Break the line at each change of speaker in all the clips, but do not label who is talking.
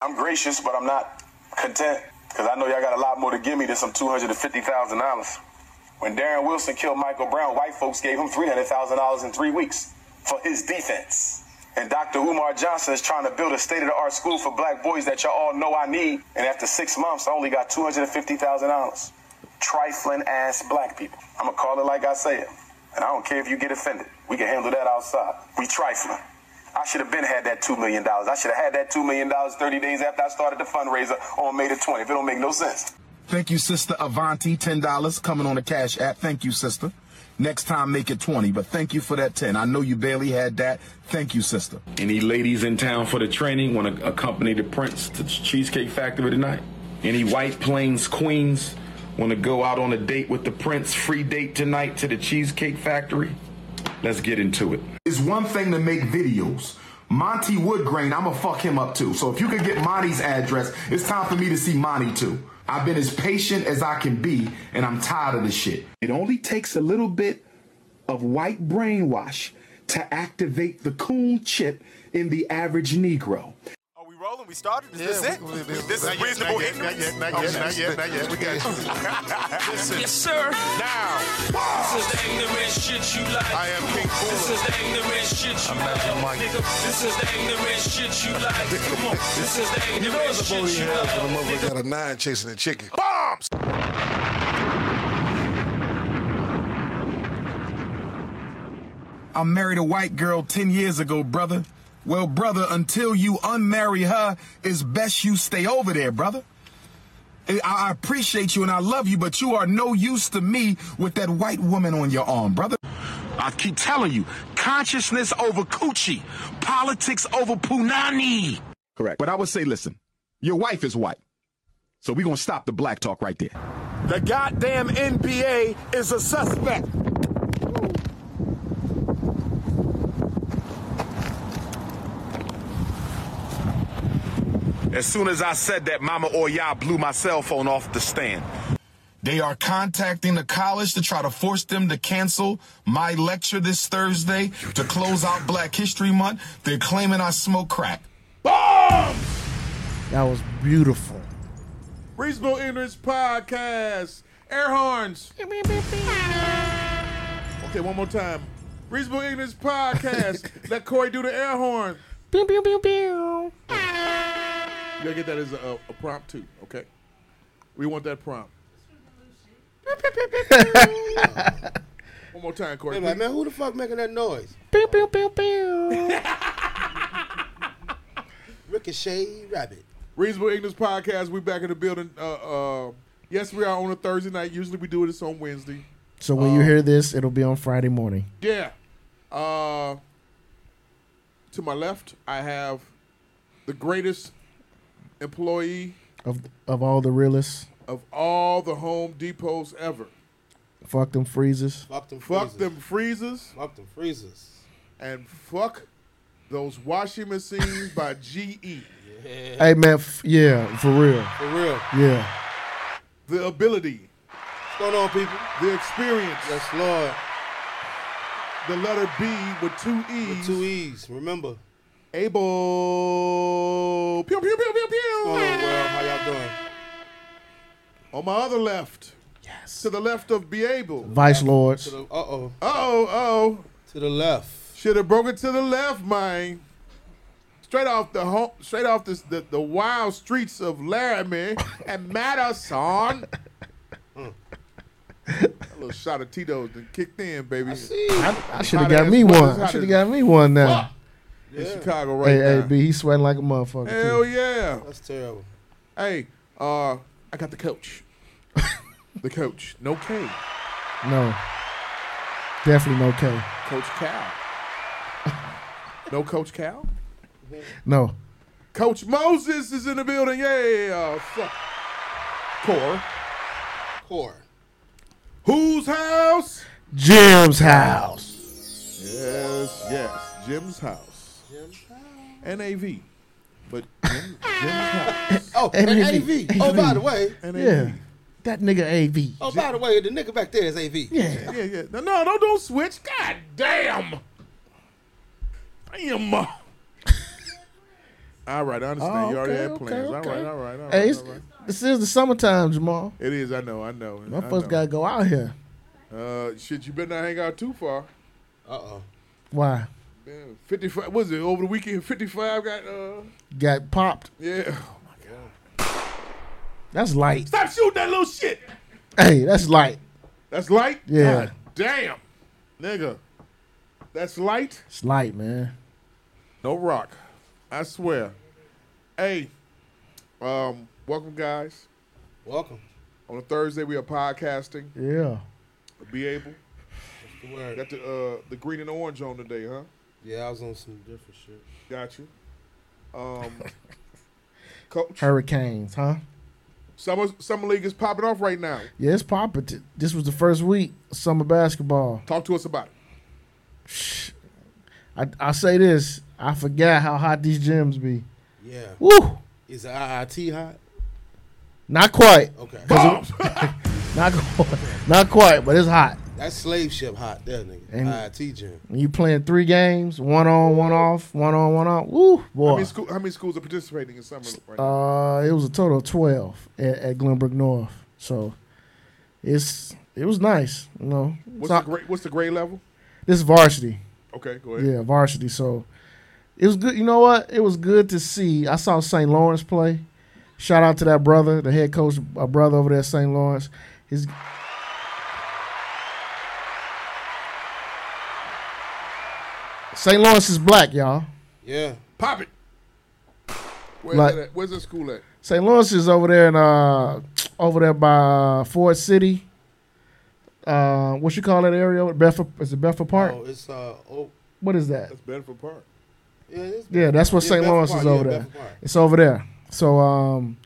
I'm gracious, but I'm not content because I know y'all got a lot more to give me than some two hundred and fifty thousand dollars. When Darren Wilson killed Michael Brown, white folks gave him three hundred thousand dollars in three weeks for his defense. And Dr. Umar Johnson is trying to build a state-of-the-art school for black boys that y'all all know I need. And after six months, I only got two hundred and fifty thousand dollars. Trifling ass black people. I'ma call it like I say it. And I don't care if you get offended. We can handle that outside. We trifling. I should have been had that $2 million. I should have had that $2 million 30 days after I started the fundraiser on May the 20th. It don't make no sense.
Thank you, sister Avanti. Ten dollars coming on the cash app. Thank you, sister. Next time, make it twenty. But thank you for that ten. I know you barely had that. Thank you, sister.
Any ladies in town for the training want to accompany the prince to Cheesecake Factory tonight? Any white plains queens want to go out on a date with the prince? Free date tonight to the Cheesecake Factory? Let's get into it.
It's one thing to make videos. Monty Woodgrain, I'ma fuck him up too. So if you could get Monty's address, it's time for me to see Monty too. I've been as patient as I can be, and I'm tired of this shit.
It only takes a little bit of white brainwash to activate the coon chip in the average Negro.
Are we rolling? We started? Is
Yeah,
this it?
we- we- we-
this
not
is
yet,
reasonable
not yet,
ignorance.
Not yet, not yet, not yet, not yet. We got
Yes, sir. Now. This is the ignorant shit you like.
I am King
This
Cooler.
is the ignorant shit you
Imagine
like.
Mike.
Nigga, this is the ignorant shit you like. Come on. This is the
You know
ignorant
it's a booty
shit you
house when a
like.
motherfucker got a nine chasing a chicken. Bombs!
I married a white girl 10 years ago, brother. Well, brother, until you unmarry her, it's best you stay over there, brother. I- I appreciate you and I love you, but you are no use to me with that white woman on your arm, brother.
I keep telling you, consciousness over coochie, politics over punani.
Correct. But I would say, listen, your wife is white. So we're going to stop the black talk right there.
The goddamn NPA is a suspect. As soon as I said that, Mama Oya blew my cell phone off the stand.
They are contacting the college to try to force them to cancel my lecture this Thursday to close out Black History Month. They're claiming I smoke crack.
That was beautiful.
Reasonable Ignorance Podcast. Air horns. Okay, one more time. Reasonable Ignorance Podcast. Let Corey do the air horn. You gotta get that as a, a, a prompt too, okay? We want that prompt. one more time, Corey.
They like, man, who the fuck making that noise? Ricochet Rabbit.
Reasonable Ignorance Podcast. We back in the building. Uh, uh, yes, we are on a Thursday night. Usually we do this on Wednesday. Uh,
So when you hear this, it'll be on Friday morning.
Yeah. Uh, to my left, I have the greatest employee
Of of all the realists,
of all the Home Depots ever.
fuck them freezers.
Fuck them
Fuck
freezers.
them freezers
Fuck them freezers.
and fuck those washing machines by E. GE.
Hey man, f- yeah, for real,
For real.
yeah.
The ability,
What's going on, people?
the experience,
Yes, Lord.
the letter B with two E's.
With two E's. Remember.
Able. Pew, pew, pew, pew, pew.
What's going on, world? How y'all doing?
On my other left. Yes. To the left of Be Able.
Vice
To
lords.
the, uh-oh.
Oh, oh.
To the left.
Should have broken to the left, mine. Straight off the home, straight off this, the, the wild streets of Laramie and Madison. A little shot of Tito's then kicked in, baby.
I, I should
hot
have got me
ass brothers,
one. I
hot
should
as
have got me one now.
In Chicago right
Hey, hey,
now.
B, he's sweating like a motherfucker. too.
Hell yeah.
That's terrible.
Hey, uh, I got the coach. the coach. No K.
No, definitely no K.
Coach Cal. No Coach Cal?
No,
Coach Moses is in the building. Yeah. Fuck. Core.
Core.
Whose house?
Jim's house.
Yes, yes. Jim's house. NAV. But Jim, Jim's house.
Oh, and
AV.
AV. Oh, by the way.
NAV.
Yeah, that nigga AV.
Oh, by the way, the nigga back there is AV.
Yeah,
Yeah, yeah. No, no, don't, don't switch. God damn. Damn. All right, I understand.
Oh,
you already
okay,
had
okay,
plans.
okay.
All right, all right, all right.
Hey, it's,
all right.
this is the summertime, Jamal.
It is. I know. I know.
My
I know.
folks gotta go out here.
Uh, shit, you better not hang out too far.
Uh oh.
Why?
Man, Fifty-five. what Was it over the weekend? Fifty-five got. Uh,
Got popped.
yeah.
That's light.
Stop shooting that little shit.
Hey, that's light.
That's light.
Yeah.
God damn, nigga. That's light.
It's light, man.
No rock. I swear. Hey, um, welcome guys.
Welcome.
On a Thursday, we are podcasting.
Yeah.
Be able.
Good word.
Got the uh the green and orange on today, huh?
Yeah, I was on some different shit.
Got you. Um, coach,
Hurricanes, huh?
summer summer league is popping off right now.
Yeah, it's popping. T- This was the first week of summer basketball.
Talk to us about it.
I I say this. I forgot how hot these gyms be.
Yeah.
Woo!
Is the IIT hot?
Not quite.
Okay.
Not quite. Not quite. But it's hot.
That's slave ship hot there, nigga.
And-
IIT gym.
When you playing three games, one on, one off, one on, one off. Woo,
How
boy.
many, school, how many schools are participating in summer right now?
Uh, it was a total of twelve at, at Glenbrook North. So, it's it was nice. You know,
What's
So-
the grade? What's the grade level?
this is varsity.
Okay, go ahead.
Yeah, varsity. So it was good. You know what? It was good to see. I saw St. Lawrence play. Shout out to that brother, the head coach, a brother over there at St. Lawrence. His St. Lawrence is black, y'all.
Yeah.
Pop it. Where's
Like-
that at? Where's that school at?
St. Lawrence is over there in uh over there by Ford City. Uh, what you call that area? Bedford is it Bedford Park?
Oh, it's uh oh
What is that?
That's Bedford Park.
yeah, it's
Yeah, that's what
Yeah,
St.
Bedford
Lawrence
Park,
is over
yeah,
there.
Bedford Park.
It's over there. So, um,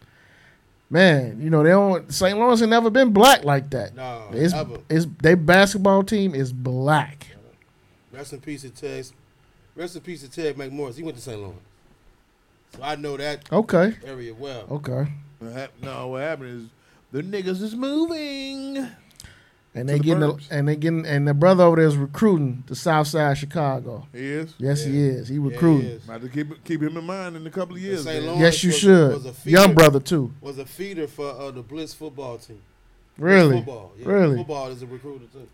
man, you know they don't. St. Lawrence ain't never been black like that.
No,
it's
ever.
it's their basketball team is black.
Rest in peace to Ted. Rest in peace to Ted McMorris. He went to St. Lawrence. So I know that
Okay,
area well.
okay,
What hap- No, what happened is the niggas is moving.
and they
the
getting a,
Burbs.
and they getting and their brother over there is recruiting the South Side of Chicago.
He is.
Yes, he is. He
Yeah,
recruiting.
he is.
Might have to keep keep him in mind in a couple of years.
St.
man.
Lawrence
Yes, you
was-
should.
was a feeder-
Young brother too.
Was a feeder for uh, the Blitz football team.
Really,
Football. Yeah.
really.
Football is a recruiter too.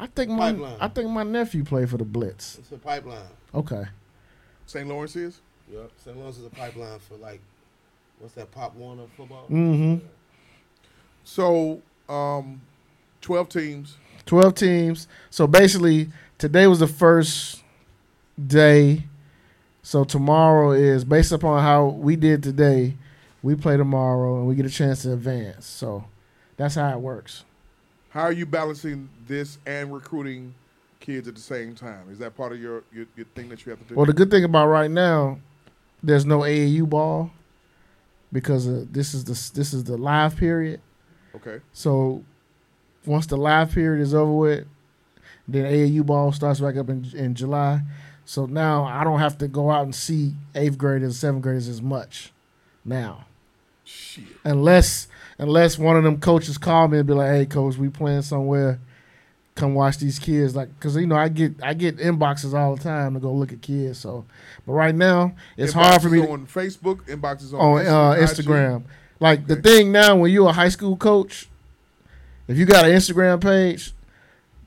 I think my
Pipeline.
I think my nephew played for the Blitz.
It's a pipeline.
Okay,
St. Lawrence is.
Yep. St. Lawrence is a pipeline for like what's that Pop Warner football?
Mm.
So, um, twelve teams.
12 teams. So basically, today was the first day. So tomorrow is based upon how we did today, we play tomorrow and we get a chance to advance. So that's how it works.
How are you balancing this and recruiting kids at the same time? Is that part of your your, your thing that you have to do?
Well, the good thing about right now, there's no AAU ball because uh, this is the this is the live period.
okay.
So once the live period is over with, then AAU ball starts back up in, in July. So now I don't have to go out and see eighth graders and seventh graders as much now.
Shit.
Unless unless one of them coaches call me and be like, hey coach, we playing somewhere. Come watch these kids, like, cause you know I get I get inboxes all the time to go look at kids. So, but right now it's hard for
Inboxes
me to
on Facebook. Inboxes on
on uh,
Instagram, IG.
Instagram. Like the thing now, when you're a high school coach, if you got an Instagram page,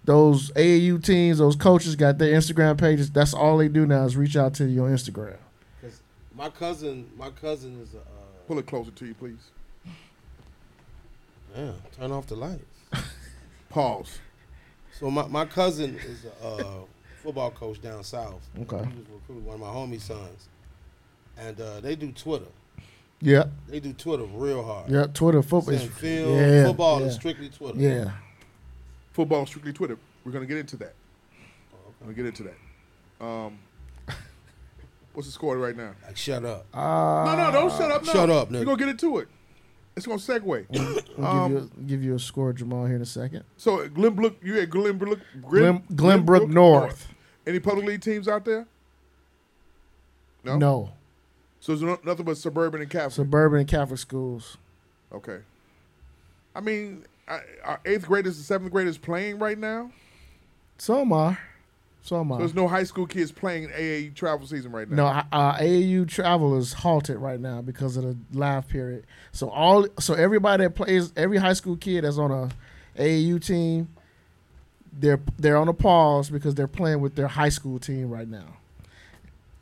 those AAU teams, those coaches got their Instagram pages. That's all they do now is reach out to you on Instagram.
Because my cousin, my cousin is a. Uh,
Pull it closer to you, please.
damn, turn off the lights.
Pause.
So my, my cousin is a uh, football coach down south.
Okay.
He was recruited one of my homie sons, and uh, they do Twitter.
Yep,
They do Twitter real hard.
yep. Twitter football is
Send film,
yeah,
football
yeah,
is strictly Twitter.
yeah.
Football strictly Twitter. We're gonna get into that. We're gonna get into that. Um, what's the score right now?
Like shut up.
no, no, don't shut up. No.
Uh, Shut up, nigga.
We're gonna get into it. It's gonna segue.
We'll give, you a, give you a score, Jamal, here in a second.
so Glenbrook, you at Glenbrook,
Glen, Glenbrook North.
Any public league teams out there? No.
No,
So there's no, nothing but suburban and Catholic.
suburban and Catholic schools.
okay. I mean, I, are eighth graders and seventh graders playing right now?
Some are. So am I.
Uh-huh.
There's no high school kids playing AAU travel season right now.
No, uh, AAU travel is halted right now because of the live period. So all, so everybody that plays, every high school kid that's on a AAU team, they're they're on a pause because they're playing with their high school team right now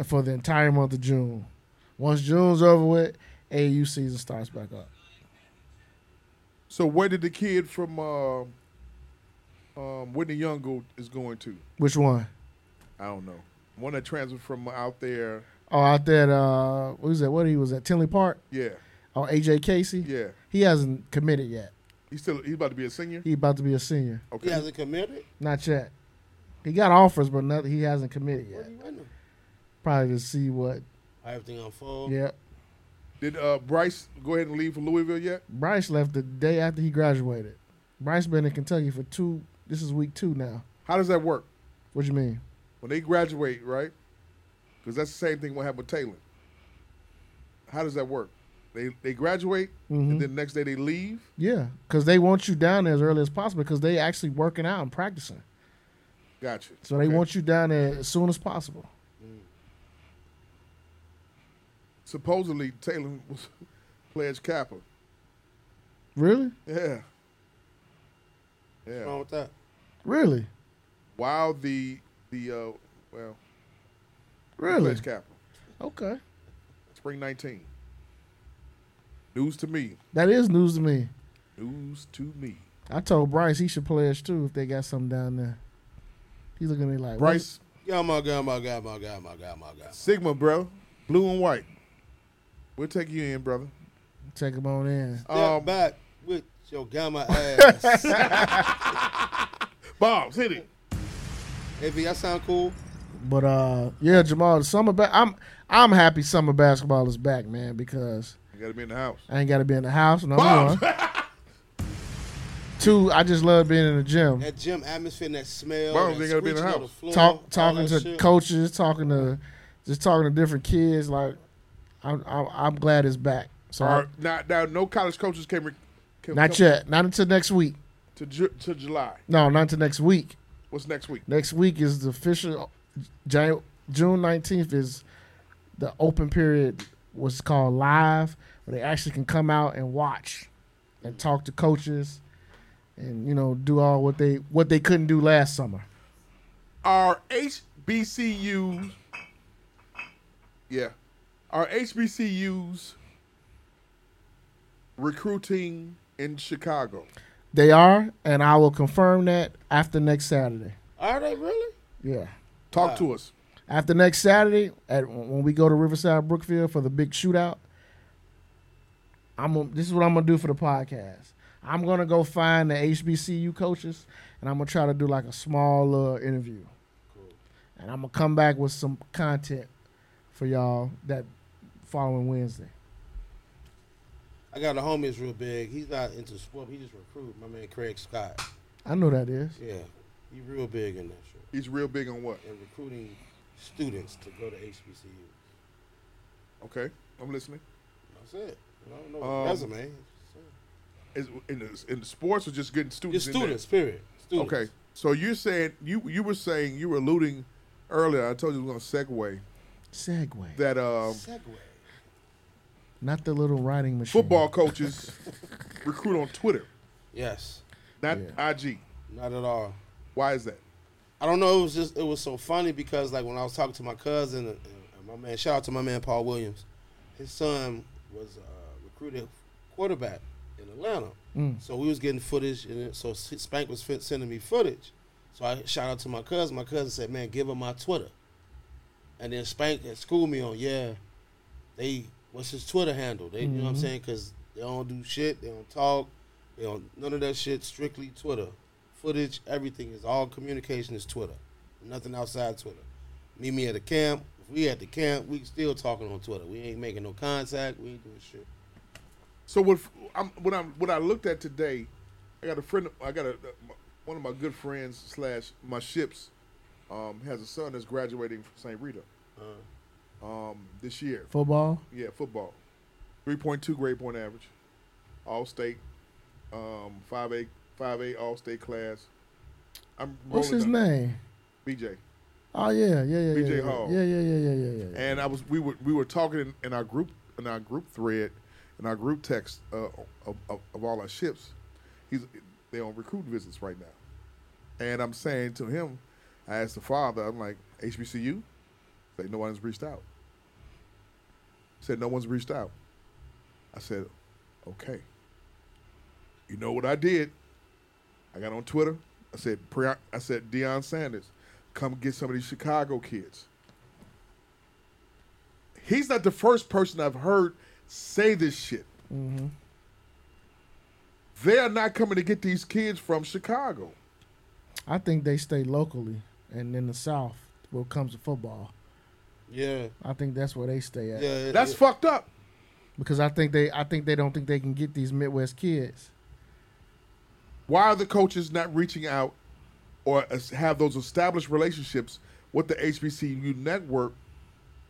for the entire month of June. Once June's over with, AAU season starts back up.
So where did the kid from uh, um, Whitney Young go, is going to?
Which one?
I don't know. One that transferred from out there.
Oh, out there, at, uh, what was that? What he was at Tinley Park?
Yeah,
Oh, AJ Casey.
yeah.
He hasn't committed yet.
He's still he's about to be a senior.
He about to be a senior.
He
Okay.
hasn't committed.
Not yet. He got offers, but nothing. He hasn't committed
What
yet.
do you wonder?
Probably to see what.
How everything unfold.
Yeah.
Did uh, Bryce go ahead and leave for Louisville yet?
Bryce left the day after he graduated. Bryce been in Kentucky for two. This is week two now.
How does that work
What you mean?
when they graduate, right? Because that's the same thing what happened with Taylor. How does that work? They they graduate
Mm-hmm.
and then the next day they leave.
Yeah, because they want you down there as early as possible because they actually working out and practicing.
Gotcha.
So they want you down there as soon as possible.
Supposedly Taylor was pledged Kappa.
Really?
Yeah.
What's
Yeah.
wrong with that?
Really?
While the the uh well
Really?
pledged Kappa.
Okay.
Spring nineteen. News to me.
That is news to me.
News to me.
I told Bryce he should pledge too if they got something down there. He's looking at me like
Bryce
Yeah, my God, my God, my God, my God, my God.
Sigma, bro. Blue and white. We'll take you in, brother.
"What? Take him on in.
Step
Um,
back with your gamma ass.
Bob, hit it.
If I sound cool,
But uh, yeah, Jamal, the summer back. I'm I'm happy summer basketball is back, man, because
You gotta be in the house.
I ain't got to be in the house. Number
Bob!
one, two, I just love being in the gym,
that gym atmosphere and that smell.
Bottles
that
ain't gotta be in the
screeching on
house.
floor, all
talk
that
talking to
shit.
coaches, talking to just talking to different kids. Like I'm I'm, I'm glad it's back. So
All right, now, now, no college coaches can, re- can
not
come
yet, not until next week.
To, Ju- to July.
No, not until next week.
What's next week?
Next week is the official Jan- June nineteenth is the open period. What's called live, where they actually can come out and watch and talk to coaches, and you know do all what they what they couldn't do last summer.
Our HBCUs. Yeah. Our HBCUs recruiting in Chicago.
They are, and I will confirm that after next Saturday.
Are they really?
Yeah.
Talk to us.
After next Saturday, at when we go to Riverside Brookfield for the big shootout, I'm gonna- this is what I'm gonna do for the podcast. I'm gonna go find the HBCU coaches, and I'm gonna try to do like a small uh, interview, and I'm gonna come back with some content for y'all that following Wednesday.
I got a homie that's real big. He's not into sport. He just recruit my man Craig Scott.
I know that is.
Yeah, he real big in that shit
He's real big on what?
and recruiting students to go to HBCU.
Okay, I'm listening.
That's it. I don't know
Um,
resume.
Is in the, in the sports or just getting students?
Just
in there?
students, period. Students.
Okay, so you said you you were saying you were alluding earlier. I told you we were going to segue
Segway,
that um,
Segway.
not the little writing machine.
football coaches recruit on Twitter,
Yes.
not IG.
Not at all.
Why is that?
I don't know. It was just it was so funny because like when I was talking to my cousin, and and my man, shout out to my man Paul Williams, his son was uh, recruited quarterback in Atlanta. So we was getting footage, and it- so S- Spank was fit, sending me footage. So I shout out to my cousin. My cousin said, "Man, give him my Twitter." And then Spank had schooled me on, yeah, they what's his Twitter handle? They, you know what I'm saying? Because they don't do shit, they don't talk, they don't none of that shit. Strictly Twitter, footage, everything is all communication is Twitter, nothing outside Twitter. Meet me at the camp. If we at the camp, we still talking on Twitter. We ain't making no contact. We ain't doing shit.
So what I'm what I'm what I looked at today, I got a friend. I got a uh, one of my good friends slash my ships um, has a son that's graduating from St. Rita
Uh-huh.
um, this year.
football.
Yeah, football. Three point two grade point average. All state. Um five A five A all state class. I'm
What's
rolling
his
down.
name?
BJ.
Oh yeah, yeah, yeah,
BJ
yeah, yeah.
Hall.
Yeah, yeah, yeah, yeah, yeah, yeah. yeah.
and I was we were we were talking in, in our group in our group thread in our group text uh, of, of, of all our ships. He's they're on recruit visits right now, and I'm saying to him, I asked the father, I'm like HBCU, He's like no one's reached out. He said no one's reached out. I said, okay. You know what I did? I got on Twitter. I said, "Pre- I said, Deion Sanders, come get some of these Chicago kids he's not the first person I've heard say this shit. They are not coming to get these kids from Chicago.
I think they stay locally and in the South when it comes to football.
Yeah,
I think that's where they stay at.
yeah.
That's
yeah.
fucked up.
Because I think they I think they don't think they can get these Midwest kids.
Why are the coaches not reaching out or es- have those established relationships with the HBCU network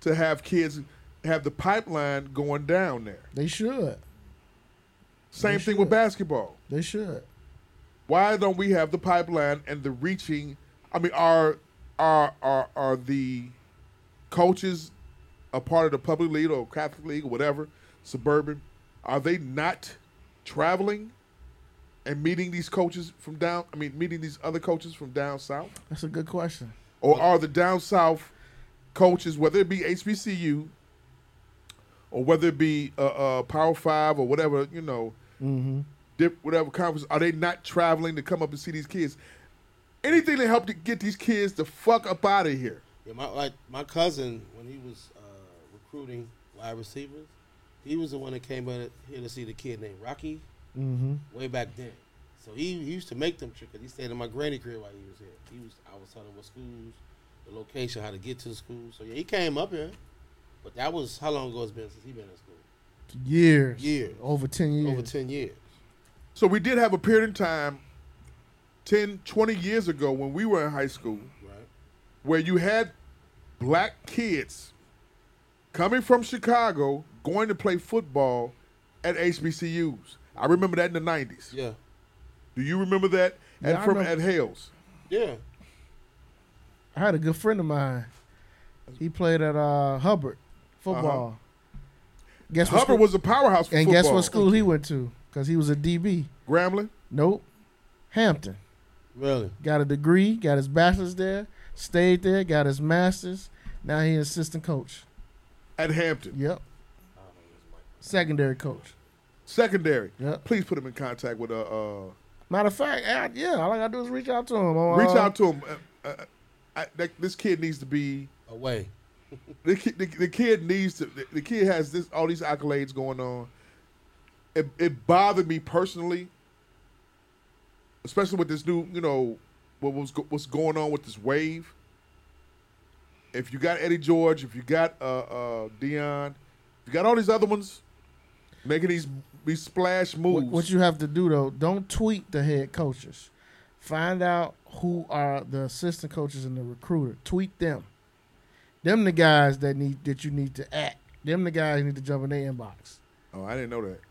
to have kids have the pipeline going down there?
They should.
Same
They
thing with
should.
basketball.
They should.
why don't we have the pipeline and the reaching i mean are are are are the coaches a part of the public league or catholic league or whatever suburban are they not traveling and meeting these coaches from down i mean meeting these other coaches from down south
That's a good question.
or are the down south coaches, whether it be HBCU or whether it be uh, uh, Power Five or whatever, you know, dip, whatever conference, are they not traveling to come up and see these kids? Anything to help to get these kids the fuck up out of here.
Yeah, my like my cousin when he was uh, recruiting wide receivers, he was the one that came in here to see the kid named Rocky way back then. So he, he used to make them trick 'cause he stayed in my granny crib while he was here. He was I was telling him what schools, the location, how to get to the school. So yeah, he came up here, but that was how long ago it's been since he been in school?
Years.
Years.
Over ten years.
Over ten years.
So we did have a period in time 10, 20 years ago when we were in high school
Right.
where you had black kids coming from Chicago going to play football at HBCUs. I remember that in the nineties.
Yeah.
Do you remember that? At
Yeah, I
from at
remember.
Hales.
Yeah.
I had a good friend of mine. He played at uh, Hubbard football. Guess what
Hubbard
school-
was a powerhouse for
and
football.
guess what school he went to? Because he was a DB.
Grambling.
Nope. Hampton.
Really.
Got a degree, got his bachelor's there, stayed there, got his master's. Now he assistant coach.
At Hampton.
Yep. Secondary coach.
Secondary.
Yeah.
Please put him in contact with uh, uh
Matter of fact, I, yeah, all I gotta do is reach out to him. on,
reach
uh,
out to him. Uh, uh, I, that, this kid needs to be
Away.
the, ki- the, the kid needs to the, the kid has this all these accolades going on it, it bothered me personally especially with this new you know what was go- what's going on with this wave if you got eddie george if you got uh uh dion if you got all these other ones making these these splash
What,
moves
what you have to do though, don't tweet the head coaches. Find out who are the assistant coaches and the recruiter. Tweet them. Them the guys that need that you need to act. Them the guys need to jump in their inbox.
oh i didn't know that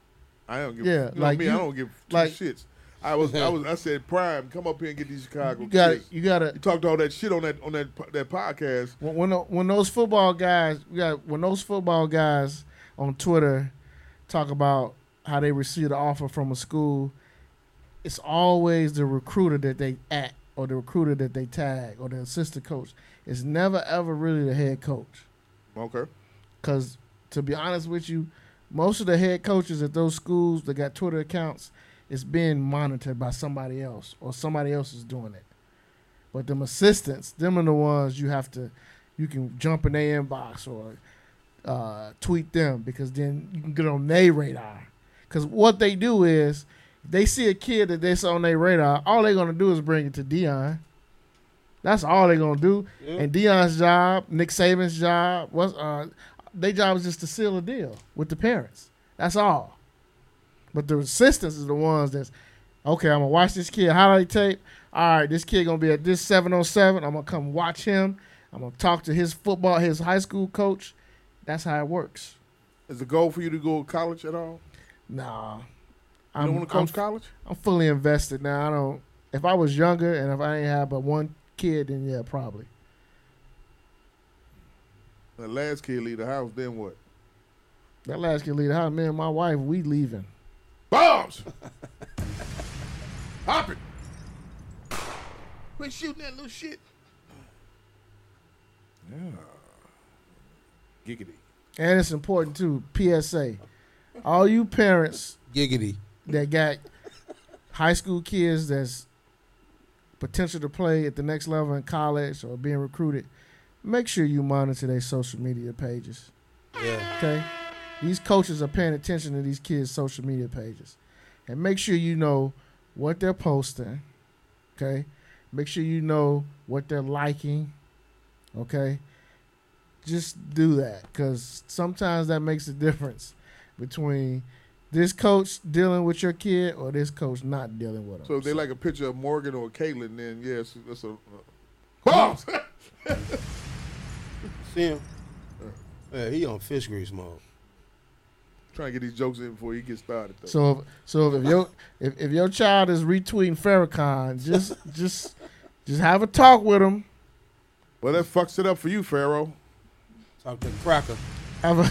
i don't give
Yeah,
you know
like
me
you-
i don't give two
like-
shits i was i was i said prime come up here and get these chicago
You got to
kids.
you got to
You talked all that shit on that on that po- that podcast.
when when, tho- when those football guys we got when those football guys on Twitter talk about how they received an offer from a school, it's always the recruiter that they at or the recruiter that they tag or the assistant coach. It's never ever really the head coach.
Okay.
Cause to be honest with you, most of the head coaches at those schools that got Twitter accounts, it's being monitored by somebody else or somebody else is doing it. But them assistants, them are the ones you have to, you can jump in their inbox or uh, tweet them because then you can get on their radar. Because what they do is, if they see a kid that they saw on their radar, all they're gonna do is bring it to Dion. That's all they're gonna do. And Dion's job, Nick Saban's job, was uh, their job is just to seal a deal with the parents. That's all. But the assistants is the ones that's okay. I'm gonna watch this kid highlight tape. All right, this kid gonna be at this seven on seven. I'm gonna come watch him. I'm gonna talk to his football, his high school coach. That's how it works.
Is the goal for you to go to college at all?
Nah,
You
I'm,
don't want to coach
I'm,
college?
I'm fully invested now. I don't. If I was younger and if I ain't had but one kid, then yeah, probably.
The last kid leave the house, then what?
That last kid leave the house. Me and my wife, we leaving.
Bombs! Hop it! Quit shooting that little shit. Yeah. Giggity.
And it's important too. PSA: All you parents
Giggity.
that got high school kids that's potential to play at the next level in college or being recruited, make sure you monitor their social media pages.
Yeah.
Okay? These coaches are paying attention to these kids' social media pages. And make sure you know what they're posting. Okay? Make sure you know what they're liking. Okay? Just do that because sometimes that makes a difference between this coach dealing with your kid or this coach not dealing with them.
So if they like a picture of Morgan or Caitlin, then yes, that's a. Uh, bombs!
See him? Yeah, he on fish grease mode.
Trying to get these jokes in before he gets started, though.
So if, so if your if, if your child is retweeting Farrakhan, just just just have a talk with him.
well, that fucks it up for you, Pharaoh.
Talk to Cracker.
Have a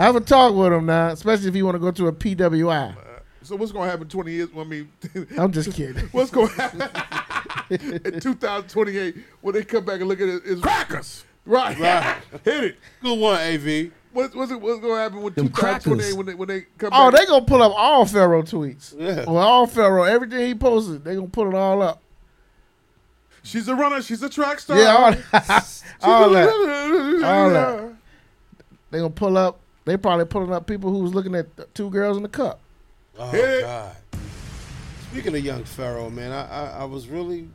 have a talk with him now, especially if you want to go to a PWI.
So what's going to happen 20 years? I mean,
I'm just kidding.
what's going to happen in 2028 when they come back and look at it? Is crackers! Right.
Right.
Hit it.
Good one, AV.
What's, what's, it, what's going to happen when
Them
2028
crackers.
when they, when they come
Oh,
back?
they gonna pull up all Pharaoh tweets.
Yeah.
Well, all Pharaoh, everything he posted, they gonna pull it all up.
She's a runner. She's a track star.
Yeah, all, that. all that.
that.
All that. They gonna pull up. They probably pulling up people who was looking at the two girls in the cup.
Oh,
Hit it.
God. Speaking of young Pharaoh, man, I, I, I was really,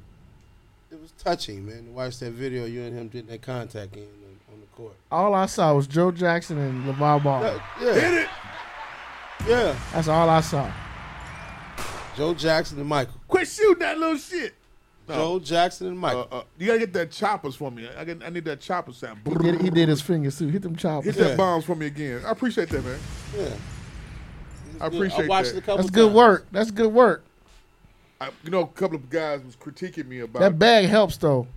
it was touching, man, to watch that video you and him did that contact in on, on the court.
All I saw was Joe Jackson and LeVar Ball.
Yeah, yeah.
Uh-huh. Hit it.
Yeah.
That's all I saw.
Joe Jackson and Michael.
Quit shooting that little shit.
Joe Jackson and
Uh,
Michael.
uh, you gotta get that choppers for me. I, get, I need that chopper sound.
He did, he did his fingers too. Hit them choppers.
Hit that bombs for me again. I appreciate that, man.
yeah.
I appreciate
I watched
that.
it a couple
That's good
times.
work. That's good work.
I, you know, a couple of guys was critiquing me about
That
that,
bag helps though.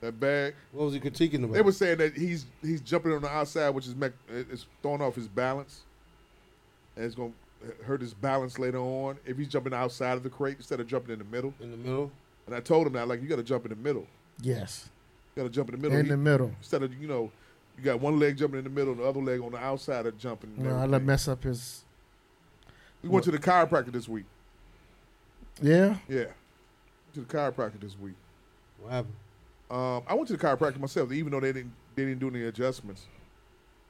bag.
What was he critiquing about?
They were saying that he's he's jumping on the outside, which is mech- it's throwing off his balance, and it's gonna hurt his balance later on if he's jumping outside of the crate instead of jumping in the middle.
in the middle.
And I told him that like you gotta jump in the middle.
Yes.
You gotta jump in the middle.
In
Oh, He-
the middle.
instead of you know, you got one leg jumping in the middle, and the other leg on the outside of jumping. and
No, I let
everything.
mess up his.
We went to the chiropractor this week.
Yeah.
Yeah, to the chiropractor this week.
What happened?
Um, I went to the chiropractor myself, even though they didn't they didn't do any adjustments.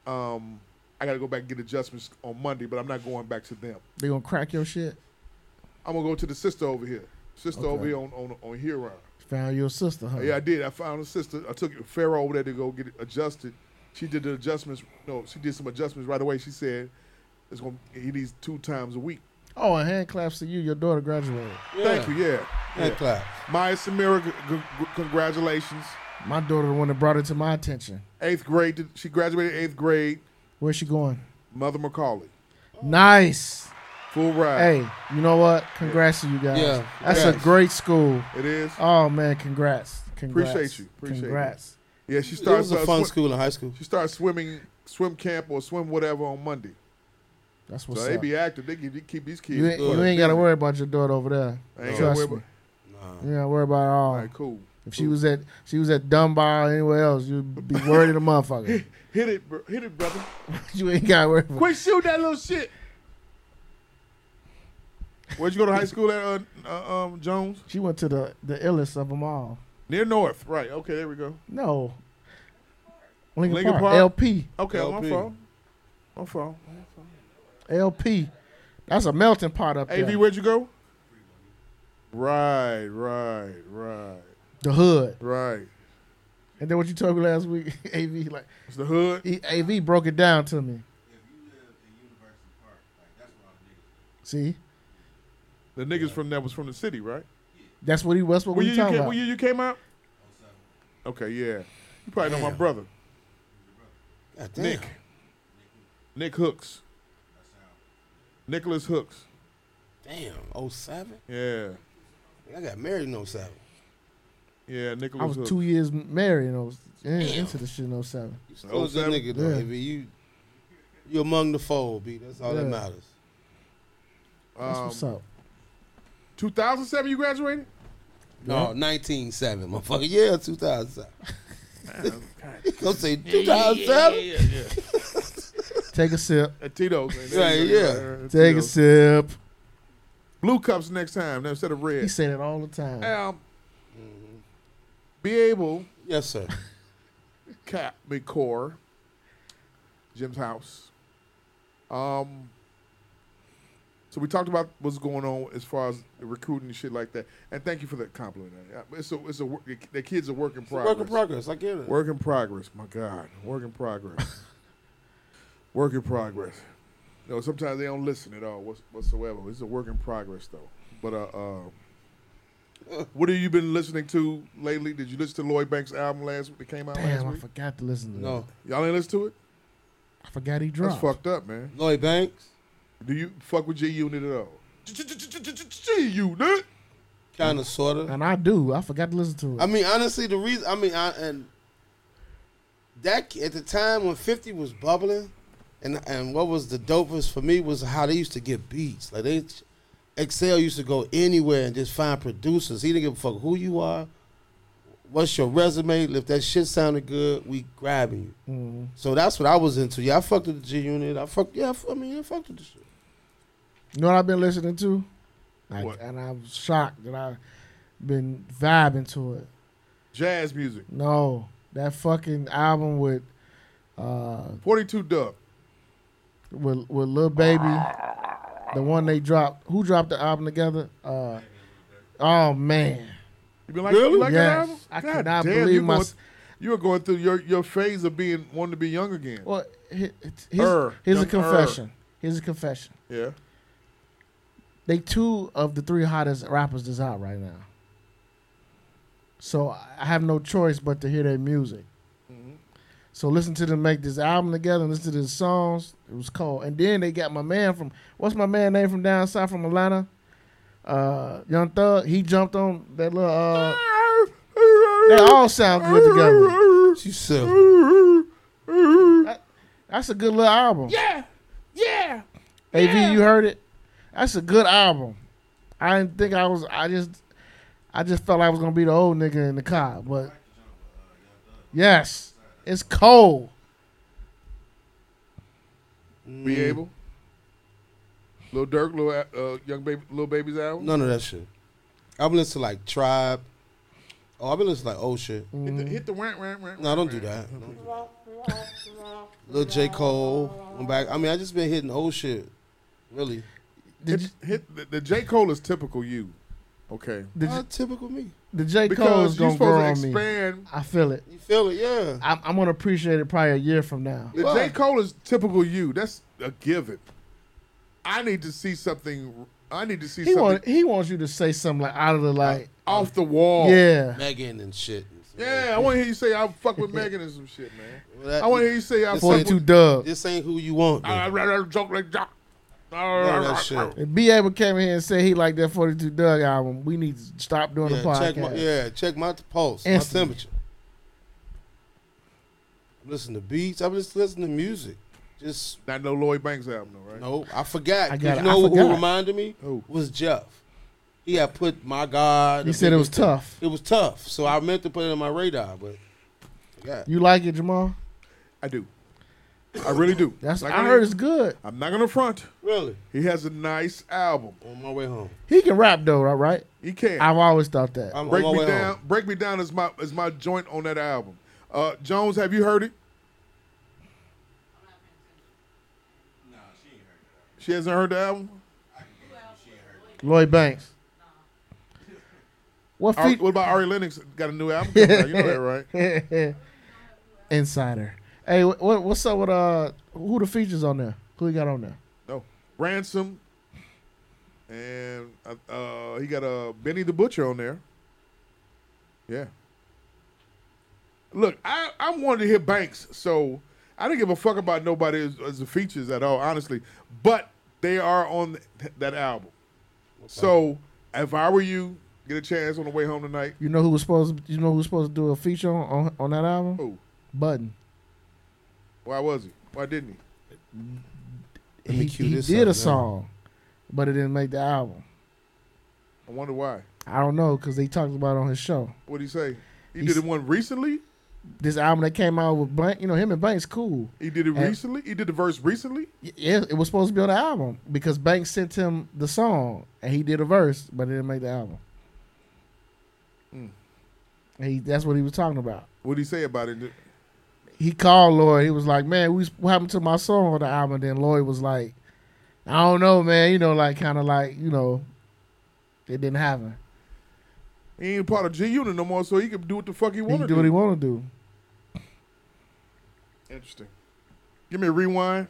Um, I got to go back and get adjustments on Monday, but I'm not going back to them.
They gonna crack your shit.
I'm gonna go to the sister over here, sister over
Okay.
here on on on Huron.
Found your sister, huh?
Yeah, I did. I found a sister. I took Pharaoh over there to go get it adjusted. She did the adjustments. No, she did some adjustments right away. She said it's gonna he needs two times a week.
Oh, and hand claps to you. Your daughter graduated.
Thank you. Yeah. uh,
Hand clap.
Maya Samira, g- g- g- congratulations.
My daughter, the one that brought it to my attention.
Eighth grade. did- She graduated eighth grade.
Where's she going?
Mother Macaulay.
Oh. Nice.
Full ride.
Hey, you know what? Congrats to you guys.
Yeah,
That's a
congrats.
great school.
It is.
Oh man, congrats. Congrats.
Appreciate you. Appreciate you.
congrats.
Yeah, she
It
starts.
was a
uh,
fun
swi-
school in high school.
She starts swimming, swim camp or swim whatever on Monday.
That's
So
what's
they
up.
be active. They keep, they keep these kids.
You ain't, you
Good.
ain't gotta worry about your daughter over there.
I ain't gotta
Trust
worry
me.
about-
You ain't gotta worry about it all.
All right, cool.
If she was at she was at Dunbar or anywhere else, you'd be worried of the motherfucker.
Hit it, bro. hit it, brother.
you ain't got to worry. about-
Quit shoot that little shit. Where'd you go to high school at, uh, uh, um, Jones?
She went to the the illest of them all.
Near North, right? Okay, there we go.
No. Lincoln,
Lincoln
Park,
Park?
LP.
Okay, my
LP.
fault. My fault.
LP. That's a melting pot up
AV,
there.
where'd you go? Right, right, right,
The hood.
right.
And then what you told me last week, AV like
It's the hood.
he, AV broke it down to me. See,
The niggas from that was from the city, right?
that's what he. That's what
What
we
year you
talking
came,
about.
what year you came out?
Oh
Okay, yeah. You probably know my brother,
God damn.
Nick. Nick Hooks. Nicholas Hooks.
Damn. 07?
Yeah.
I got married in 07.
Yeah,
I
Nicholas.
was
Hood.
two years married and I was yeah, into the shit in 07.
You still a good
07?
nigga though,
Yeah.
baby. You you among the fold, B. That's all that
Yeah.
matters.
That's what's
Um,
up.
2007, you graduated?
No, nineteen seven, motherfucker. Yeah, two thousand seven. Go say two thousand seven.
Take a sip.
At Tito's. man.
Yeah,
There you go.
Take a
Tito's.
sip.
Blue cups next time now, instead of
He
Mm-hmm.
red.
said it all the time.
Um, be able
Yes, sir.
cap McCore, Jim's house. Um, so we talked about what's going on as far as the recruiting and shit like that. And thank you for that compliment. man. Yeah, It's a, it's a, wor- the kids are work in progress.
Work in progress. I get it.
Work in progress. My God, work in progress. work in progress. No, sometimes they don't listen at all whats- whatsoever. It's a work in progress though. But uh, uh, what have you been listening to lately? Did you listen to Lloyd Banks' album last week that came out
Damn,
last
I
week?
forgot to listen to
No,
that.
Y'all ain't listen to it?
I forgot he
That's
dropped.
fucked up, man.
Lloyd Banks.
Do you fuck with G Unit at all? G Unit.
Kind of, sort of.
And I do. I forgot to listen to it.
I mean, honestly, the reason I mean, I, and that at the time when Fifty was bubbling, and and what was the dopest for me was how they used to get beats. Like they, Excel used to go anywhere and just find producers. He didn't give a fuck who you are, what's your resume. If that shit sounded good, we grabbing you. So that's what I was into. Yeah, I fucked with the G Unit. I fucked. Yeah, I, fu- I mean, I fucked with the shit.
you know what I've been listening to? Like,
What?
And I'm shocked that I've been vibing to it.
Jazz music.
No, that fucking album with uh
Forty two Dub.
with with Lil Baby, the one they dropped. Who dropped the album together? Uh, oh man,
You been like, you like that
Yes.
album?
I
God
cannot
damn,
believe
you
my-
Going, you were going through your, your phase of being wanting to be young again.
well, he- it's- here's,
Err,
here's a
young Err.
confession. Here's a confession.
yeah.
They two of the three hottest rappers that's out right now. So I have no choice but to hear their music. Mm-hmm. So listen to them make this album together and listen to the songs. It was cold. And then they got my man from what's my man name from down south from Atlanta? Uh Young Thug. He jumped on that little uh They all sound good together.
You said
That's a good little album. Yeah, yeah. Av, you heard it. That's a good album. I didn't think I was. I just, I just felt I was gonna be the old nigga in the car. But yes, it's cold.
Be able. Little Dirk, little uh, young baby, little baby's album.
none of that shit. I've been listening to like Tribe. Oh, I've been listening to like Ocean.
Mm.
Hit the, hit the rant, rant, rant.
No, don't do that. Don't do that. Lil J. Cole. I'm back. I mean, I just been hitting old shit. Really.
Did you,
Hit, hit the, the J Cole is typical you. Okay.
did
Uh,
you,
typical me.
the J Cole
Because
is
you're
gonna grow on
supposed to
me.
expand.
I feel it.
You feel it, yeah.
I'm, I'm gonna appreciate it probably a year from now.
The
Why?
J. Cole is typical you. That's a given. I need to see something. I need to see
He
something
want he wants you to say something like out of the like,
off the wall.
yeah.
Megan and shit.
Yeah, I want to hear you say I fuck with Megan and some shit, man.
Well, that-
I want to hear you say I fuck
This
Forty
ain't-
with.
two Dub.
This ain't who you want. dude.
I rather joke like jock.
None of that shit.
If B able came in here and said he liked that forty two Doug album, we need to stop doing the
Yeah,
podcast.
check my, yeah, check my pulse, my
Instantly.
temperature. I'm listening to beats. I'm just listening to music. Just,
Not no Lloyd Banks album, though, right?
no, I forgot.
I
'Cause
got
you
it.
know
I
who
forgot.
reminded me?
Who?
Was Jeff. He had put My God.
He said it was tough.
It was tough. So I meant to put it on my radar, but yeah.
You like it, Jamal?
I do. I really do.
That's
Like,
I
ain't-
heard it's good.
I'm not gonna front.
Really?
He has a nice album.
On my way home.
He can rap though, right? right?
He can.
I've always thought that.
I'm
Break
on my
me
way
down.
home.
Break me down is my is my joint on that album. Uh, Jones, have you heard it? She hasn't heard the album.
Lloyd Banks. What
Ari,
feat?
what about Ari Lennox? Got a new album. coming out. You know that, right?
Insider. Hey, what, what what's up with uh? Who the features on there? Who he got on there?
No, Ransom, and uh, uh, he got uh, Benny the Butcher on there. Yeah. Look, I I wanted to hear Banks, so I didn't give a fuck about nobody as, as the features at all, honestly. But they are on th- that album, so if I were you, Get a chance on the way home tonight.
You know who was supposed you know who was supposed to do a feature on on, on that album?
Who?
Button.
Why was he? Why didn't he?
Let me
He,
cue
he
this
did
up,
a
yeah.
song, but it didn't make the album.
I wonder why.
I don't know because they talked about it on his show.
What would he say? He
He's-
did it one recently.
This album that came out with Blank, you know, him and Banks, cool.
He did it
And-
recently. He did the verse recently.
Y- Yeah, it was supposed to be on the album because Banks sent him the song and he did a verse, but it didn't make the album. And he, that's what he was talking about.
What would he say about it?
he called Lloyd. He was like, "Man, we, what happened to my song on the album?" Then Lloyd was like, "I don't know, man. You know, like kind of like you know, it didn't happen.
He ain't part of G Unit no more, so he can do what the fuck he
He
want
can
to
do
do.
what he want to do."
Interesting. Give me a rewind.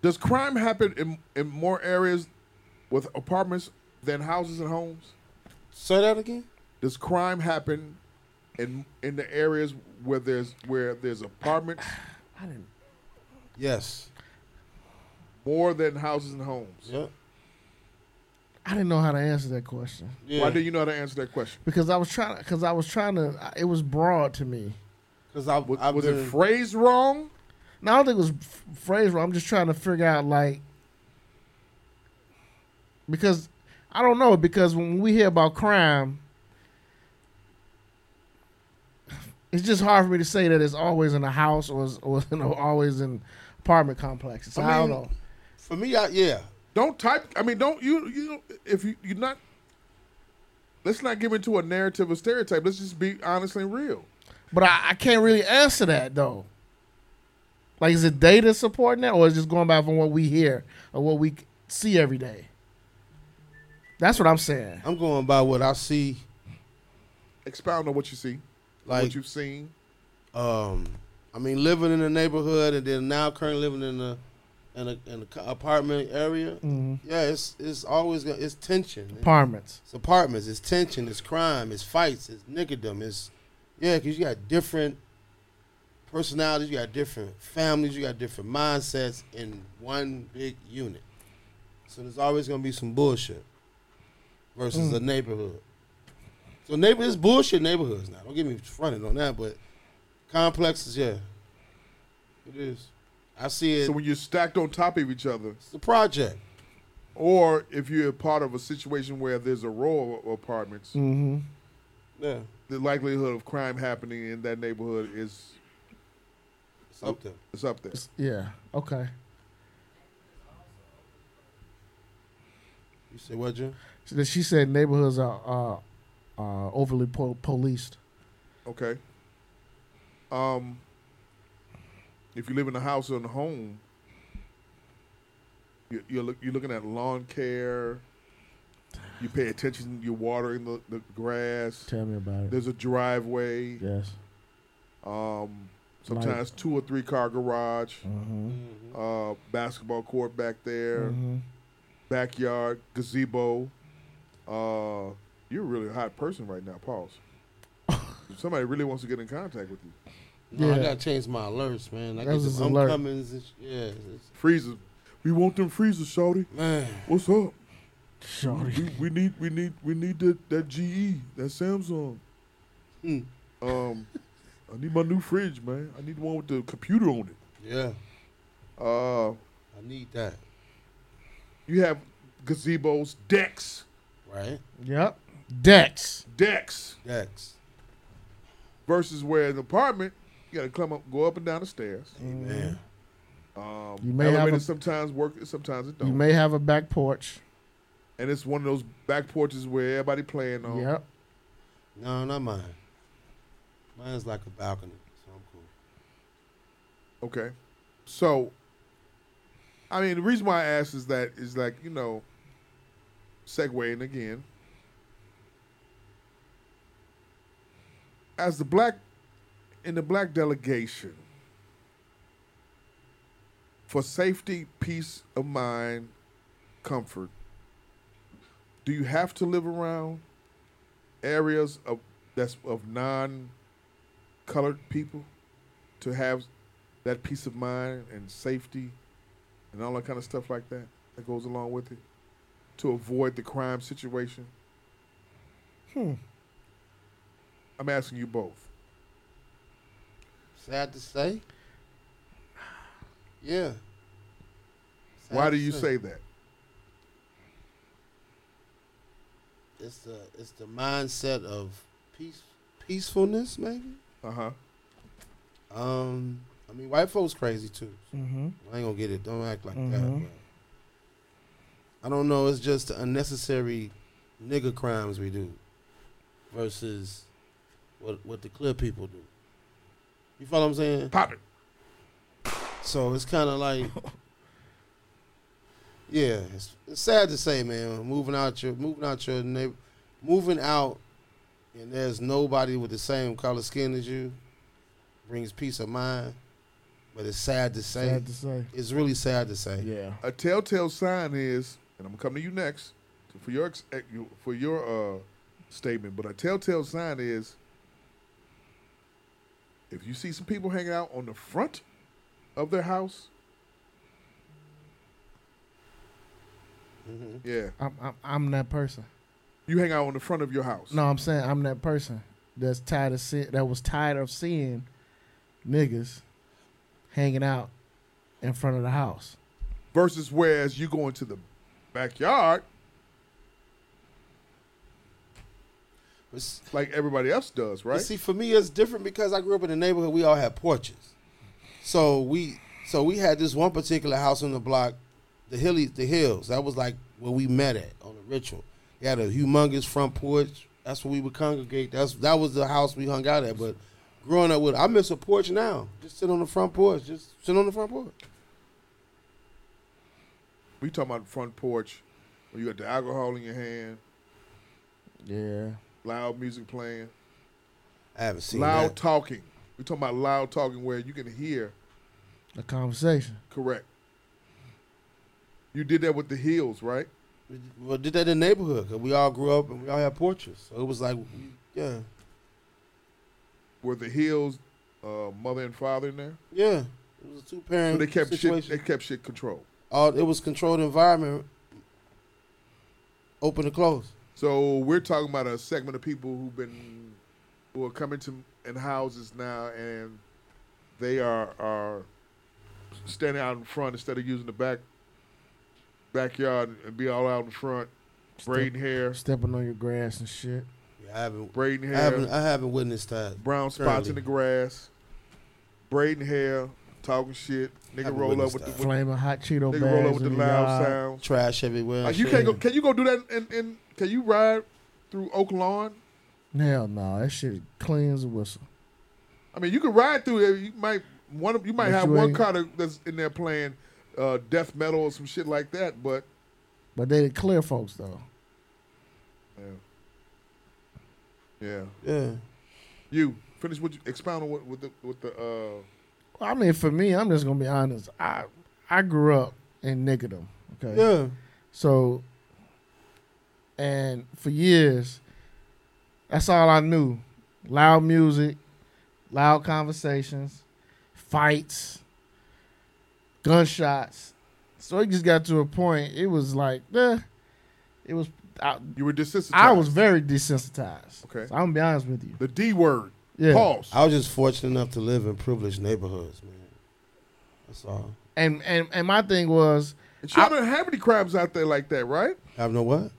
Does crime happen in, in more areas with apartments than houses and homes?
Say that again.
Does crime happen in in the areas where there's where there's apartments
Yes.
more than houses and homes?
Yeah.
I didn't know how to answer that question
Yeah.
Why do you know how to answer that question?
because I was trying because I was trying to. It was broad to me.
Because I
Was,
I've
was
been,
it phrased wrong?
No, I don't think it was f- phrase wrong. I'm just trying to figure out like because I don't know because when we hear about crime, it's just hard for me to say that it's always in a house or it's, or you know always in apartment complexes. So I,
I mean-
don't know.
for me. I, yeah.
Don't type. I mean, don't you you know, if you you're not. Let's not give into a narrative or stereotype. Let's just be honest and real.
But I, I can't really answer that though. Like, is it data supporting that, or is it just going by from what we hear or what we c- see every day? That's what I'm saying.
I'm going by what I see.
Expound on what you see,
Like
what you've seen.
um, I mean, living in the neighborhood and then now currently living in the in a, in a co- apartment area. Yeah, it's it's always gonna, it's tension.
Apartments.
It's apartments. It's tension. It's crime. It's fights. It's niggerdom. It's yeah, because you got different personalities. You got different families. You got different mindsets in one big unit. So there's always gonna be some bullshit versus a neighborhood. So neighbor, it's bullshit neighborhoods now. Don't get me fronted on that, but complexes, yeah, it is. I see it.
So when you're stacked on top of each other,
it's the project.
or if you're part of a situation where there's a row of apartments,
Mm-hmm. Yeah,
the likelihood of crime happening in that neighborhood is
it's up there.
is up there.
Yeah. Okay.
You say what, Jim?
So that she said neighborhoods are uh, uh, overly po- policed.
Okay. Um, if you live in a house or in a home, you, you're look, you're looking at lawn care. You pay attention. You're watering the, the grass.
Tell me about it.
There's a driveway.
Yes.
Um, sometimes two or three car garage. Uh, basketball court back there. Backyard gazebo. Uh, you're a really hot person right now. Pause. If Somebody really wants to get in contact with you.
No, I
Yeah.
gotta change my alerts, man. I
That
get
was his
the
alert.
homecomings. And sh- yeah, it's-
Freezers. We want them freezers, Shorty.
man.
What's up?
Shorty.
We, we need we need we need that, that GE, that Samsung.
Hmm.
Um I need my new fridge, man. I need one with the computer on it.
Yeah,
Uh
I need that.
you have gazebos, decks,
Right?
Yep. Dex.
decks
Dex.
versus where an apartment, you gotta climb up go up and down the stairs.
Mm-hmm.
Man.
Um
You may have
elevator
a-
sometimes work sometimes it
You
don't.
may have a back porch.
and it's one of those back porches where everybody playing on.
Yep.
No, not mine. Mine's like a balcony, so I'm cool.
Okay. So, I mean, the reason why I asked is that is like you know, segueing again. As the black, in the black delegation, for safety, peace of mind, comfort. Do you have to live around areas of that's of non-colored people to have that peace of mind and safety and all that kind of stuff like that that goes along with it to avoid the crime situation? Hmm. I'm asking you both.
Sad to say. Yeah. Sad
Why do
to
you say that?
it's the it's the mindset of peace peacefulness maybe?
Uh
Uh-huh.
huh.
Um, I mean, white folks crazy too.
Mm-hmm.
I ain't gonna get it. Don't act like that. But I don't know. It's just the unnecessary nigga crimes we do versus what what the clear people do. You follow what I'm saying?
Pop it.
So it's kind of like, yeah, it's, it's sad to say, man. Moving out your moving out your neighbor, moving out, and there's nobody with the same color skin as you, brings peace of mind. But it's sad to say.
Sad to say.
It's really sad to say.
Yeah.
A telltale sign is, and I'm gonna come to you next for your ex- eh, you- for your uh, statement. But a telltale sign is if you see some people hanging out on the front of their house. Yeah,
I'm, I'm I'm that person.
you hang out on the front of your house.
No, I'm saying I'm that person that's tired of see- that was tired of seeing niggas hanging out in front of the house.
Versus whereas you go into the backyard
But s-
like everybody else does,
But
right?
see, for me, it's different because I grew up in a neighborhood. We all had porches, so we so we had this one particular house on the block, the hilly the hills. That was like where we met at on the ritual. They had a humongous front porch. That's where we would congregate. That's that was the house we hung out at. But growing up with, I miss a porch now. Just sit on the front porch. Just sit on the front porch.
we talking about front porch where you got the alcohol in your hand,
Yeah.
loud music playing.
I haven't seen
loud
that.
talking. We're talking about loud talking where you can hear
A conversation.
correct. You did that with the heels, right?
We- well, did that in the neighborhood. 'cause we all grew up and we all had porches. So it was like, yeah,
Were the heels uh, mother and father in there?
yeah. It was a two
So
parent.
they kept
situation.
shit. They kept shit controlled.
all it was controlled environment. Open to close.
So we're talking about a segment of people who've been who are coming to in houses now, and they are are standing out in front instead of using the back backyard and be all out in front, braiding hair,
Stepping on your grass and shit.
Yeah, I haven't,
braiding
I
hair.
haven't, uh, I haven't witnessed that.
brown spots in the grass, braiding hair, talking shit. Nigga
Haven't
roll up
witnessed
with the
that.
with,
Flaming hot Cheeto
nigga
bags.
roll up with the
in
loud
yard.
sound.
Trash everywhere.
Like
and
you
shit.
can't go. Can you go do that? And in, in, can you ride through Oak Lawn?
Hell no, that shit cleans the whistle.
I mean, you can ride through there. You might one. of- You might
But
have
you
one
ain't-
car that- that's in there playing uh, death metal or some shit like that. But
But they the clear folks though.
yeah,
Yeah,
you finish what you expound on what with the with the. Uh,
I mean, for me, I'm just gonna be honest. I I grew up in niggerdom. Okay.
yeah.
So, and for years, that's all I knew: loud music, loud conversations, fights, gunshots. So it just got to a point. It was like, eh, it was. I,
you were desensitized.
I was very desensitized.
Okay.
So I'm gonna be honest with you.
the D word.
Yeah.
Pause.
I was just fortunate enough to live in privileged neighborhoods, man. That's all.
And and and my thing was,
And y'all don't have any crimes out there like that, right?
Have no what?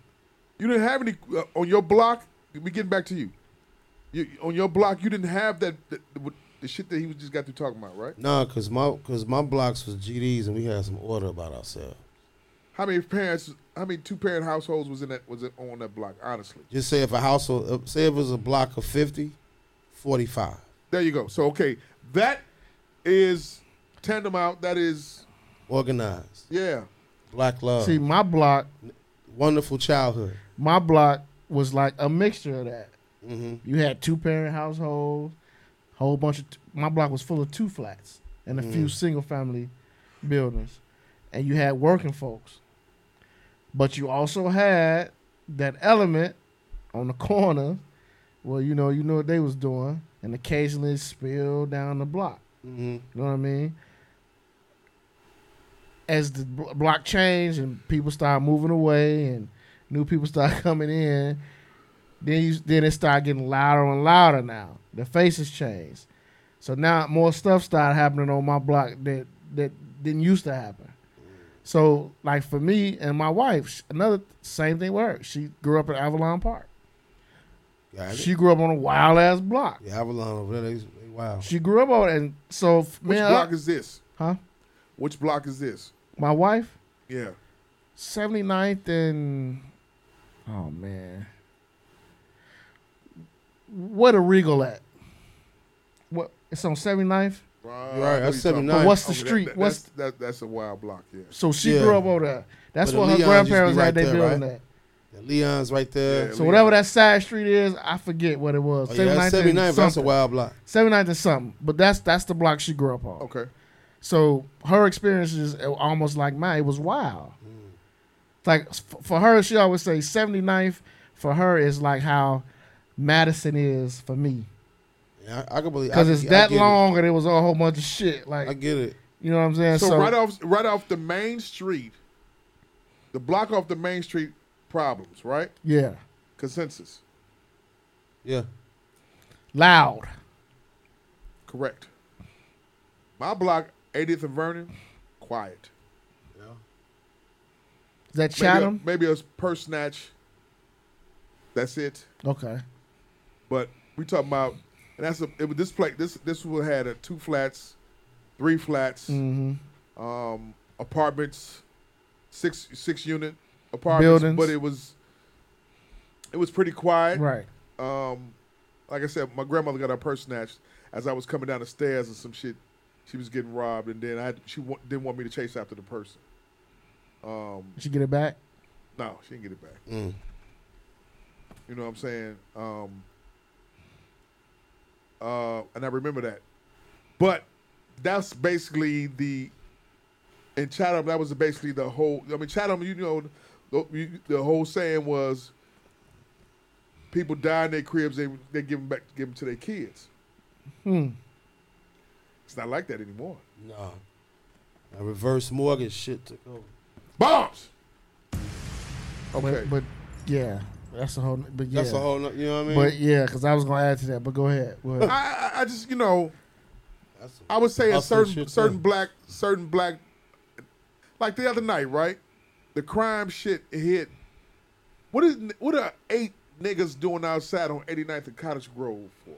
You didn't have any uh, on your block. We getting back to you. you. On your block, you didn't have that the, the, the shit that he was just got through talking about, right?
Nah, cause my cause my blocks was GDs and we had some order about ourselves.
How many parents? How many two parent households was in that was it on that block? Honestly,
Just say if a household, uh, say if it was a block of 50, 45.
there you go. So okay, that is tandem out. That is
organized,
yeah.
black love,
see, my block,
wonderful childhood.
my block was like a mixture of that.
hmm
You had two parent households, whole bunch of. my block was full of two flats and a few single family buildings, and you had working folks. But you also had that element on the corner, where you know you know what they was doing, and occasionally it spilled down the block.
hmm
You know what I mean? as the bl- block changed and people started moving away and new people started coming in, then you then it started getting louder and louder. Now the faces changed, so now more stuff started happening on my block that that didn't used to happen. So like for me and my wife, sh- another same thing with her. She grew up in Avalon Park.
Got it.
She grew up on a wild ass block.
Yeah, Avalon over there. They, they wild.
She grew up on and so f-
Which
man,
block is this?
huh?
Which block is this?
My wife,
Yeah.
79th and oh man, what a regal at? What it's on 79th.
right, that's 79.
But what's the
Okay, that-
street?
that-
what's
that's, that, that's a wild block? Yeah.
so she
Yeah.
grew up over there. That's
But
what her
the Leons used to be
grandparents
right
had. They
there,
building
right?
that.
The Leon's right there.
Yeah,
So whatever that side street is, I forget what it was.
oh, yeah,
79th and
that's 79. That's a
something.
wild block.
79th and something. But that's that's the block she grew up on.
Okay.
So her experiences are almost like mine. It was wild.
Hmm.
Like f- for her, she always say 79th. For her is like how Madison is for me
Yeah, I, I can believe. I
because
can-
it's
I
that
get it.
long and it was a whole bunch of shit.
I
Like
get it.
you know what I'm saying?
So, right off, right off the main street, the block off the main street problems, right?
yeah,
Consensus,
Yeah.
loud.
correct. My block, 80th and Vernon, quiet.
Is
Maybe
that
a-
Chatham?
Maybe a purse snatch. That's it.
Okay.
But we talking about, and that's a, it, was- this play. This this would had a two flats, three flats,
Mm-hmm.
um, apartments, six six unit apartments.
Buildings.
But it was, it was pretty quiet.
Right.
Um, like I said, my grandmother got her purse snatched as I was coming down the stairs and some shit. She was getting robbed, and then I had, she wa- didn't want me to chase after the person.
Did you get it back?
No, she didn't get it back. You know what I'm saying? Um, uh, and I remember that. But that's basically the in Chatham. That was basically the whole. I mean, Chatham. You know, the, you- the whole saying was people die in their cribs. They they give them back, give them to their kids. It's not like that anymore.
No. That reverse mortgage shit took over.
Bombs.
But,
Okay.
but yeah, that's a whole. But yeah.
That's a whole. no- You know what I mean?
But yeah, because I was gonna add to that. But go ahead. Go
Ah,
ahead.
I, I I just you know.
That's a-
I would say a
Hustle
certain
shit,
certain
yeah.
black certain black like the other night, right? The crime shit hit. What is what are eight niggas doing outside on 89th and Cottage Grove for?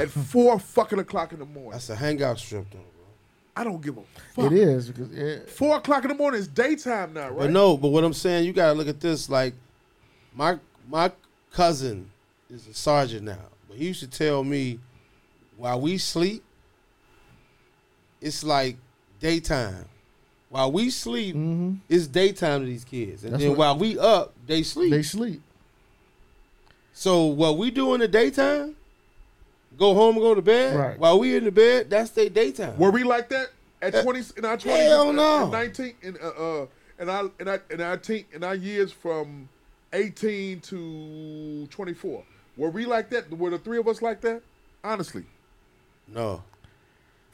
At four fucking o'clock in the morning.
Hmm. that's a hangout strip though, bro.
I don't give a
it
fuck.
is because it,
Four o'clock in the morning is daytime now, right?
But no, but what I'm saying, you gotta look at this. Like, my my cousin is a sergeant now, but he used to tell me, while we sleep, it's like daytime. While we sleep, it's daytime to these kids,
Mm-hmm.
and
That's
then
what-
while we up, they sleep.
they sleep.
so what we do in the daytime, go home and go to bed.
Right.
While we in the bed, that's their daytime.
Were we like that at twenty in our twenties?
Eh, hell no.
In Nineteen in uh, uh in our in our in our teen in our years from eighteen to twenty four. Were we like that? Were the three of us like that? Honestly,
no.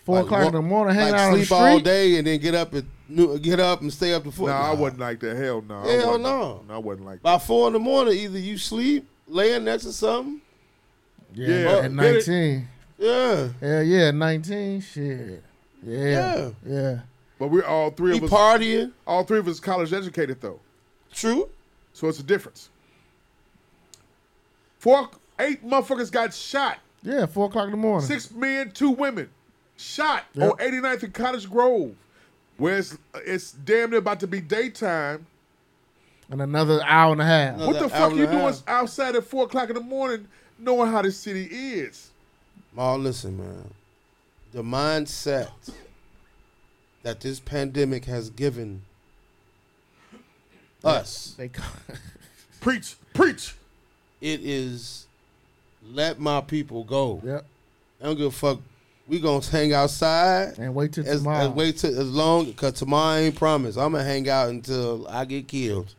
Four
Like,
o'clock in
wa-
the morning, hanging
like
out on the
sleep all
street.
day and then get up at noo- get up and stay up to four.
no, I wasn't like that. Hell no. I
Hell
wasn't-
no.
I wasn't like that.
By four in the morning, either you sleep, laying next to something.
Yeah,
at
get it.
19.
Yeah.
Hell yeah, 19. Shit. Yeah.
Yeah.
Yeah.
But we're all three of
Be
us.
partying.
all three of us college educated though,
True.
so it's a difference. Four eight motherfuckers got shot.
Yeah, 4 o'clock in the morning.
Six men, two women, shot
Yep.
on 89th and Cottage Grove, where it's, it's damn near about to be daytime.
And another hour and a half.
No.
What the
Another
fuck
hour
you
and a
doing
half.
outside at four o'clock in the morning, knowing how this city is?
Ma, Oh, listen, man. The mindset that this pandemic has given us,
They call,
Preach, preach.
it is let my people go.
yep.
I don't give a fuck. We gonna hang outside
And wait till
as,
tomorrow.
as wait till as long because tomorrow I ain't promise. I'm gonna hang out until I get killed.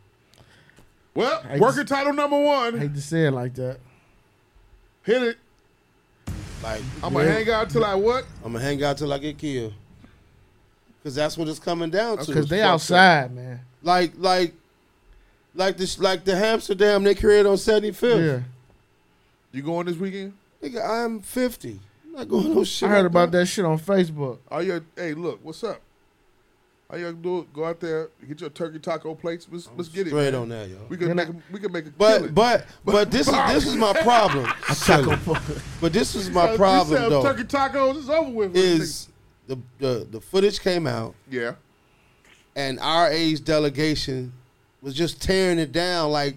Well,
I
worker
just-
title number one.
hate to say it like that.
Hit it.
Like
I'm gonna hang out till I what?
I'm gonna hang out till I get killed. because that's what it's coming down to.
because they outside, man.
like like like this like the hamster dam they created on 75th.
Yeah,
You going this weekend?
Nigga, I'm 50. I'm not going no shit.
I heard
like
about that shit on Facebook.
All you hey, look, what's up? All you do go out there, get your turkey taco plates. Let's, let's get it.
Oh, Straight
man.
on that, yo.
We can
You're
make
not-
a, we can make a
But
killing.
but but this is this is my problem. but this is my problem
you sell turkey
though.
tacos. It's over with.
Is the, the the footage came out
yeah.
and our age delegation was just tearing it down like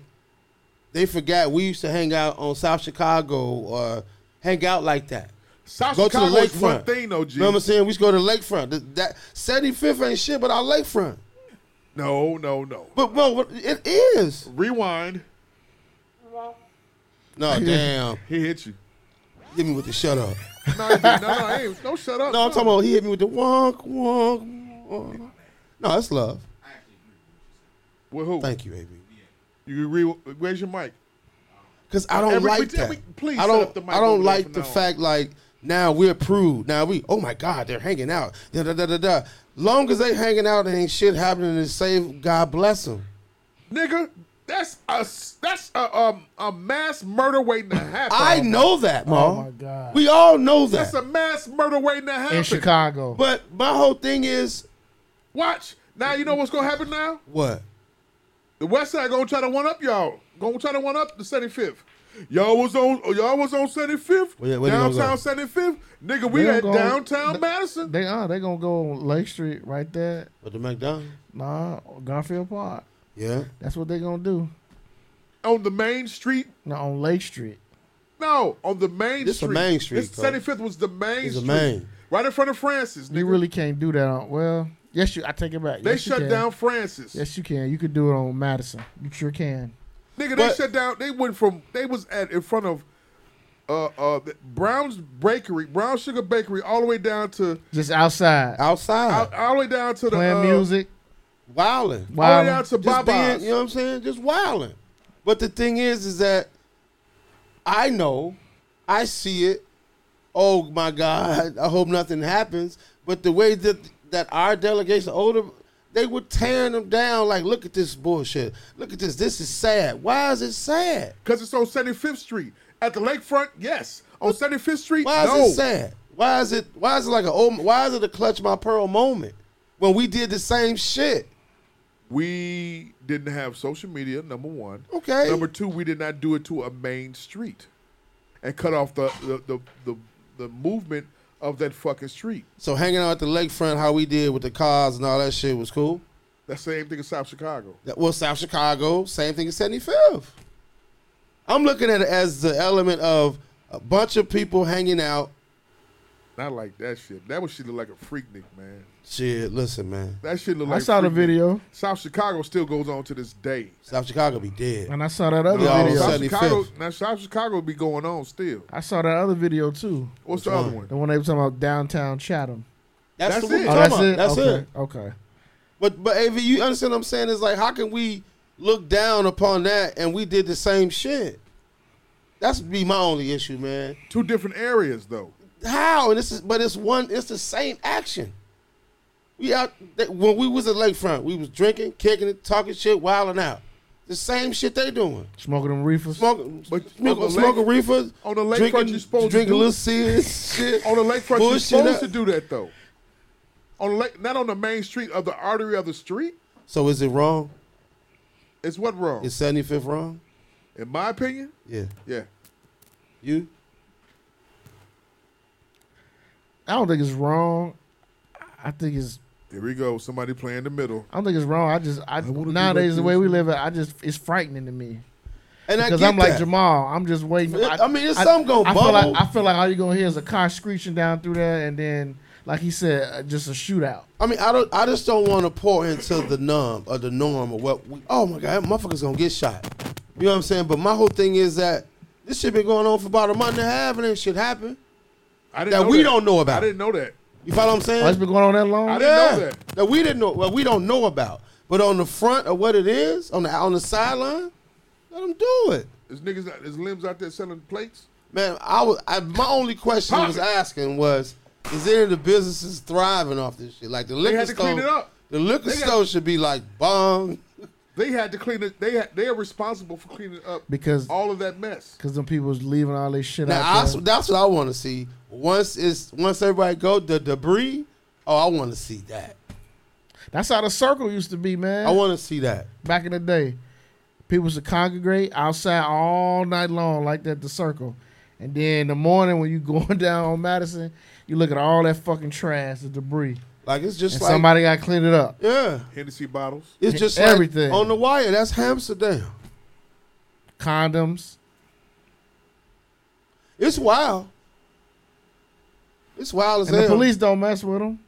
they forgot we used to hang out on South Chicago or hang out like that.
South
go
Chicago
to the lakefront.
is one thing though, G.
Remember saying we used to go to the lakefront. Th- That 75th ain't shit, but our lakefront.
No, no, no.
But bro, what- it is.
Rewind.
No, damn.
He hit you.
Hit me with the shut up.
No, he didn't. no, no, hey, no, shut up.
No, I'm talking about he hit me with the wonk, wonk, wonk. No, that's love.
With who?
Thank you, AB.
You re- where's your mic?
Because I don't
Every-
like
we-
that.
we- please
I
set
don't.
up the mic
I don't
over there
like
from
the
now on.
fact like now we're approved. Now we. Oh my God, they're hanging out. Da da da da da. Long as they hanging out and ain't shit happening to save, God bless them.
Nigga, that's a s- that's a um a mass murder waiting to happen.
I know that, Ma.
my God.
We all know
Oh That's
that.
a mass murder waiting to happen.
in Chicago.
but my whole thing is
Watch. Now you know what's gonna happen now?
what?
The West Side gonna try to one up y'all. Gonna try to one up the 75th. Y'all was on y'all was on 75th.
Where- where they gonna
downtown
go?
75th. Nigga, we
They
at
gonna go-
downtown
they-
Madison.
They are. They gonna go on Lake Street right there.
But the McDonald's.
Nah, Garfield Park.
Yeah.
That's what they gonna do.
on the main street.
No, on Lake Street.
No, on the main
This the
street.
main street,
This
cuz.
75th was the main
It's the
street.
main.
Right in front of Francis. Nigga.
You really can't do that on. Well, yes, you. I take it back.
they
Yes, you
shut
can.
down Francis.
Yes, you can. You could do it on Madison. You sure can.
Nigga,
But-
they shut down. They went from they was at in front of uh uh the Brown's Bakery, Brown Sugar Bakery, all the way down to
Just outside,
Outside.
all, all the way down to the
playing
Oh,
uh,
music.
wilding.
all the way
wilding.
down to
Just being,
Baba's.
you know what I'm saying? Just wilding. But the thing is, is that I know, I see it. Oh my God! I hope nothing happens. But the way that that our delegation older, they were tearing them down. Like, look at this bullshit. Look at this. This is sad. Why is it sad?
Because it's on 75th Street. At the lakefront, yes. On 75th Street,
Why is
no.
it sad? Why is it? Why is it like a? Oh, why is it a clutch my pearl moment when we did the same shit?
We didn't have social media, number one.
Okay.
Number two, we did not do it to a main street and cut off the the, the, the, the movement of that fucking street.
So hanging out at the lakefront, how we did with the cars and all that shit was cool.
That same thing in South Chicago.
That- Well, South Chicago, same thing as 75th. I'm looking at it as the element of a bunch of people hanging out.
Not like that shit. That was shit look like a freaknik, man.
Shit, listen, man.
That shit look
I
like
saw the
freaknik.
video
South Chicago still goes on to this day.
South Chicago be dead.
and I saw that other
No,
video.
son.
South
75th.
Chicago, now South Chicago be going on still.
I saw that other video too.
What's the other one?
The one they were talking about downtown Chatham.
That's,
That's
the one
it.
we
Oh,
talking
that's
about.
it.
That's
okay.
it.
Okay.
But but AV, you understand what I'm saying? It's like how can we look down upon that and we did the same shit? That's be my only issue, man.
Two different areas though.
How? And this is but it's one, it's the same action. We out th- when we was at lakefront, we was drinking, kicking it, talking shit, wilding out. The same shit they doing.
Smoking them reefers.
Smoking,
But on
smoking,
the
smoking
lake-
reefers.
on the lakefront,
drinking,
you're supposed to
drinking
do-
little serious shit.
On the lakefront, you're
bullshit
supposed
up.
to do that though. On the lake, not on the main street of the artery of the street.
So is it wrong?
It's what wrong?
Is seventy fifth wrong?
In my opinion,
Yeah.
yeah.
You?
I don't think it's wrong. I think it's.
Here we go. Somebody playing the middle.
I don't think it's wrong. I just. I, nowadays the way we live, I just it's frightening to me
And I
because
get
I'm like
that.
Jamal. I'm just waiting.
It- I mean, it's something gonna
I feel
bubble.
like I feel like all you're gonna hear is a car screeching down through there, and then like he said, uh, just a shootout.
I mean, I don't. I just don't want to pour into the norm or the norm or what. We, oh my God, that motherfucker's gonna get shot. You know what I'm saying? But my whole thing is that this shit been going on for about a month and a half, and it should happen.
I didn't
That
know
we don't know about.
I didn't know that.
You follow what I'm
Oh, it's
saying?
been going on that long.
I didn't
yeah,
know that.
we didn't know. Well, we don't know about. But on the front of what it is, on the on the sideline, let them do it.
There's niggas, out- there's limbs out there selling plates.
Man, I was I, my only question I was
Pop it.
asking was, is any of the businesses thriving off this shit? Like the liquor
had to
store,
clean it up.
the liquor
They got-
store should be like bong.
They had to clean it. They had, they are responsible for cleaning up
Because-
all of that mess.
Cause them people's leaving all this shit
Now I,
out
s-
there.
that's what I want to see. Once it's once everybody go the debris. Oh, I want to see that.
That's how the circle used to be, man.
I want to see that.
Back in the day, people used to congregate outside all night long, like that, the circle. And then in the morning when you going down on Madison, you look at all that fucking trash, the debris,
Like it's just
and
like
somebody got to clean it up.
yeah,
Hennessy bottles.
it's just
Everything.
like on the wire. That's Amsterdam.
Condoms.
It's wild. It's wild as
And
hell.
the police don't mess with them.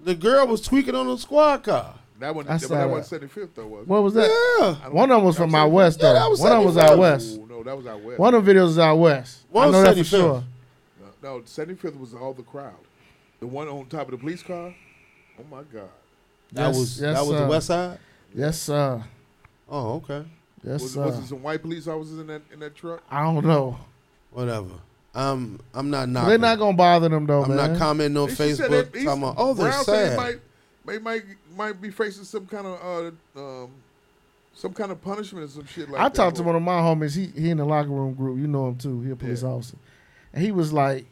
The girl was tweaking on the squad car.
That one,
I
that,
saw
that one
that.
seventy fifth though was.
What was that?
Yeah.
One of them was from
that
out west though.
Yeah, that was
One of them was out
75.
west.
No, that was out west.
One of them videos is out west.
One
I know that for
75.
sure.
No, seventy fifth was all the crowd. The one on top of the police car. Oh my god.
That
Yes,
was
yes,
that was
sir.
the West Side.
Yes, sir.
Oh, okay.
Yes,
Was,
sir.
was there some white police officers in that in that truck?
I don't know.
Whatever. I'm I'm not
But
knocking.
they're not gonna bother them though,
I'm
man.
not commenting on
They should say
Facebook.
that-
talking about, oh, they're
Brown said
sad.
They might, they might might be facing some kind of uh, um, some kind of punishment or some shit like
I
that.
talked to one of my homies. He he in the locker room group. You know him too. He a police
Yeah.
officer, and he was like,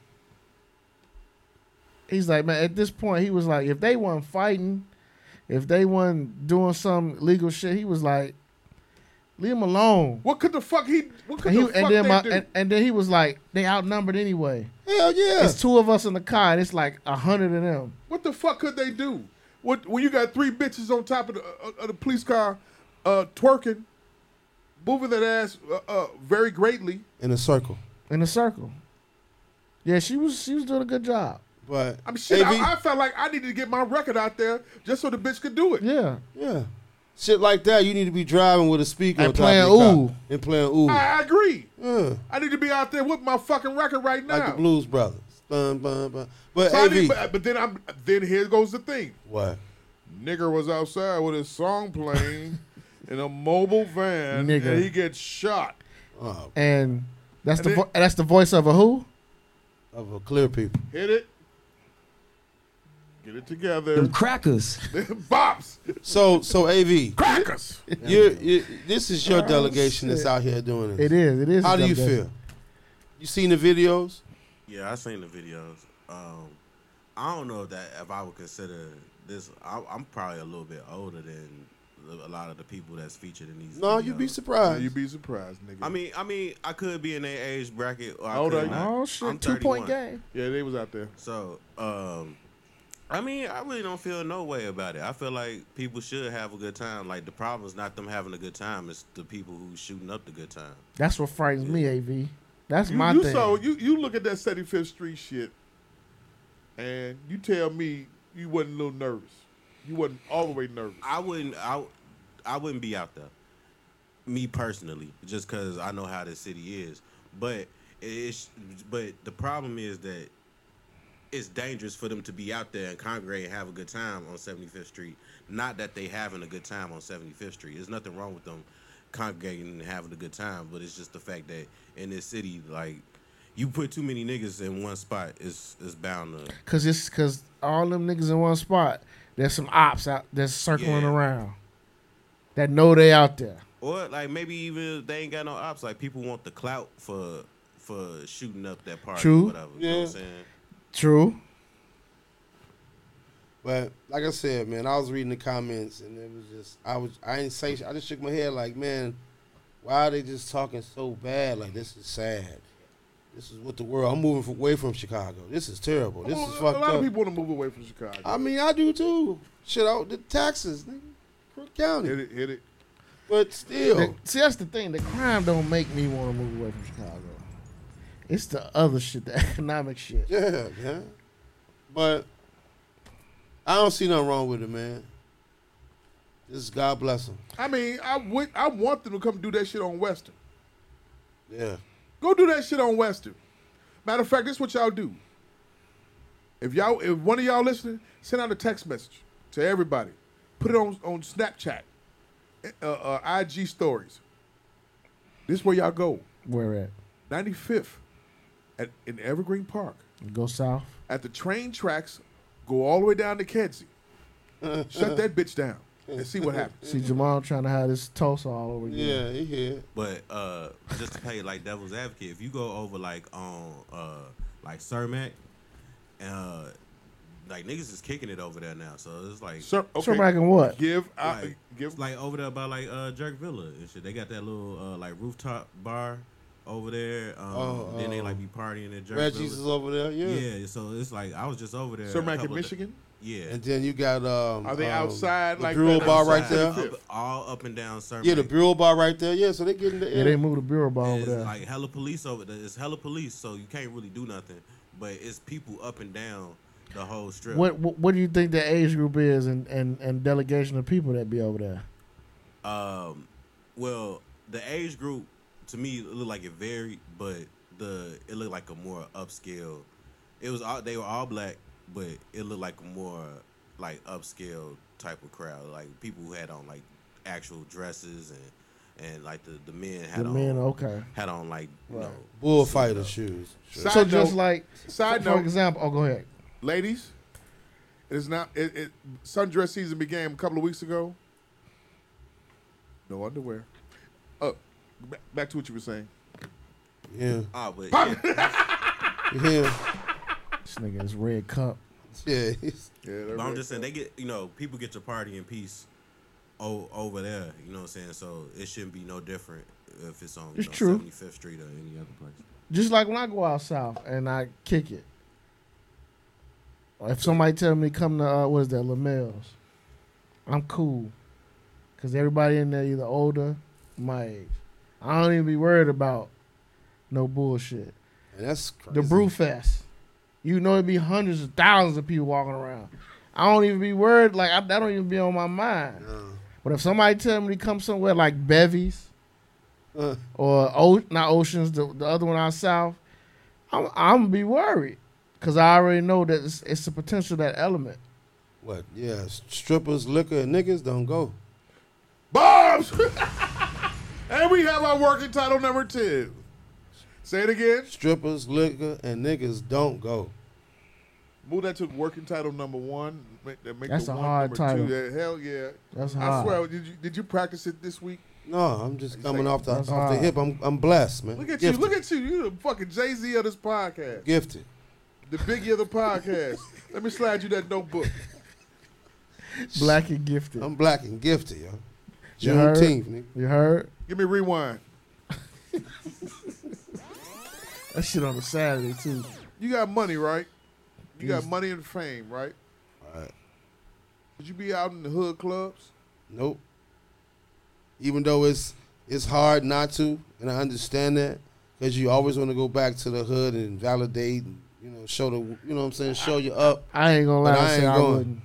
he's like, man. At this point, he was like, if they weren't fighting, if they weren't doing some legal shit, he was like, leave them alone.
What could the fuck he? What could
And, he,
the fuck
and then
they
my,
do?
and, and then he was like, they outnumbered anyway.
Hell yeah.
It's two of us in the car, and it's like a hundred of them.
what the fuck could they do? What when you got three bitches on top of the, uh, of the police car, uh, twerking, moving that ass uh, uh, very greatly.
In a circle.
in a circle. Yeah, she was she was doing a good job.
But
I'm shit.
AV
I, I felt like I needed to get my record out there just so the bitch could do it.
Yeah,
yeah. Shit like that, you need to be driving with a speaker
And
on top of your
playing
car. and playing ooh,
I, I agree.
Yeah.
I need to be out there with my fucking record right now.
like the Blues Brothers. Bun, bun, bun. But
So I
AV,
need- but, but then I'm then here goes the thing.
what?
Nigger was outside with his song playing in a mobile van,
Nigger.
and he gets shot.
Oh,
and that's the
And
vo- that's the voice of a who?
Of a clear people.
Hit it, get it together,
Them crackers.
bops,
So so AV,
crackers.
you're, you this is
Oh,
your delegation that's out here doing this.
It is. It is.
How
a
do you
dumb
feel? You seen the videos?
Yeah, I seen the videos. Um, I don't know if that if I would consider this. I, I'm probably a little bit older than a lot of the people that's featured in these.
No, you'd be
videos.
surprised.
You'd be surprised, nigga.
I mean, I mean, I could be in their age bracket. Or I
How old
could
are you?
not.
Oh shit!
I'm
Two
31.
point game.
yeah, they was out there.
So, um, I mean, I really don't feel no way about it. I feel like people should have a good time. Like the problem is not them having a good time; it's the people who shooting up the good time.
That's what frightens me, Av. That's
You,
my
you
thing.
saw you you look at that 75th Street shit, and you tell me you wasn't a little nervous. You wasn't all the way nervous.
I wouldn't. I, I wouldn't be out there. Me personally, just because I know how this city is. But it's. But the problem is that it's dangerous for them to be out there and congregate and have a good time on 75th Street. Not that they having a good time on 75th Street. There's nothing wrong with them congregating and having a good time, but it's just the fact that in this city, like. You put too many niggas in one spot, it's it's bound to
Cause it's cause all them niggas in one spot. There's some ops out that's circling
Yeah.
around that know they out there.
Or like maybe even if they ain't got no ops. Like people want the clout for for shooting up that party
True.
or whatever. You know what I'm saying?
True.
But like I said, man, I was reading the comments and it was just I was I ain't say shit. I just shook my head like, man, why are they just talking so bad? Like this is sad. This is what the world. I'm moving from- away from Chicago. This is terrible. This
Well,
is
a
fucked
lot
up.
of people want to move away from Chicago.
I mean, I do too. Shit, out the taxes, nigga, Crook
hit
County.
it, hit it.
But
The-
still,
see, that's the thing. The crime don't make me want to move away from Chicago. It's the other shit, the economic shit.
yeah, yeah. But I don't see nothing wrong with it, man. Just God bless them.
I mean, I would, I want them to come do that shit on Western.
Yeah.
Go do that shit on Western. Matter of fact, this is what y'all do. If y'all, if one of y'all listening, send out a text message to everybody. Put it on on Snapchat, uh, uh, IG stories. This where y'all go.
Where at?
95th at in Evergreen Park.
Go south.
at the train tracks, go all the way down to Kedzie. Shut that bitch down and see what happens.
See Jamal trying to hide his Tulsa all over again.
he here.
But uh, just to play like devil's advocate, if you go over like on uh, like Cermak, uh, like niggas is kicking it over there now, so it's like
Sir, okay.
Cermak and what?
Give
uh,
out,
like,
give.
like over there by like uh, Jerk Villa and shit. They got that little uh, like rooftop bar over there. Um,
Oh,
then they
um,
like be partying at Jerk
Reggie's is
Villa.
over there, yeah.
yeah. So it's like I was just over there. a
Cermak in
couple of da-
Michigan.
yeah.
And then you got um
Are they
um,
outside
the
like
Bureau
that?
Bar right
Outside,
there?
up- all up and down Cermak.
Yeah, the Bureau Bar right there. Yeah, so they getting the
Yeah, they moved the bureau ball over
It's
there.
like hella police over there. It's hella police, so you can't really do nothing. But it's people up and down the whole strip.
What, what what do you think the age group is and, and, and delegation of people that be over there?
Um, well, the age group to me it looked like it varied, but the it looked like a more upscale. It was all they were all black, but it looked like a more like upscale type of crowd, like people who had on like actual dresses and and like the the men had
The
on
men, okay.
had on like you know,
uh, bullfighter shoes.
Side
so just
note-
like
side
for
note-
example, oh go ahead.
ladies. It is not. It, it sundress season began a couple of weeks ago. No underwear. Uh, ba- back to what you were saying.
Yeah,
ah, but yeah,
yeah,
This nigga is red cup.
yeah.
Yeah,
But I'm just saying they get you know people get to party in peace o- over there. You know what I'm saying? So it shouldn't be no different if it's on you
It's
know,
true.
75th Street or any other place.
Just like when I go out south and I kick it. Or If somebody tell me come to uh, what is that Lamelle's, I'm cool, cause everybody in there either older, my age. I don't even be worried about no bullshit.
And that's
the
crazy.
brew fest. You know it'd be hundreds of thousands of people walking around. I don't even be worried like I, that don't even be on my mind. But if somebody tell me to come somewhere like Bevies
Uh.
or o- not Oceans, the, the other one out south, I'm I'm gonna be worried because I already know that it's, it's the potential of that element.
What? Yeah, strippers, liquor, and niggas don't go.
Bombs. and we have our working title number two. Say it again.
Strippers, liquor, and niggas don't go.
Move that to working title number one. Make, that make
That's
the
a
one
hard
number
title.
Two. Yeah, hell yeah.
That's
I
hard.
swear. Did you, did you practice it this week?
No, I'm just coming off the
That's
off the
hard.
hip. I'm I'm blessed, man.
Look at
Gifted.
you. Look at you. You the fucking Jay Z of this podcast.
Gifted.
The biggie of the podcast. Let me slide you that notebook.
Black and gifted.
I'm black and gifted, yo.
You heard?
Juneteenth, nigga.
You heard
Give me rewind.
that shit on a Saturday too.
You got money, right? You got money and fame, right?
Alright.
Would you be out in the hood clubs?
Nope. Even though it's it's hard not to, and I understand that, because you always want to go back to the hood and validate, and, you know, show the, you know, what I'm saying, show you up.
I ain't gonna lie.
But
and
I
say
ain't
I
going.
wouldn't.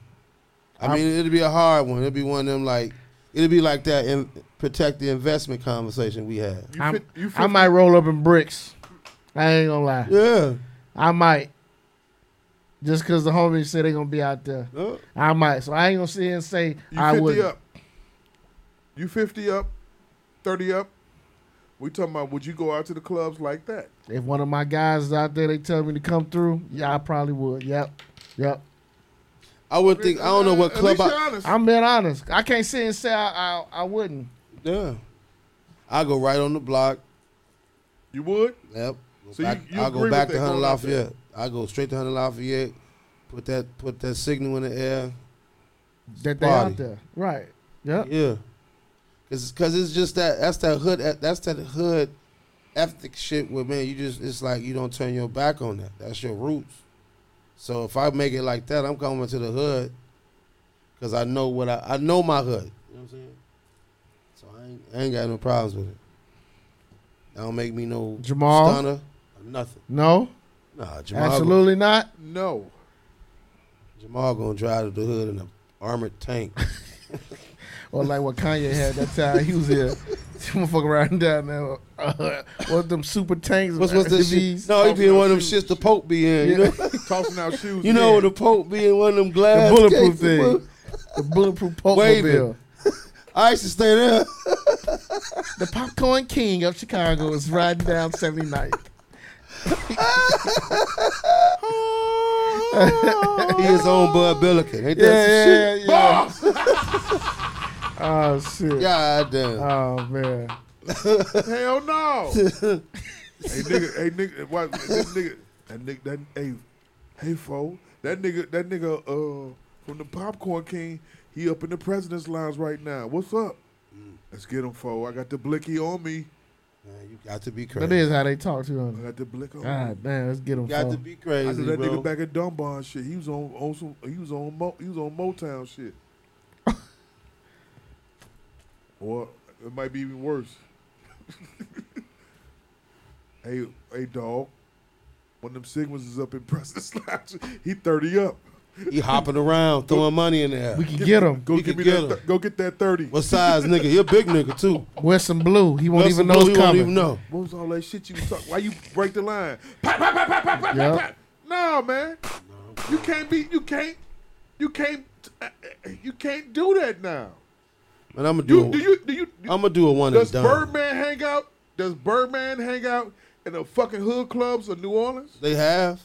I mean, it'll be a hard one. It'll be one of them like, it'll be like that in protect the investment conversation we had.
You
I'm-
fit, you fit,
I might roll up in bricks. I ain't gonna lie.
Yeah.
I might. Just because the homies said they gonna be out there.
Huh?
I might. So I ain't gonna sit here and say
you
I
50
would.
up. You 50 up, 30 up. We talking about would you go out to the clubs like that?
If one of my guys is out there, they tell me to come through, yeah, I probably would. Yep. Yep.
I would think I don't know what
At
club.
least you're
I,
honest.
I'm being honest. I can't sit and say I, I, I wouldn't.
yeah. I go right on the block.
you would?
Yep. Go
So you-
back,
you
I'll go
agree
back
with
to
that
Hunter
going out there?
Lafayette. I go straight to Hunter Lafayette. Put that put that signal in the air.
That they
Party.
out there. Right. Yep.
Yeah. Cause, Cause it's just that that's that hood that's that hood ethic shit where man you just it's like you don't turn your back on that. That's your roots. So if I make it like that, I'm coming to the hood because I know what I I know my hood. You know what I'm saying? So I ain't, I ain't got no problems with it. That don't make me no
Jamal?
stunner or nothing.
No.
Nah, Jamal.
absolutely not.
No.
Jamal gonna drive to the hood in an armored tank.
Or like what Kanye had that time he was here. Motherfucker riding down there. Uh, what them super tanks?
What's what's this shit?
RVs?
No, he be in one of them shits the Pope be in. You know.
Tossing out shoes.
You know the Pope being one of them glass
the bulletproof
cases, bro.
thing. The bulletproof
Waving.
Popmobile.
I used to stay there.
The popcorn king of Chicago is riding down 79th.
he is on Bud Billiken. Ain't
Oh. Yeah,
that
yeah,
some shit?
Oh shit.
God damn.
Oh man.
Hell no. hey nigga, hey nigga, why, that nigga, that nigga, that hey, hey fo, that nigga, that nigga, uh, from the Popcorn King, he up in the president's lounge right now. What's up?
Mm.
Let's get him, fo. I got the blicky on me.
Man, you got to be crazy.
That is how they talk to him.
I got the blick on. me.
God damn, let's get him.
You got to
fucked.
be
I
crazy,
knew that
bro.
nigga back at Dunbar and shit. He was on, on some, he was on, Mo, he was on Motown shit. or it might be even worse. hey, hey, dog. One of them Sigmas is up in Preston's Lounge. He thirty up.
He hopping around, throwing money in there.
we can get him.
Go
You
get
can
me
get
that.
him.
th- go get that thirty.
What size nigga? He a big nigga too.
Wear some blue. He won't
That's
even
the
know
blue,
it's
he won't
coming.
even know.
What was all that shit you was talking? Why you break the line? Pat, pat, pat, pat, pat, pat,
Yep.
pat. No, man. You can't be. You can't. You can't. uh, uh, You can't do that now.
And I'm gonna do.
You do you do you? do-
I'm gonna do a one
does
and done.
Birdman hang out? Does Birdman hang out in the fucking hood clubs of New Orleans?
They have.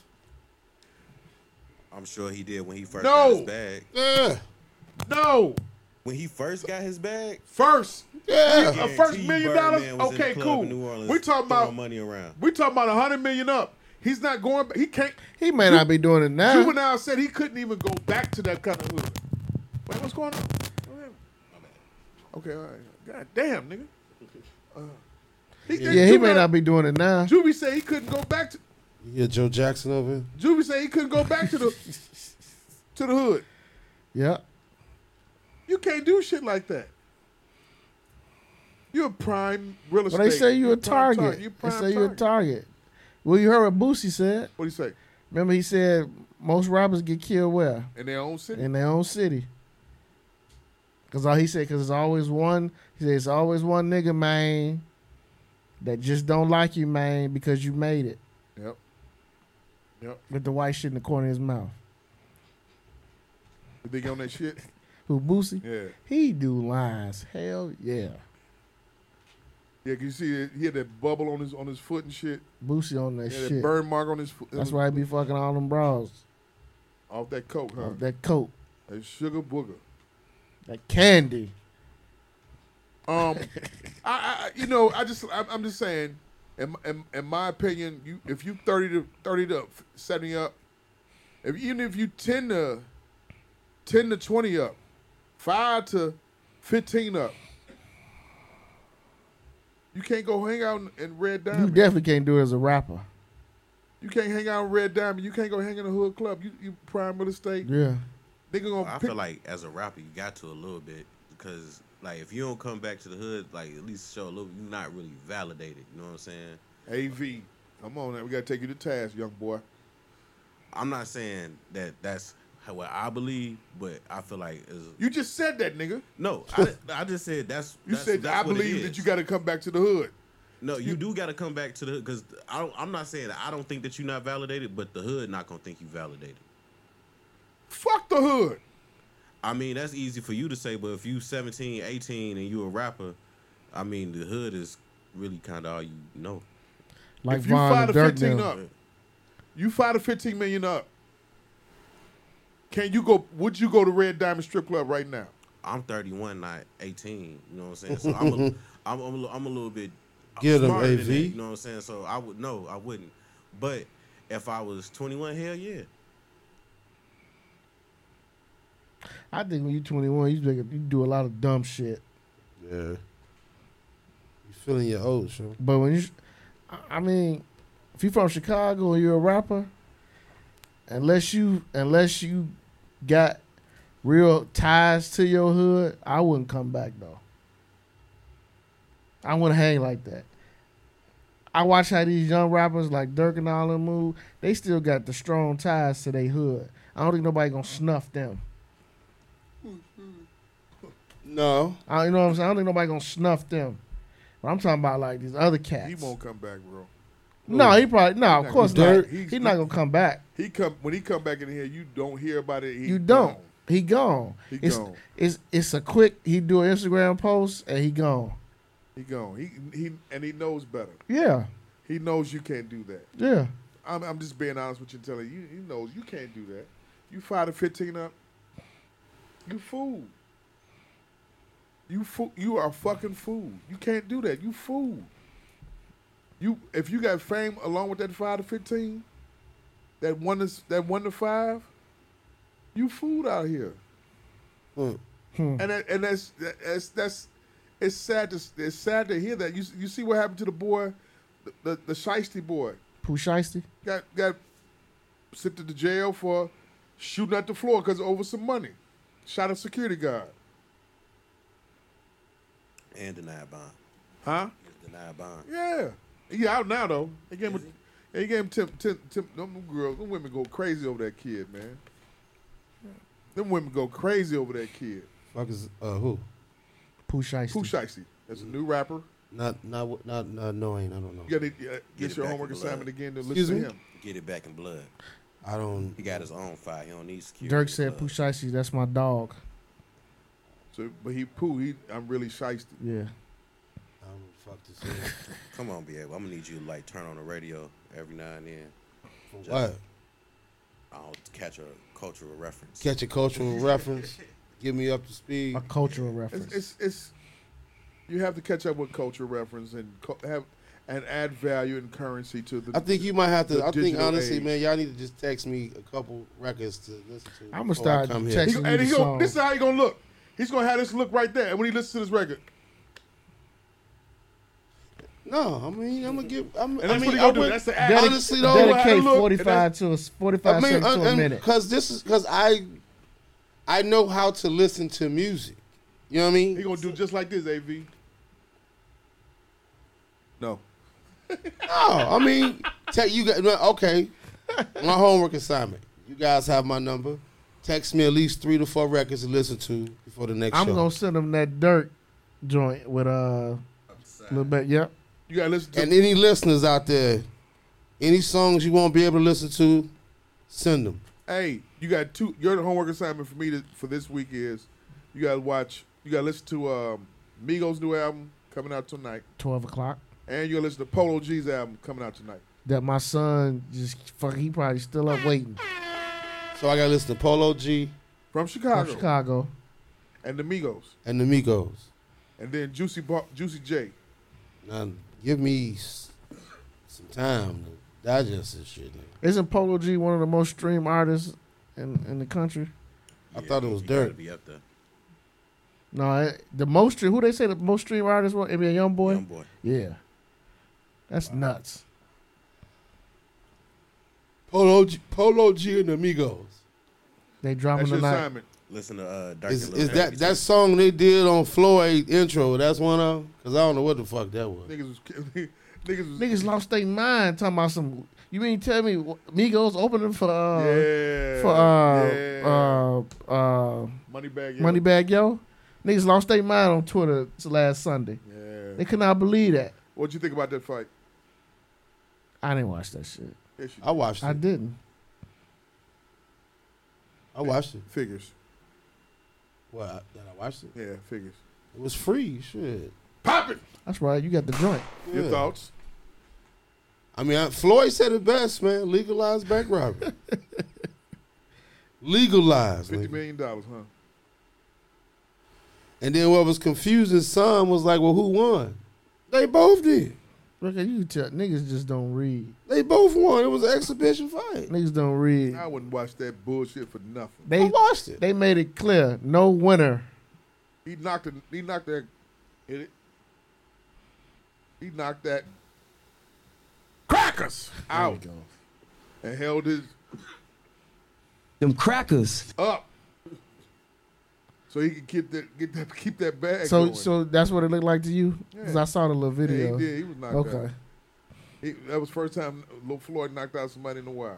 I'm sure he did when he first
No.
got his bag.
Yeah.
No.
When he first got his bag,
First,
Yeah.
a first
guarantee
million
Birdman
dollars.
was in the
Okay,
club
cool.
in New Orleans
We talking
throwing
about
money around.
We talking about a hundred million up. He's not going. He can't.
He may not be doing it now.
Juvenile said he couldn't even go back to that kind of hood. Wait, what's going on? Go ahead. Okay, all right. God damn, nigga. Uh, he,
yeah, he may not be doing it now.
Juvie said he couldn't go back to.
You hear Joe Jackson over here?
Juvie said he couldn't go back to the to the hood.
Yeah.
You can't do shit like that. You're prime real
But
estate.
they say you a
You're prime tar-
target.
You
They
prime
say you a
target.
target. Well, you heard what Boosie said.
What do you say?
Remember, he said most robbers get killed where
In their own city.
in their own city. Cause all he said, cause it's always one. He said it's always one nigga, man, that just don't like you, man, because you made it
Yep. Yep.
with the white shit in the corner of his mouth.
You think on that shit?
Who Boosie?
Yeah.
He do lines. Hell yeah.
Yeah, 'cause you see, it- he had that bubble on his on his foot and shit.
Boosie on that
Yeah,
shit.
that burn mark on his foot.
That's why he be fucking all them bras.
Off that coke, huh?
Off that coat.
That sugar booger.
That candy.
Um, I, I, you know, I just, I'm, I'm just saying, in, in, in my opinion, you, if you 30 to 30 to 70 up, if even if you 10 to 10 to 20 up, five to 15 up, you can't go hang out in, in Red
You
Diamond.
definitely can't do it as a rapper.
you can't hang out in Red Diamond. You can't go hang in the hood club. You, you prime real estate.
Yeah.
Nigga gonna
I
pick.
feel like as a rapper, you got to a little bit because like if you don't come back to the hood, like at least show a little, you're not really validated. You know what I'm saying?
AV, come on, now. we gotta take you to task, young boy.
I'm not saying that that's how- what I believe, but I feel like is
You just said that, nigga.
no. I, I just said that's
You
that's-
said
that's
I
what it
believe that
is.
you got to come back to the hood.
No, you do got to come back to the hood because I'm not saying I don't think that you're not validated, but the hood not gonna think you validated.
Fuck the hood.
I mean, that's easy for you to say, but if you 17, 18, and you a rapper, I mean, the hood is really kind of all you know.
Like
if you
Von
five
and
to
Dirk
fifteen
now.
up, you five to fifteen million up. Can you go? Would you go to Red Diamond Strip Club right now?
I'm 31, not 18. You know what I'm saying? So I'm a, I'm, I'm, a, li- I'm a little bit
Get 'em,
smarter than
AV.
that, you know what I'm saying? So I would no, I wouldn't. But if I was 21, hell yeah.
I think when you 21, you, think- you do a lot of dumb shit.
Yeah. You feeling your old, sure.
But when you, I- I mean, if you from Chicago and you're a rapper, unless you unless you got real ties to your hood, I wouldn't come back though. I wouldn't hang like that. I watch how these young rappers like Dirk and all them move. They still got the strong ties to their hood. I don't think nobody gonna snuff them.
No.
I, you know what I'm saying? I don't think nobody gonna snuff them. But I'm talking about like these other cats.
He won't come back, bro.
No, he probably no.
not
Of course
gonna-
not.
He's-
He's not gonna come back.
He come when he come back in here. You don't hear about it. He
You don't.
gone.
He gone.
He
it's,
gone.
It's it's a quick. He do an Instagram post and he gone.
He gone. He he and he knows better.
Yeah,
He knows you can't do that.
yeah.
I'm, I'm just being honest with you and telling you, you, you know, you can't do that. You five to fifteen up, you fool. You fool. You are fucking fool. You can't do that. You fool. You if you got fame along with that five to fifteen, that one is that one to five, you fooled out here.
Hmm.
And that, and that's that's that's it's sad to it's sad to hear that. You you see what happened to the boy, the the, the shiesty boy
Pooh Shiesty.
got got sent to the jail for shooting at the floor because over some money. Shot a security guard.
and denied bond.
Huh?
Denied bond.
Yeah. He out now though. He gave him he? gave him ten, ten, ten, them girls, them women go crazy over that kid, man. Them women go crazy over that kid.
Fuck is uh, who?
Pooh Shiesty.
Pooh Shiesty. That's a new rapper.
Not not not not knowing. I don't know.
You gotta uh,
Get
get
it
your
back
homework
in blood.
assignment again to
Excuse
listen to
me?
him.
Get it back in blood.
I don't.
He got his own fire. He don't need security.
Dirk said Pooh Shiesty. That's my dog.
So but he Pooh, he I'm really shiesty.
Yeah.
I don't fuck this. is.
Come on, be able. I'm gonna need you to like turn on the radio every now and then.
For what?
I'll catch a cultural reference.
Catch a cultural reference. Get me up to speed.
A cultural
It's,
reference.
it's it's you have to catch up with culture reference and co- have and add value and currency to the.
I think you might have to.
The
I think
digital
honestly,
age.
man, y'all need to just text me a couple records to listen to.
I'ma
before I
start
come here.
checking-
He go- and he gonna, this is how he gonna look. He's gonna have this look right there, and when he listens to this record,
No, I mean I'm gonna give. I'm,
and that's
I mean,
what he
I
gonna do.
would,
That's the act.
Dedic-
honestly though,
dedicate
look, and
forty five
that's-
to a forty
I
five
mean,
seconds to a minute.
because this is because I, I know how to listen to music. You know what I
He
mean?
gonna do just like this, Av. No,
No, I mean, te- you got no, okay. My homework assignment. You guys have my number. Text me at least three to four records to listen to before the next
I'm
show.
gonna send him that Dirk joint with a little bit. Yep.
you gotta listen to.
And any listeners out there, any songs you won't be able to listen to, send them.
hey, you got two. Your homework assignment for me to, for this week is you gotta watch. You gotta listen to um, Migos' new album coming out tonight,
Twelve o'clock.
and you gotta listen to Polo G's album coming out tonight.
That my son just fuck. He probably still up waiting
So I got to listen to Polo G
From
from
Chicago,
Chicago.
and the Migos,
and the Migos.
and then Juicy Bar- Juicy J.
Now give me s- some time to digest this shit. nigga.
Isn't Polo G one of the most streamed artists in, in the country?
I thought it was
You gotta
Dirk.
Be up there.
No, I- the most who they say the most streamed artist was NBA Young Boy.
Young boy.
Yeah, that's nuts.
Polo G, Polo G and the Migos.
They dropping
That's your
tonight.
assignment.
Listen to uh, Dirk.
Is,
and Lil
is that
Baby
that
too.
song they did on Floyd intro? That's one of them. Cause I don't know what the fuck that was.
Niggas was ki- niggas was
Niggas lost their mind talking about some. You mean tell me wh- Migos opening for uh,
yeah
for uh,
yeah.
uh uh
money bag
Moneybag Yo? Niggas lost their mind on Twitter t- last Sunday. They
Yeah.
could not believe that.
What you think about that fight?
I didn't watch that shit.
Yes, you
I watched it.
I
I,
didn't.
watched it.
figures.
What? I, that I watched it.
Yeah, figures.
It was free. Shit.
Pop it.
That's right. You got the joint.
Your
Yeah.
thoughts?
I mean, I, Floyd said it best, man. Legalize bank robbery. Legalize.
Fifty
nigga.
million dollars, huh?
And then what was confusing, some was like, well, who won? They both did.
Look at you, tell, niggas just don't read.
They both won. It was an exhibition fight.
Niggas don't read.
I wouldn't watch that bullshit for nothing.
I
They
watched it.
they made it clear, no winner.
He knocked it. He knocked that. Hit it. He knocked that crackers out and held his
Them crackers.
up so he could keep that get that keep that bag.
So
going.
so that's what it looked like to you? Because
Yeah.
I saw the little
Yeah,
video.
he did. He was knocked out.
okay.
He, that was first time Lil Floyd knocked out somebody in a while.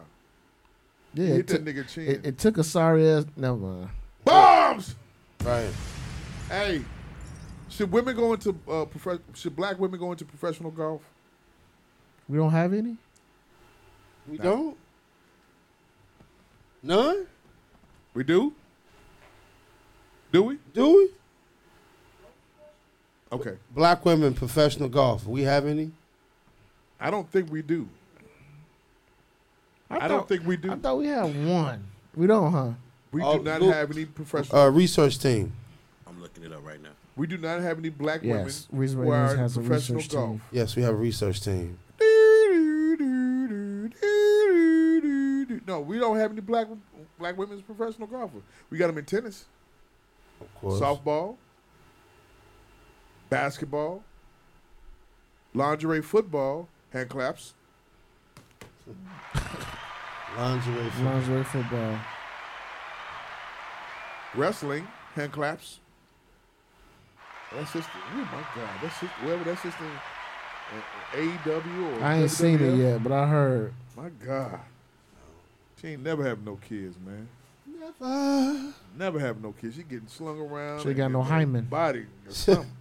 Yeah.
He hit
It,
that
took,
nigga chin.
it, it took a sorry ass. Never mind.
Bombs.
Right.
Hey, should women go into uh, prof- should black women go into professional golf?
We don't have any?
We don't? None?
We do. Do we?
Do we?
Okay.
Black women, professional golf. We have any?
I don't think we do.
I,
I don't think we do.
I thought we had one. We don't, huh?
We
Oh,
do not
look.
have any professional.
Uh, research team.
I'm looking it up right now.
we do not have any black
Yes,
women
Reason
who
Radios
are in
has a
professional
research
golf.
Yes, we have a research team.
No, we don't have any black black women's professional golfers. We got them in tennis, of
course.
softball, basketball, lingerie football, hand claps.
Lingerie
football.
Lingerie football.
wrestling, hand claps. That's just, oh my God, that's just, whatever, that's just an AEW or.
I ain't seen it
WWF.
yet, but I heard.
My God. She ain't never have no kids, man.
Never.
Never have no kids. She getting slung around.
She
and
got no
getting
hymen.
Body or something.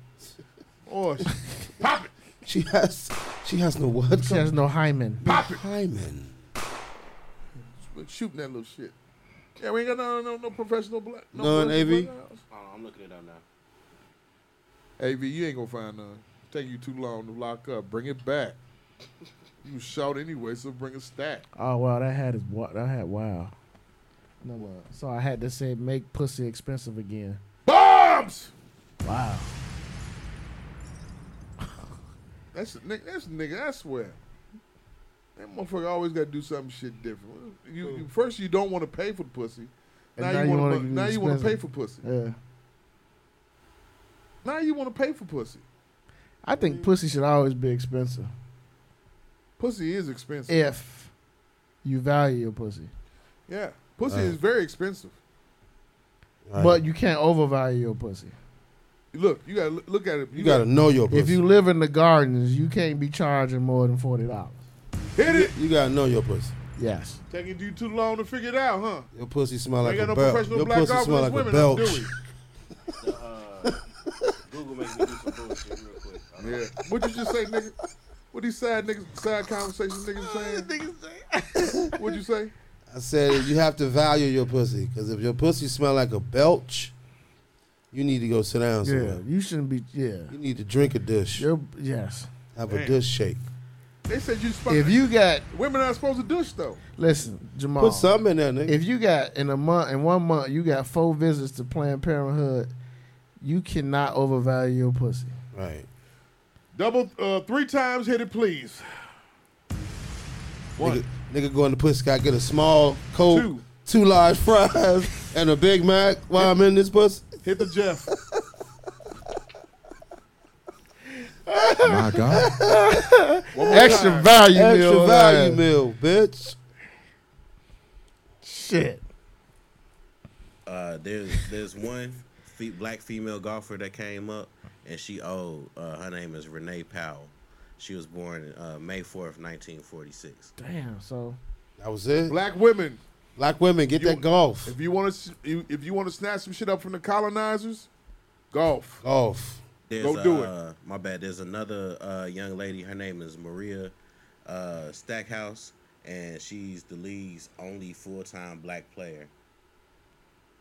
or she, pop it.
She has she has no what?
She has no hymen.
Pop it.
Hymen.
Like shooting that little shit. Yeah, we ain't got no, no, no professional black. No
None,
professional
AV?
black guys.
Hold on, Uh, I'm looking it up now.
AV, you ain't gonna find none. Take you too long to lock up. Bring it back. You was shot anyway, so bring a stack.
Oh wow, that hat is what that hat. Wow. No wow. So I had to say, make pussy expensive again.
Bombs!
Wow.
That's a nigga. That's a nigga. I swear. That motherfucker always got to do something shit different. You,
Hmm.
you first you don't want to pay for the pussy. Now, you want
wanna
to.
do
Now you want to pay
expensive.
for pussy.
Yeah.
Now you want to pay for pussy.
I think pussy should always be expensive
Pussy is expensive.
if you value your pussy,
Yeah. Pussy
Right.
is very expensive.
but you can't overvalue your pussy.
Look, you gotta loo- look at it.
You gotta know your
If you live in the gardens, you can't be charging more than forty dollars.
hit it.
You gotta know your pussy.
Yes.
Taking you too long to figure it out, huh?
Your pussy smell like
ain't got
a
no
belch.
professional
Your
black
pussy
golfers.
smell like a
women,
belch.
do we?
The, uh, Google makes me do some bullshit real quick. Hold on.
Yeah. What you just say, nigga? What these side niggas, side conversations niggas saying? What'd you say?
I said you have to value your pussy because if your pussy smell like a belch, you need to go sit down
Yeah.
somewhere.
You shouldn't be. Yeah.
You need to drink a dish.
Your, yes.
Have a
Damn.
dish shake.
They said you supposed.
If you got
women aren't supposed to douche though.
Listen, Jamal.
Put something in there, nigga.
Oh. If you got in a month, in one month, you got four visits to Planned Parenthood, you cannot overvalue your pussy.
Right.
Double uh, three times, hit it, please.
Nigga, nigga going to pussy I get a small cold, two. large fries, and a Big Mac while I'm in this pussy.
Hit the Jeff.
My God.
One more
Extra
time.
value
Extra
meal.
value
man.
meal, bitch.
Shit.
Uh, there's there's one fe- black female golfer that came up, and she old. Uh, her name is Renee Powell. She was born uh, May fourth, nineteen forty six.
Damn. So
That was it.
Black women,
Black women get that golf.
if you want to, if you want to snatch some shit up from the colonizers, golf.
Golf.
There's
Go
a,
do it.
Uh, my bad. There's another uh, young lady. Her name is Maria uh, Stackhouse, and she's the league's only full time black player.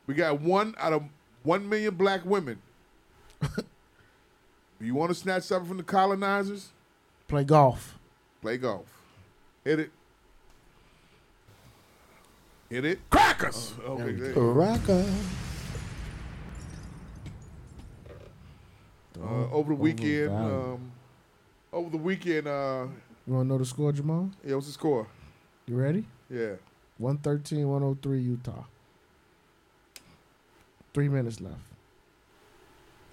We got one out of one million black women. if you want to snatch something from the colonizers,
Play golf.
play golf. Hit it. Hit it. Crackers. Oh, okay, there you go.
Baraka.
Uh, over the weekend,
Overvalued.
um, over the weekend, uh,
You want to know the score, Jamal?
yeah, what's the score?
You ready?
Yeah.
113, 103, Utah. Three minutes left.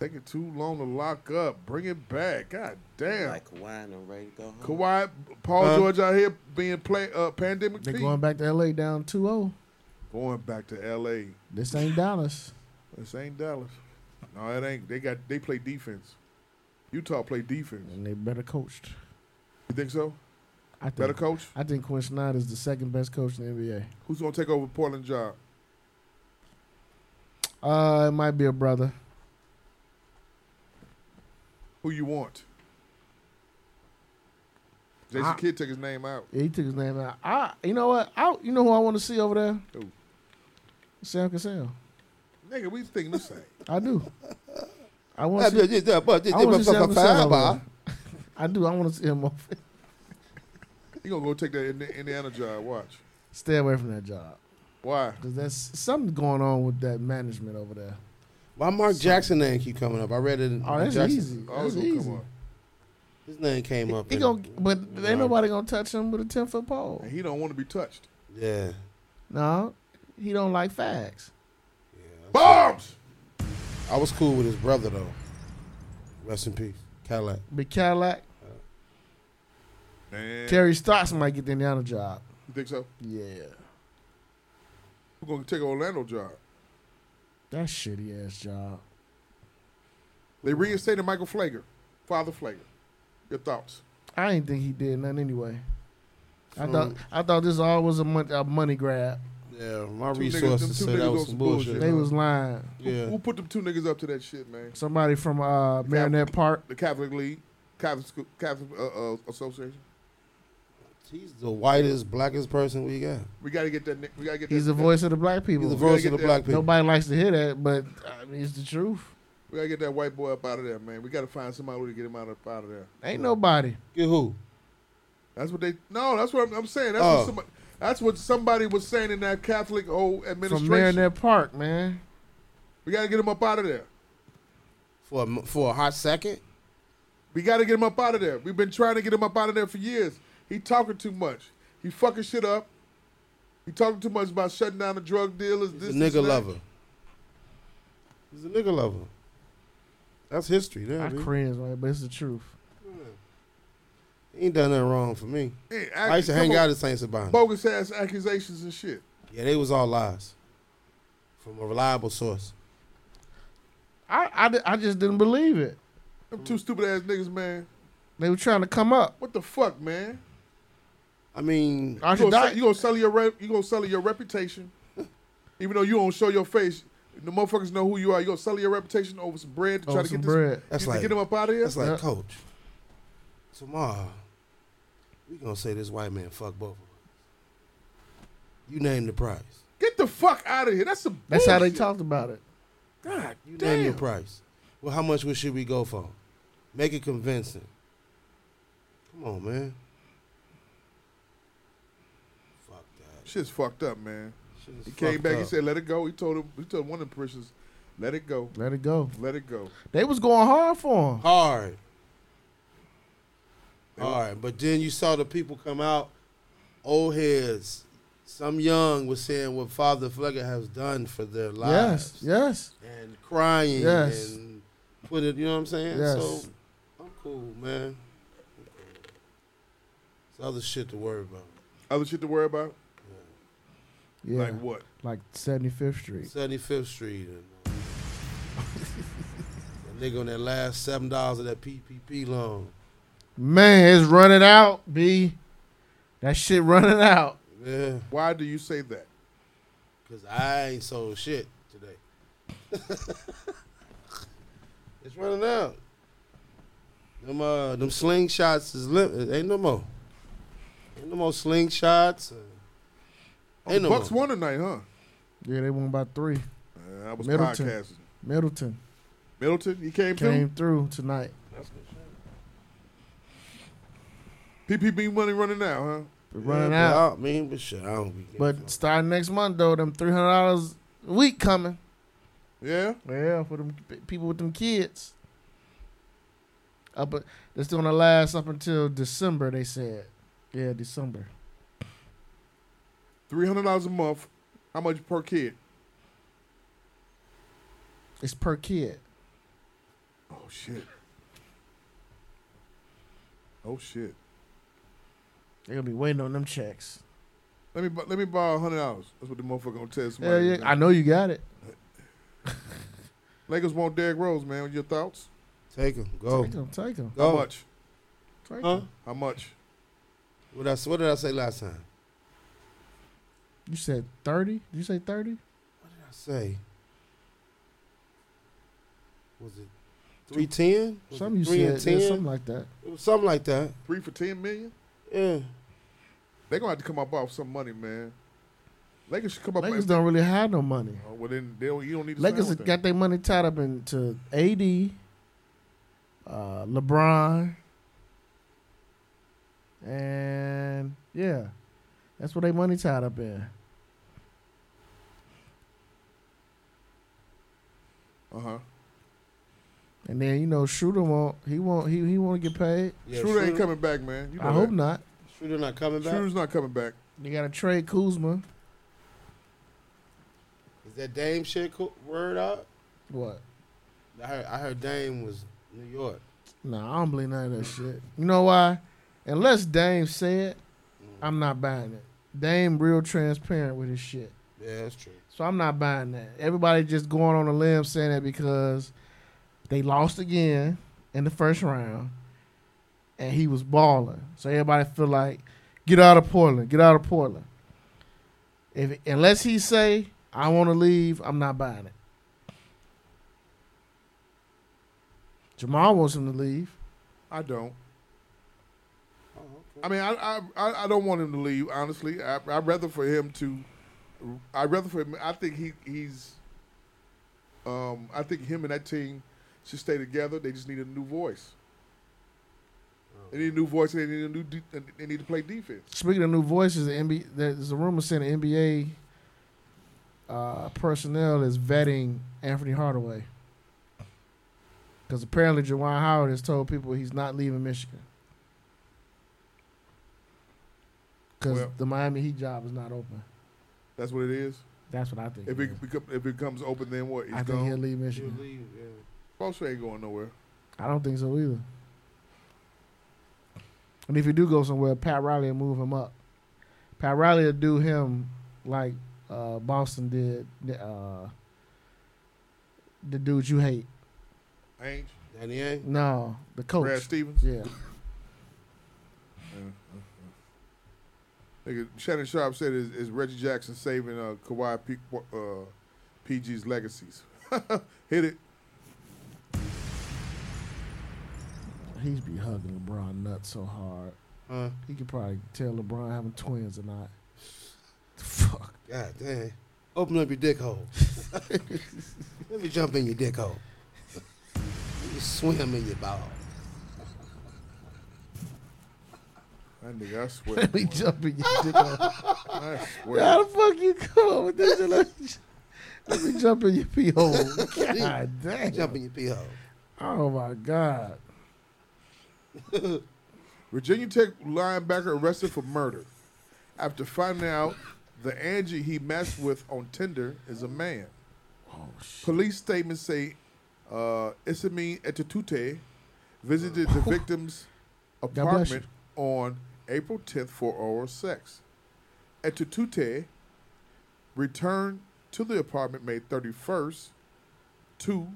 Taking too long to lock up. Bring it back. God damn.
Like Kawhi, and I'm ready to go home.
Kawhi, Paul
Huh?
George out here being play uh, pandemic.
They're
P.
Uh, going back to L.A. down 2-0.
Going back to L.A.
This ain't Dallas.
This ain't Dallas. No, it ain't. They got they play defense. Utah play defense.
And they better coached.
You think so?
I think,
Better coach?
I think Quinn Snyder is the second best coach in the NBA.
Who's gonna take over Portland job?
Uh, it might be a brother.
Who you want? Jason
I-
Kidd took his name out.
Yeah, he took his name out. I, you know what? I, you know who I want to see over there?
Who?
Sam Cassell.
Nigga, we think the same.
I do. I
Yeah,
want to see.
yeah, yeah, but
I want to
this
see Sam
motherfucker
Cassell
five,
over there. I do. I want to see him. Over.
He gonna go take that Indi- Indiana job. Watch.
Stay away from that job.
Why?
Because that's something going on with that management over there.
Why Mark Jackson name keep coming up? I read it. in
Oh, that's
Jackson-
easy.
Oh,
That's
it's gonna come
easy.
up. His name came up.
He
in-
going but ain't nobody gonna touch him with a ten foot pole.
He don't want to be touched.
Yeah.
No, he don't like fags.
Bombs.
I was cool with his brother though. Rest in peace, Cadillac.
Big Cadillac.
Man.
Terry Stotts might get the Indiana job.
You think so?
Yeah.
Who's gonna take Orlando job?
That shitty ass job.
They reinstated Michael Flager, Father Flager. Your thoughts?
I didn't think he did nothing anyway. I
So-
thought I thought this all was a money, a money grab.
Yeah, my
Two
resources
niggas- them two
said
niggas
that
on
was
some
some bullshit.
bullshit,
They
huh?
was lying.
Yeah.
Who, who put them two niggas up to that shit, man?
Somebody from uh, Marinette Park.
The Catholic League, Catholic School, Catholic uh, uh, Association.
He's the whitest, blackest person we got.
We gotta get that. ni- We gotta get.
He's
that,
the voice of the black people.
He's the voice of the black people.
Nobody likes to hear that, but I mean, it's the truth.
We gotta get that white boy up out of there, man. We gotta find somebody to get him out of out of there.
Ain't nobody.
Get who?
That's what they. No, that's what I'm, I'm saying. That's
Oh.
what somebody. That's what somebody was saying in that Catholic old
From
administration.
Marinette Park, man.
We gotta get him up out of there.
For a, m- for a hot second,
We gotta get him up out of there. We've been trying to get him up out of there for years. He talking too much. He fucking shit up. He talking too much about shutting down the drug dealers. This
the
this,
nigga
that.
lover. He's a nigga lover. That's history. There,
I
B.
cringe, man, but it's the truth.
He ain't done nothing wrong for me.
Hey,
I used to
Aki, come
hang out
on.
at Saints Sabana.
Bogus ass accusations and shit.
Yeah, they was all lies from a reliable source.
I, I, di- I just didn't believe it.
Them two stupid ass niggas, man.
They were trying to come up.
What the fuck, man?
I mean,
You gonna, sell- you gonna sell your rep, you gonna sell your reputation, even though you don't show your face. The motherfuckers know who you are. You gonna sell your reputation over some bread to
Over
try to
some
get
bread.
this,
That's
to
like-
get him up out of here.
That's like
Yeah.
coach. Tomorrow, we gonna say this white man fuck both of us. You name the price.
Get the fuck out of here. That's some.
That's how they
bullshit.
talked about it.
God
You name the
damn.
price. Well, how much we- should we go for? Make it convincing. Come on, man. Fuck that.
Shit's fucked up, man.
Shit is
He came
fucked
back. He
up.
said, "Let it go." He told him. He told one of the prisoners, "Let it go.
Let it go.
Let it go."
They was going hard for him.
hard. Hard. But then you saw the people come out, old heads, some young was saying what Father Flegger has done for their lives.
Yes, yes.
And crying
Yes.
and put it, you know what I'm saying?
Yes.
So I'm cool, man. It's other shit to worry about.
Other shit to worry about.
Yeah.
Like what?
Like 75th Street.
75th Street and uh, that nigga on that last seven dollars of that PPP loan.
Man, it's running out, B. That shit running out.
Yeah.
Why do you say that?
Cause I ain't sold shit today. it's running out. Them uh, them slingshots is lim- ain't no more. Ain't no more slingshots. Uh,
Oh,
ain't
the
no
Bucks
more.
won tonight, huh?
Yeah, they won by three.
Uh, I was
Middleton.
podcasting.
Middleton
Middleton, he came,
came through tonight.
through. PPB money running out, huh?
running
but
out.
I mean, but shit, I don't be. getting
But
fucked.
starting next month, though, them $300 a week coming.
Yeah.
Yeah, for them p- people with them kids. Up, a- that's going to last up until December, they said. Yeah, December.
Three hundred dollars a month. How much per kid?
It's per kid.
Oh shit. Oh shit.
They're going to be waiting on them checks.
Let me bu- let me borrow hundred dollars. That's what the motherfucker gonna tell
Yeah,
somebody.
yeah, I know you got it.
Lakers want Derrick Rose, man. Your thoughts?
take him, go,
Take them, take them.
How
go.
much?
Take
Oh. Huh?
'em.
How much?
What I s- what did I say last time?
You said 30? Did you say 30?
What did I say? Was it three ten?
Something you
three and
said,
ten?
yeah, something like that.
it was something like that.
Three for ten million?
Yeah.
They gonna have to come up off some money, man. Lakers should come up.
Lakers don't really have no money.
Oh, well, then they don't, you don't need to.
Lakers
Lakers
have got their money tied up into AD, uh, LeBron, and yeah, That's what they money tied up in.
Uh huh.
And then you know Schroeder won't. He won't. He he won't get paid.
Yeah, Schroeder ain't Schroeder- coming back, man. You know
I
that.
hope not.
Schroeder not coming back.
Schroeder's not coming back.
They got to trade Kuzma.
Is that Dame shit co- word out?
What?
I heard, I heard Dame was New York.
No, I don't believe none of that shit. You know why? Unless Dame said, I'm not buying it. Dame real transparent with his shit.
Yeah, that's true.
So I'm not buying that. Everybody just going on a limb saying that because they lost again in the first round, and he was balling. So everybody feel like, get out of Portland, get out of Portland. If unless he say I want to leave, I'm not buying it. Jamal wants him to leave.
I don't. I mean, I, I I I don't want him to leave. Honestly, I I would rather for him to, I would rather for him. I think he he's. Um, I think him and that team should stay together. They just need a new voice. They need a new voice. and They need a new. De- and they need to play defense.
Speaking of new voices, the NBA, there's a rumor saying the NBA uh, personnel is vetting Anthony Hardaway because apparently Jawan Howard has told people he's not leaving Michigan because
Well-
the Miami Heat job is not open.
That's what it is.
That's what I think.
If it become, if it comes open, then what? He's
I think
gone.
he'll leave Michigan.
He'll leave, yeah.
Bosa ain't going nowhere.
I don't think so either. And if you do go somewhere, Pat Riley will move him up. Pat Riley will do him like uh, Boston did uh, the dude you hate.
Ain't
Danny Ainge.
No, the coach.
Brad Stevens?
Yeah.
Nigga, Shannon Sharp said is, is Reggie Jackson saving uh, Kawhi P, uh, PG's legacies. Hit it.
He's be hugging LeBron nuts so hard. He could probably tell LeBron having twins or not. Fuck.
God dang. Open up your dick hole. Let me jump in your dick hole. Let me swim in your ball.
That nigga, I swear.
Let me
boy.
jump in your dick hole.
I swear.
How the fuck you come up with this? shit? Let me ju- Let me jump in your pee hole. God damn.
Jump in your pee hole.
Oh my God.
Virginia Tech linebacker arrested for murder after finding out the Angie he messed with on Tinder is a man. Police statements say uh, Isami Etatute visited the victim's
bless
apartment on April 10th for oral sex. Etatute returned to the apartment May 31st to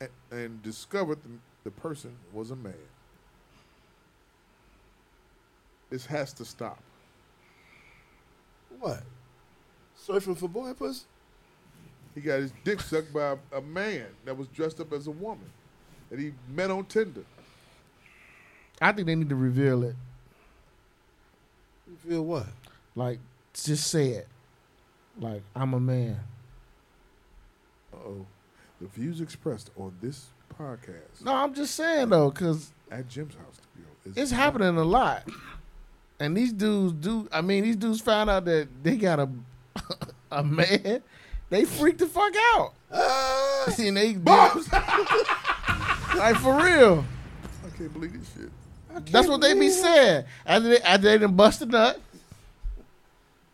and, and discovered the, the person was a man. This has to stop.
What? Surfing for boy pussy?
He got his dick sucked by a, a man that was dressed up as a woman that he met on Tinder.
I think they need to reveal it.
You feel what?
Like, just say it. Like, I'm a man.
Uh oh. The views expressed on this podcast
No, I'm just saying though, cause
at Jim's house studio is
it's happening a lot. And these dudes do. I mean, these dudes found out that they got a a man. They freaked the fuck out. and they like for real.
I can't believe this shit.
That's what they be saying. After they, after they done bust a nut,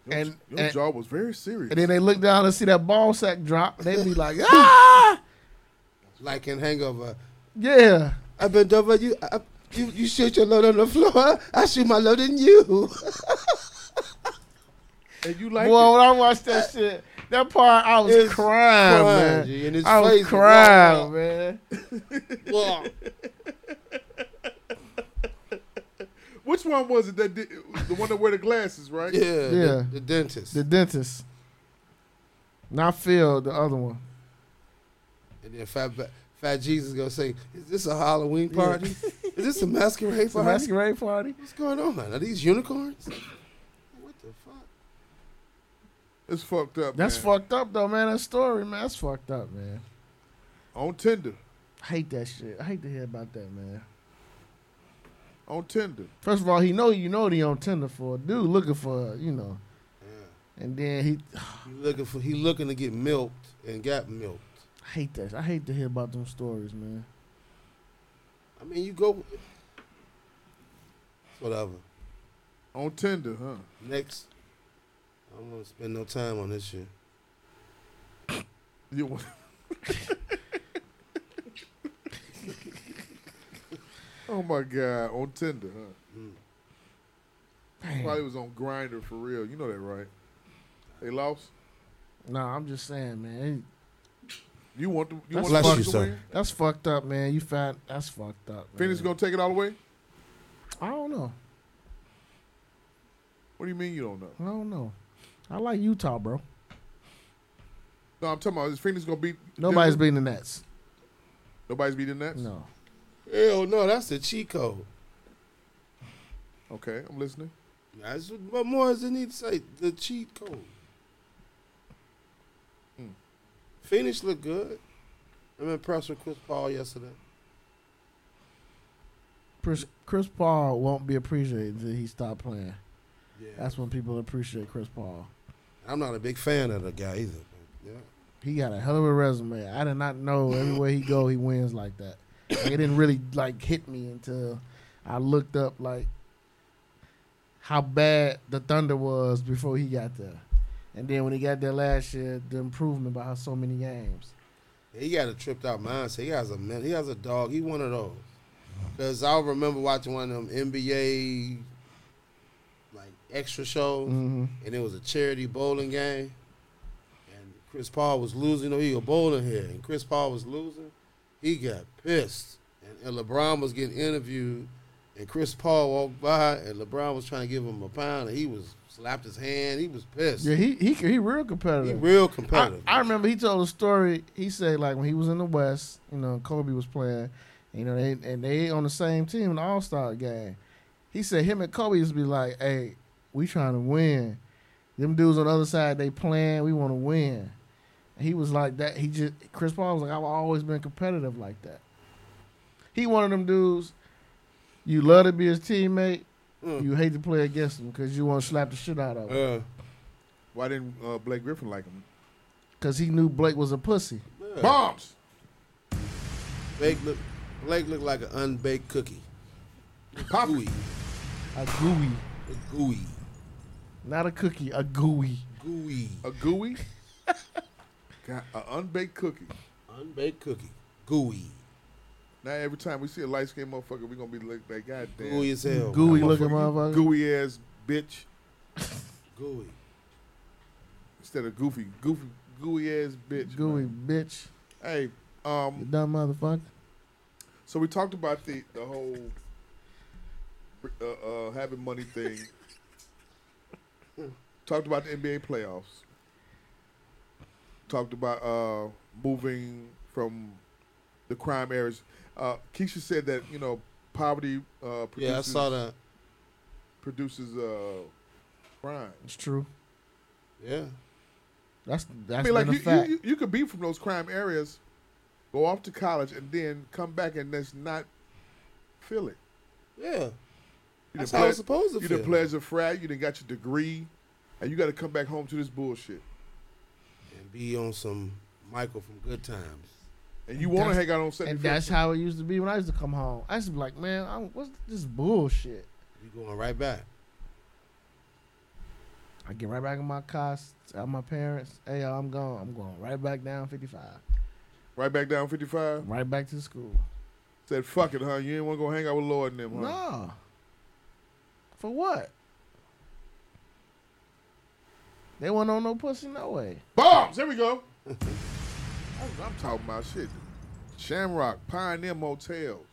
Your,
And-
your
and-
jaw was very serious.
and then they look down and see that ball sack drop, they be like, ah,
Like in Hangover.
yeah.
I bent over you. I, you you shoot your load on the floor. I shoot my load in you.
and you like
Well, when I watched that shit, that part I was
It's
crying,
crying,
man.
G, and his
I was
face is
crying,
wild.
man.
Well,
Which one was it that did the one that wear the glasses, right?
yeah,
Yeah.
The, the dentist.
The dentist, not Phil, the other one.
and then Fat, Ba- Fat Jesus gonna say, "Is this a Halloween party? Is this a masquerade
It's a
party?
masquerade party.
What's going on? Are these unicorns? What the fuck?
It's fucked up.
That's
man.
fucked up though, man. That story, man. That's fucked up, man.
on Tinder.
I hate that shit. I hate to hear about that, man.
on Tinder.
First of all, he know you know that he on Tinder for a dude looking for you know, and then he
He looking for he looking to get milked and got milked.
I hate that. I hate to hear about them stories, man.
I mean, you go whatever
on Tinder, huh?
Next, I don't want to spend no time on this shit.
You want? oh my God, on Tinder, huh? Probably was on Grinder for real. You know that, right? They lost.
No, I'm just saying, man.
You want the you want
That's,
the
fucked,
Bucks to win?
that's fucked up, man. You fat. That's fucked up. Man.
Phoenix gonna take it all the way?
I don't know.
What do you mean you don't know?
I don't know. I like Utah, bro.
No, I'm talking about is Phoenix gonna beat
Nobody's
Denver?
beating the Nets.
Nobody's beating that.
No.
Hell no, that's the cheat code.
Okay, I'm listening.
That's what what more does it need to say? The cheat code. Phoenix looked good. I'm impressed with Chris Paul yesterday.
Chris, Chris Paul won't be appreciated until he stop playing.
Yeah.
That's when people appreciate Chris Paul.
I'm not a big fan of the guy either. Yeah.
He got a hell of a resume. I did not know everywhere he go he wins like that. Like, it didn't really like hit me until I looked up like how bad the Thunder was before he got there, and then when he got there last year, the improvement by so many games.
He got a tripped out mindset. He has a man. He has a dog. He one of those. Cause I remember watching one of them NBA like extra shows,
Mhm.
and it was a charity bowling game, and Chris Paul was losing. Oh, he a bowling head, and Chris Paul was losing. He got pissed, and, and LeBron was getting interviewed, and Chris Paul walked by, and LeBron was trying to give him a pound, and he was slapped his hand. He was pissed.
Yeah, he he he real competitive.
He real competitive.
I, I remember he told a story. He said like when he was in the West, you know, Kobe was playing, you know, they, and they on the same team in the All Star game. He said him and Kobe used to be like, "Hey, we trying to win. Them dudes on the other side, they playing. We want to win." And he was like that. He just Chris Paul was like, "I've always been competitive like that." He one of them dudes. You love to be his teammate. You hate to play against him because you want to slap the shit out of him.
Uh, why didn't uh, Blake Griffin like him?
Cause he knew Blake was a pussy.
Bombs.
Blake look, Blake looked like an unbaked cookie. Gooey.
A gooey.
A gooey.
Not a cookie, a gooey.
Gooey.
A gooey? Got an unbaked cookie.
Unbaked cookie. Gooey.
Now every time we see a light skinned motherfucker, we gonna be like that goddamn
Gooey as hell.
Gooey
That
looking motherfucker.
Gooey ass bitch.
Gooey.
Instead of goofy, goofy, gooey ass bitch.
Gooey bitch.
Hey, um,
You dumb motherfucker.
So we talked about the the whole uh, uh, having money thing. talked about the NBA playoffs. Talked about uh, moving from the crime areas. Uh, Keisha said that you know poverty. Uh, produces,
Yeah, I saw that.
Produces uh, crime.
It's true.
Yeah.
That's that's
I mean, like
been
you,
a fact.
you, you, you could be from those crime areas, go off to college, and then come back and just not feel it.
Yeah.
You
That's
done
how
ple-
it's supposed to
You
feel.
done pleasure frat, you done got your degree, and you got to come back home to this bullshit.
And be on some Michael from Good Times.
And you want to
That's-
hang out on 75th.
and that's how it used to be when I used to come home. I used to be like, man, I, what's this bullshit?
You going right back.
I get right back in my car, tell my parents, hey, yo, I'm gone. I'm going right back down 55,
right back down 55.
right back to school.
Said, fuck it, huh? You didn't want to go hang out with Lord and them, huh?
No. For what? They weren't on no pussy, no way.
Bombs! There we go. That's what I'm talking about. Shit. Shamrock, Pioneer Motels,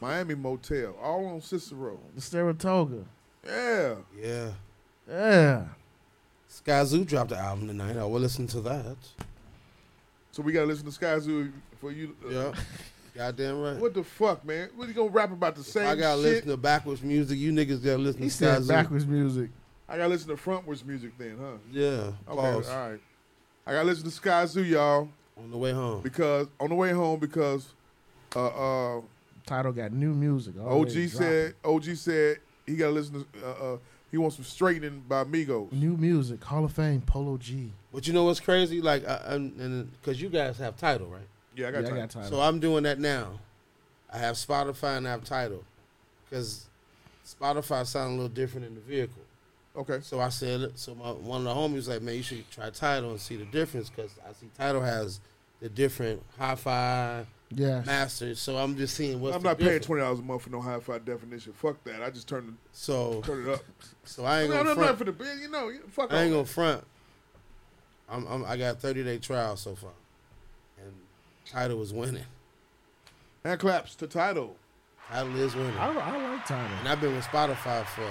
Miami Motel, all on Cicero.
The Saratoga.
Yeah.
Yeah.
Yeah.
Sky Zoo dropped the album tonight. I will listen to that.
So we got to listen to Sky Zoo for you. uh,
Yeah. Goddamn right.
What the fuck, man? What you going to rap about the same
I gotta
shit?
listen to backwards music. You niggas gotta listen
He
to Sky
said
Zoo.
backwards music.
I gotta listen to frontwards music then, huh?
Yeah.
Okay,
Pause.
all right. I gotta listen to Sky Zoo, y'all,
On the way home. Oh,
because on the way home because uh uh
Title got new music.
OG
already dropping.
said. OG said he got to listen to. Uh, uh, he wants some straightening by Migos.
Mm-hmm.
new music. Hall of Fame. Polo G.
But you know what's crazy? Like, I, I'm, and because you guys have title, right?
Yeah, I got Yeah, I Tidal. got Tidal.
So I'm doing that now. I have Spotify and I have title, because Spotify sound a little different in the vehicle.
Okay.
So I said, so my, one of the homies was like, man, you should try title and see the difference, because I see title has the different hi-fi
Yes.
masters. So I'm just seeing what's.
I'm
the
not paying
difference.
twenty dollars a month for no high five definition. Fuck that. I just turned it.
So
turn it up.
So I ain't
No,
gonna
no,
front.
not for the bill. You know, you- fuck.
I ain't
all
gonna front. I'm, I'm I got 30 day trial so far, and title was winning.
that. Hand claps to title.
Title is winning.
I, I like title.
And I've been with Spotify for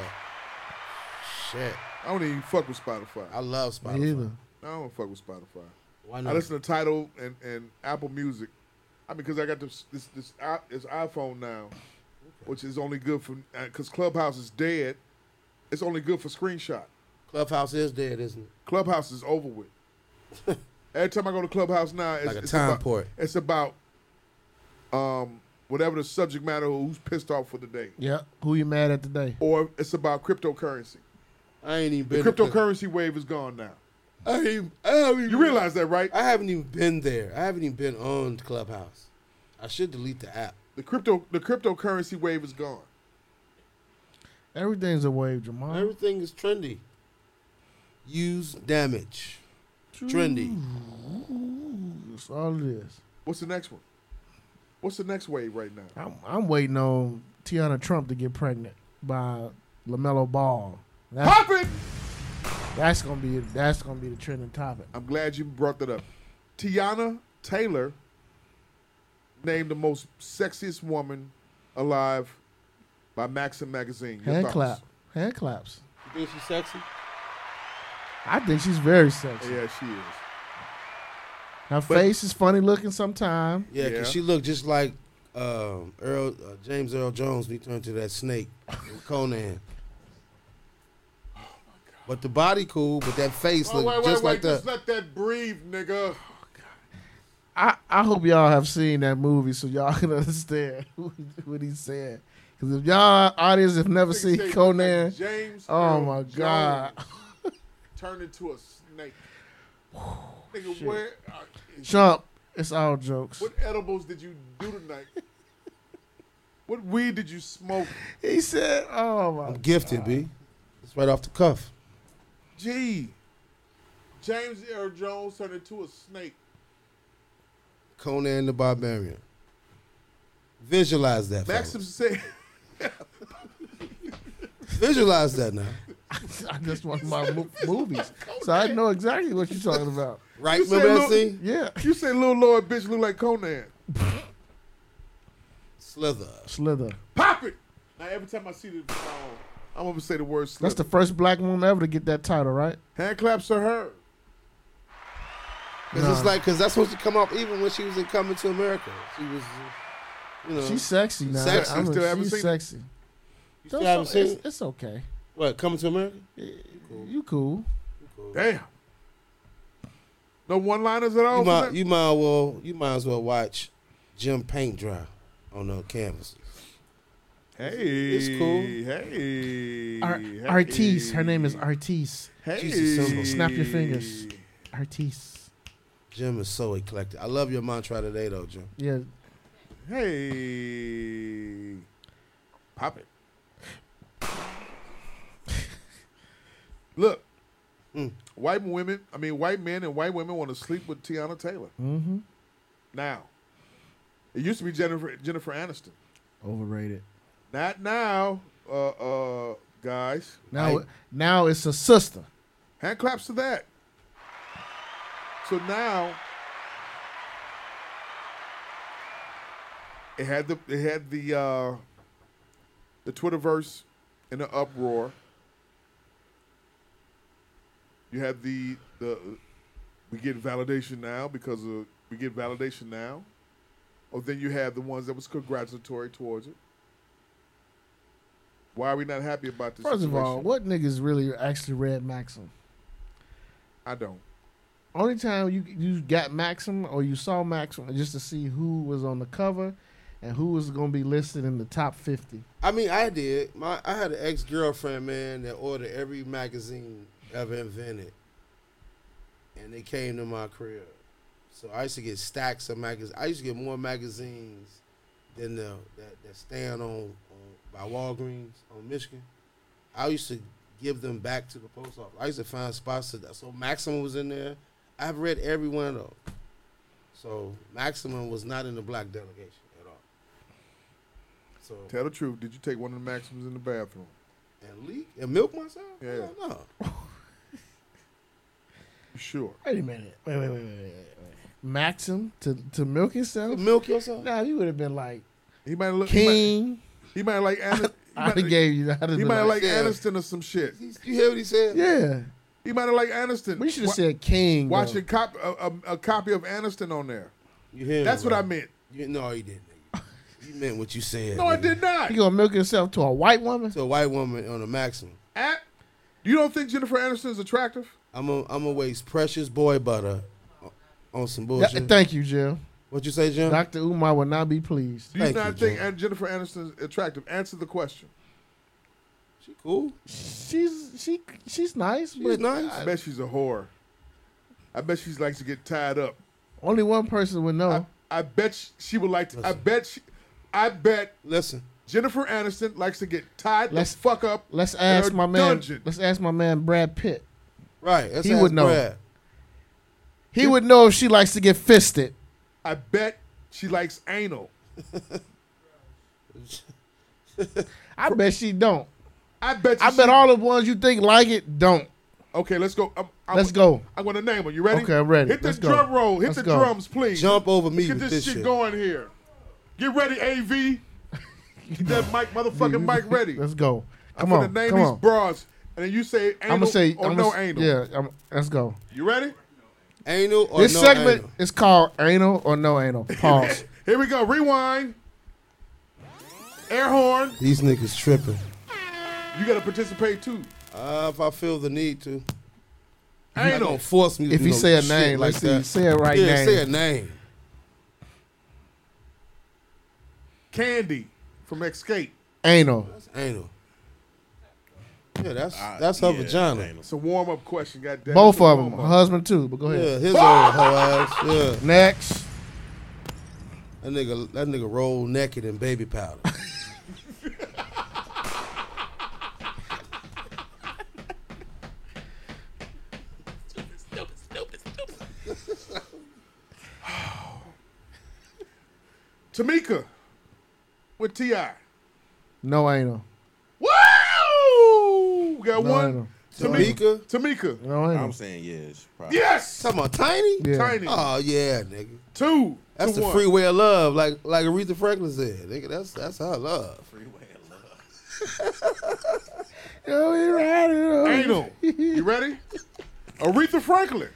shit.
I don't even fuck with Spotify.
I love Spotify.
Me either.
I don't fuck with Spotify.
Why
I
not?
listen to Title and, and Apple Music. I mean, because I got this this this, i- this iPhone now, which is only good for because Clubhouse is dead. It's only good for screenshot.
Clubhouse is dead, isn't it?
Clubhouse is over with. Every time I go to Clubhouse now, it's,
Like a
it's
time
about,
port.
It's about um whatever the subject matter, who's pissed off for the day,
Yep. Who you mad at today?
or it's about cryptocurrency.
I ain't even
The
been.
cryptocurrency wave is gone now.
I ain't, I haven't even,
You realize that, right?
I haven't even been there. I haven't even been on Clubhouse. I should delete the app.
The crypto the cryptocurrency wave is gone.
Everything's a wave, Jamal.
Everything is trendy. Use damage. Trendy.
That's all it is.
What's the next one? What's the next wave right now?
I'm, I'm waiting on Tiana Trump to get pregnant by Lamelo Ball. That's,
Pop it!
that's gonna be that's gonna be the trending topic.
I'm glad you brought that up. Tiana Taylor named the most sexiest woman alive by Maxim magazine. Your
Hand
thoughts?
clap, hand claps.
You think she's sexy?
I think she's very sexy.
Oh, Yeah, she is.
Her face is funny looking sometimes.
Yeah, 'cause
Yeah.
she looked just like um, Earl uh, James Earl Jones when he turned to that snake in Conan. But the body cool, but that face
Oh, Wait,
looked
wait,
just
wait,
like
wait. Just
that.
let that breathe, nigga.
I, I hope y'all have seen that movie so y'all can understand what he said. Because if y'all audience have never
Nigga say
seen
look
Conan,
like James.
oh
Earl
my
Jones
god.
Turned into a snake. nigga, where? Uh,
Trump, it's all jokes.
what edibles did you do tonight? what weed did you smoke?
He said, oh my
I'm gifted, B. It's right off the cuff.
Gee, James Earl Jones turned into a snake.
Conan the Barbarian. Visualize that. fellas.
Maxim said,
Visualize that now.
I just watched my mo- movies, so I know exactly what you're talking about.
Right,
You
remember
say
that
look-
scene?
Yeah,
"You say little Lord bitch look like Conan.
Slither.
Slither.
Pop it!" Now every time I see the, uh, I'm gonna say the word
That's
slip.
the first black woman ever to get that title, right?
hand claps to her.
Cause it's
Nah.
like, cause that's supposed to come up even when she was in Coming to America. She was, you know,
She's sexy now.
Uh, Sexy.
I'm a-
Still haven't
she's
seen it?
sexy.
you
Don't-
still haven't seen
it's,
it?
it's okay.
What Coming to America?
You cool?
Damn. No one liners at all.
You
Oh, for
might,
that?
you might well, you might as well watch Jim paint dry on the canvas.
hey,
it's cool.
Hey,
Ar-
hey.
Artiste. Her name is Artiste.
Hey.
Jesus, so-
Snap your fingers. Artiste.
Jim is so eclectic. I love your mantra today, though, Jim.
Yeah.
Hey, pop it. Look, white women. I mean, white men and white women want to sleep with Tiana Taylor. Mm-hmm. Now, it used to be Jennifer Jennifer Aniston.
Overrated.
Not now, uh, uh, guys.
Now, now it's a sister.
Hand claps to that. So now it had the it had the uh, the Twitterverse in an uproar. You have the the we get validation now because of we get validation now. Or then you have the ones that was congratulatory towards it. Why are we not happy about this?
First of all,
situation?
what niggas really actually read Maxim?
I don't.
Only time you you got Maxim or you saw Maxim just to see who was on the cover and who is going to be listed in the top 50?
I mean, I did. My I had an ex girlfriend, man, that ordered every magazine ever invented, and they came to my crib. So I used to get stacks of magazines. I used to get more magazines than the that, that stand on, on by Walgreens on Michigan. I used to give them back to the post office. I used to find spots to that. So Maximum was in there. I've read every one of those. So Maximum was not in the black delegation at all. So
Tell the truth. Did you take one of the maxims in the bathroom?
And leak and milk myself?
Yeah.
Hell no.
Sure.
Wait a minute. Wait, wait, wait, wait, wait. wait. Maxim to, to milk yourself?
milk yourself?
Nah, you would have been like
He might look.
King.
He might, he might like. Anis, he
I
might-
gave you. I'd have
He
been
might have
like,
liked
yeah.
Aniston or some shit.
You hear what he said?
Yeah.
He might have liked Aniston.
We should have
Wa-
said King. though.
Watch a, cop, a, a, a copy of Aniston on there.
You hear me,
That's what
bro?
I meant.
You, no, you didn't. nigga. You meant what you said.
No, I
nigga.
did not.
You gonna milk yourself to a white woman?
To a white woman on a maximum.
At- you don't think Jennifer Aniston's attractive?
I'm a, I'm gonna waste precious boy butter o- on some bullshit.
Th- thank you, Jim.
What you say, Jim?
Dr. Umar would not be pleased.
Do you not think An- Jennifer Aniston's attractive? Answer the question.
She cool.
She's she she's nice,
She's
but
nice. I
I-
bet she's a whore. I bet she likes to get tied up.
only one person would know.
I bet sh- she would like to. I bet she. I bet.
Listen.
Jennifer Aniston likes to get tied
Let's-
the fuck up.
Let's
in
ask
her
my man.
Dungeon.
Let's ask my man Brad Pitt.
Right. That's
He would know.
Brad.
He would know if she likes to get fisted.
I bet she likes anal.
I bet she don't.
I bet. You
I bet
she-
all the ones you think like it don't.
Okay, let's go. I'm, I'm,
Let's go.
I'm gonna name her. You ready?
Okay, I'm ready.
Hit the
Let's go.
drum roll. Hit
Let's
the
go.
drums, please.
Jump over me
Get
with
this,
this
shit
shit.
going here. Get ready, AV. Get that mic, motherfucking mic ready.
Let's go.
I'm
Come
gonna
on.
name
Come
these
on.
broads, and then you say anal
I'm gonna say.
or
I'm
no
gonna, s-
anal.
Yeah. I'm, let's go.
You ready?
Anal or
This
no
segment
anal?
is called anal or no anal. Pause.
Here we go. Rewind. Air horn.
These niggas tripping.
You gotta participate too.
Uh, if I feel the need to. You're not
Anal.
gonna force me. to
If
do
you
no
say a
shit
name,
like
let's see.
that.
Say a right
yeah,
name.
say a name.
Candy from Escape.
anal.
Anal. Yeah, that's that's her vagina.
It's a warm up question. Goddamn.
Both of them. Husband too. But go
Yeah,
ahead.
his old her ass. Yeah,
Next.
that nigga that nigga roll naked in baby powder.
Tamika with Ti.
No anal.
Woo! We got
No
one.
anal.
Tamika,
Tamika.
No
I'm
anal.
saying yes. Probably.
Yes.
talking about tiny.
Yeah.
Tiny.
Oh yeah, nigga.
Two.
That's
to
the
one.
freeway of love, like like Aretha Franklin said, nigga. That's that's her love.
Yo, you right, yo.
Anal. You ready? Aretha Franklin.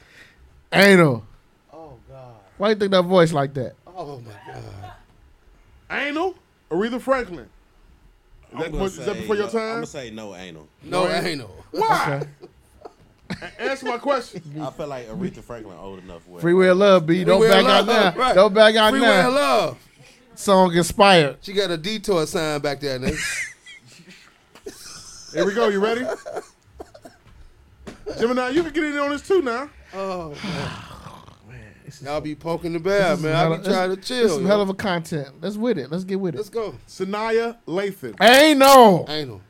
Anal.
Oh god.
Why you think that voice like that?
Oh my god.
Anal. Aretha Franklin. Is that, was- is that before your
I'm
time?
gonna say no anal.
No anal.
Why? A- Answer my question.
I feel like Aretha Franklin old enough. Where
Free will love, B. Don't
Freeway
back
of
out
love,
now.
right.
Don't back out
Freeway
now.
of love.
Song inspired.
She got a detour sign back there, nigga.
Here we go. You ready? Gemini, you can get in on this too now.
Y'all be poking the bear, man. I be trying to
This
chill.
some
yo.
hell of a content. Let's with it. Let's get with
Let's
it.
go.
Sanaya Lathan.
Anal.
Anal.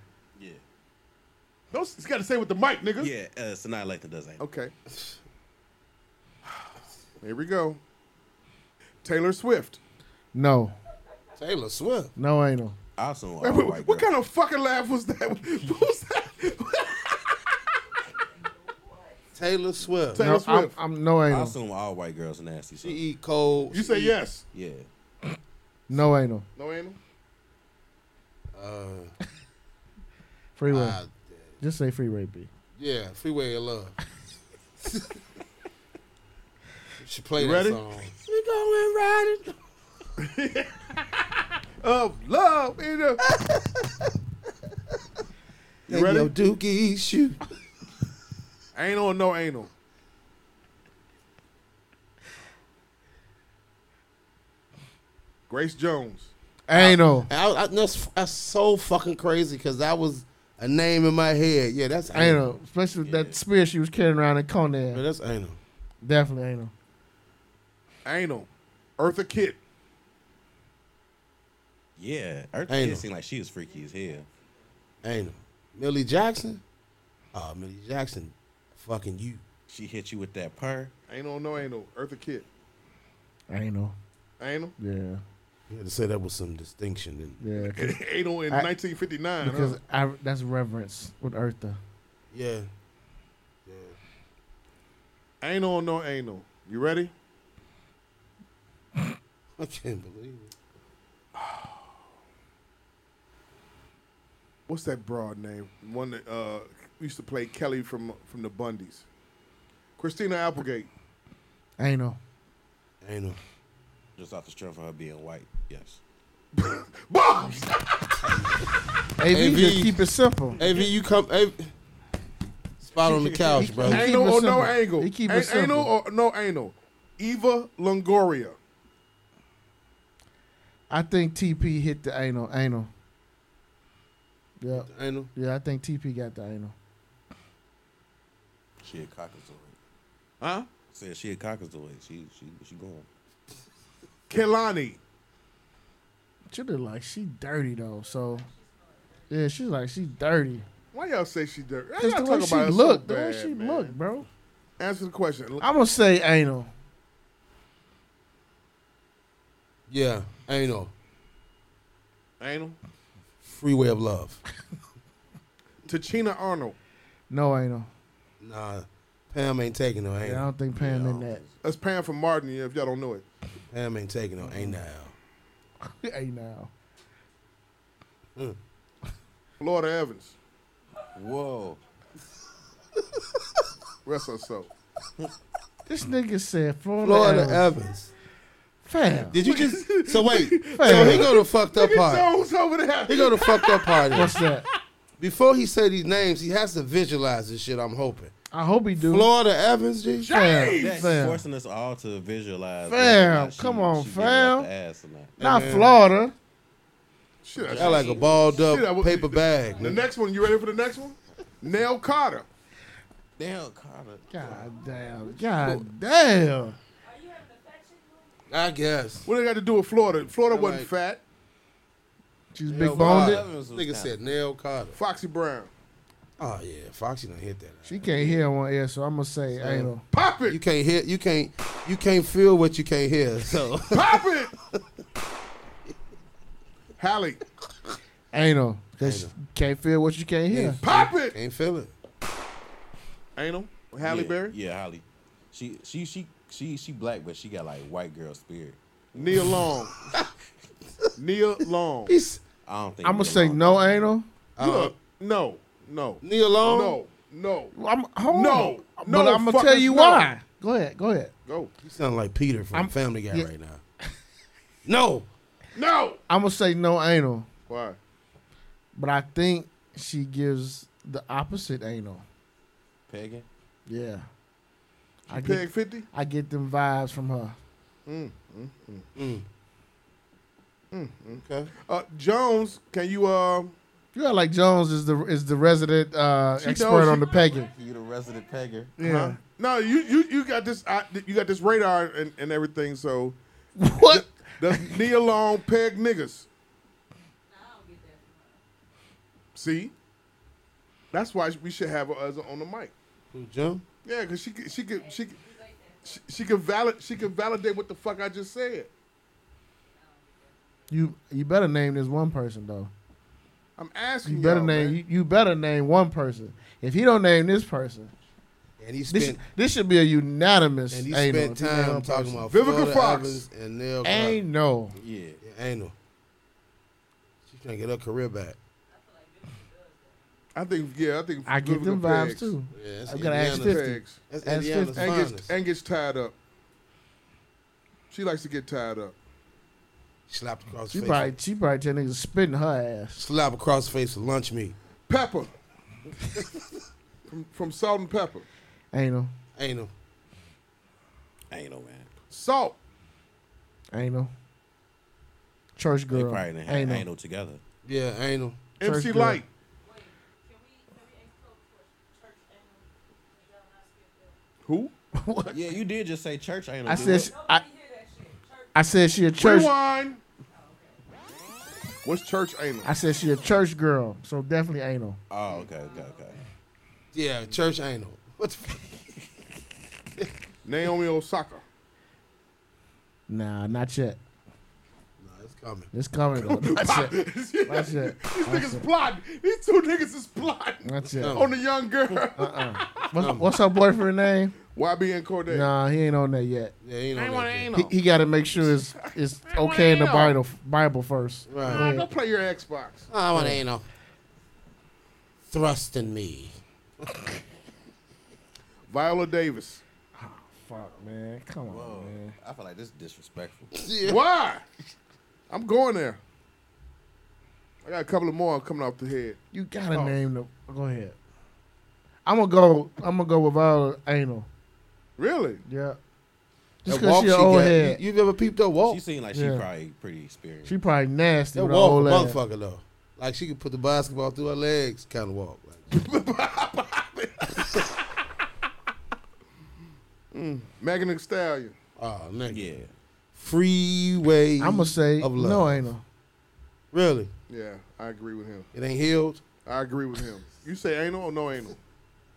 Don't, you got to say with the mic, nigga.
Yeah, uh, Sanaa Lathan does anal.
Okay. Here we go. Taylor Swift.
No.
Taylor Swift.
No anal.
Also,
Wait,
all
wait,
white
what
girl.
kind of fucking laugh was that? What was that?
Taylor Swift. E
Taylor
No, I'm,
Swift.
I'm no
I
anal.
assume all white girls are nasty. So
She eat cold.
you
She
say
eat-
yes.
yeah,
No anal.
No anal.
Free will.
Ah,
Just say free will, B.
yeah, Freeway of Love. she played
You
that
ready?
song.
We going riding. of love in the. You
And
ready?
Your dookie shoot.
Anal or no anal? Grace Jones.
I know.
I, I, that's, that's so fucking crazy because that was a name in my head. Yeah, that's
I know. Especially with that spear she was carrying around in Conan.
Yeah, that's anal.
Definitely anal.
Anal. Eartha Kitt.
Yeah, Eartha
Ain't no.
Kitt seemed like she was freaky as hell.
Ain't no. Millie Jackson? Oh, Millie Jackson, fucking you.
She hit you with that purr.
Ain't no, no, ain't no. Eartha Kitt.
Anal.
Ain't no.
Yeah.
You had to say that with some distinction. Didn't you?
Yeah. 'cause-
Ain't no in
I-
1959.
Because
huh?
I, that's reverence with Eartha.
Yeah.
Ain't no, no, ain't no. You ready?
I can't believe it.
What's that broad name? One that uh, used to play Kelly from from the Bundys. Christina Applegate.
Anal.
Anal.
Just off the strength of her being white. Yes.
Bombs!
AV,
AV.
just keep it simple.
AV, you come. AV, spot on the couch, bro.
He keep
Anal
it
or
simple.
no angle?
He keep it
An-
simple.
anal or no anal? Eva Longoria.
I think TP hit the anal. Anal. Yeah.
Anal.
Yeah, I think TP got the anal.
She a cockazoid.
Huh?
Said she a cockazoid. She she she going.
Kelani.
She look like she dirty though. So, yeah, she's like she dirty.
Why y'all say she dirty? Y'all
Just the
talk
way
about
she
her so
looked, the way
bad,
she
man.
looked, bro.
Answer the question.
I'm gonna say anal.
Yeah, anal.
Anal.
Freeway of love.
Tachina Arnold.
No anal.
Nah, Pam ain't taking no
Yeah, I
anal.
don't think Pam in that.
That's Pam from Martin. yeah, If y'all don't know it,
Pam ain't taking no anal.
anal.
Florida Evans.
Whoa.
Rest her soul.
This nigga said Florida.
Florida
Evans.
Evans.
Fam.
Did you just? So wait. So
Fam.
he go to fucked up
Look at
part.
Jones over there.
He go to fucked up part.
What's that?
Before he say these names, he has to visualize this shit. I'm hoping.
I hope he do.
Florida Evans, G.
fam.
That's
Fam.
forcing us all to visualize.
Fam,
whether or not she-
come on,
she getting off
fam.
The ass or not.
Not
Amen.
Florida.
Shit, I-
That like a balled
shit, I
up
was-
paper bag.
The
nigga.
next one. You ready for the next one? Nell Carter.
Damn, Carter.
God damn. God damn.
I guess.
What they got to do with Florida? Florida wasn't
Like-
fat.
She's
Nail
big boned.
Carter. Nigga said Nail Carter.
Foxy Brown.
Oh yeah, Foxy done hit that.
She can't hear on air, so I'm gonna say anal.
Pop
You
it.
can't hear. You can't. You can't feel what you can't hear. So
Pop it. Hallie.
Anal. Cause you can't feel what you can't hear.
Pop it.
can't feel it.
Anal. Halle
yeah,
Berry.
Yeah, Holly. She she she she she black, but she got like white girl spirit.
Nia Long. Nia Long.
He's,
I don't think.
I'm gonna
we
say
alone.
no anal.
Look, no, no, no,
Neil Long.
no, no.
I'm hold
No.
on.
No,
but I'm gonna tell
fuckers,
you
no.
why. Go ahead. Go ahead.
Go.
You sound like Peter from
I'm-
Family Guy
yeah.
right now. No.
No.
I'm gonna say no anal,
Why?
but I think she gives the opposite anal.
Pegging.
Yeah. I
Peg
get,
50?
I get them vibes from her.
Okay.
Uh, Jones, can you, uh,
You act like Jones is the is the resident uh,
She
expert
knows
on
she-
the pegging.
You the resident pegger.
Yeah.
no, you, you, you got this, I, you got this radar and, and everything, so
What?
does Nia Long peg niggas? See? That's why we should have her as a- on the mic.
Who Jim?
Yeah, because she could, she could, she could, she, she could valid, she could validate what the fuck I just said.
You you better name this one person though.
I'm
You
asking
better
y'all,
name
man.
you, you better name one person. If he don't name this person,
And he
this
spent.
should, this should be a unanimous.
and he
anal
spent
if name one
time talking
person.
about
Vivica
Florida
Fox.
Evans and Neil Carter.
Ain't no.
Yeah.
Yeah, anal. She's trying to get her career back.
I think, yeah, I think.
I get them
Vivica
vibes
pegs.
too.
Yeah, that's
I'm gonna ask
Indiana's-
50.
Pegs.
That's
Ask
Indiana's
50.
And
finest.
gets, and gets tied up. She likes to get tied up.
Slapped across the
She
face.
probably she probably tell niggas spitting her ass.
Slap across the face with lunch meat.
Pepper. from, from Salt and Pepper.
Anal.
Anal.
Ain't no man.
Salt.
Anal. Church
They
girl.
probably didn't have
Anal.
anal. together.
Yeah, anal.
Church MC girl. Light.
Who?
yeah, you did just say church anal.
I
dude.
said, she, I, I said she a church.
Rewind. What's church anal?
I said she a church girl, so definitely anal.
Oh, okay, okay, okay.
Yeah, church anal. What the fuck?
Naomi Osaka.
Nah, not yet.
It's coming.
It's coming though. Not
Pop.
yet.
These
Not yet.
niggas plotting. These two niggas is plotting
Not yet.
Oh,
on the young girl.
What's, what's her boyfriend name?
YB and Corday.
Nah, he ain't on that yet.
Yeah, he ain't
I
on
want
that
anal.
He, he got to make sure it's it's okay in the Bible Bible first.
Nah, Go play your Xbox.
I want anal. Thrusting me.
Viola Davis.
Fuck, man. Come on, man.
I feel like this is disrespectful.
Why? I'm going there. I got a couple of more coming off the head.
You gotta name them. Go ahead. I'm gonna go. I'm gonna go with Viola Anal.
Really?
Yeah. Just
That
because
walk
she an
she
old
got,
head.
You, you ever peeped her walk?
She seemed like
Yeah.
she probably pretty experienced.
she probably nasty.
That
With
walk,
old
a
ass.
motherfucker though. Like she could put the basketball through her legs, kind of walk. Like,
Mm. Megan Thee Stallion.
oh nigga,
Yeah.
freeway.
I'm gonna say
of love.
no anal.
Really,
Yeah, I agree with him.
it ain't healed.
I agree with him. You say anal or no anal?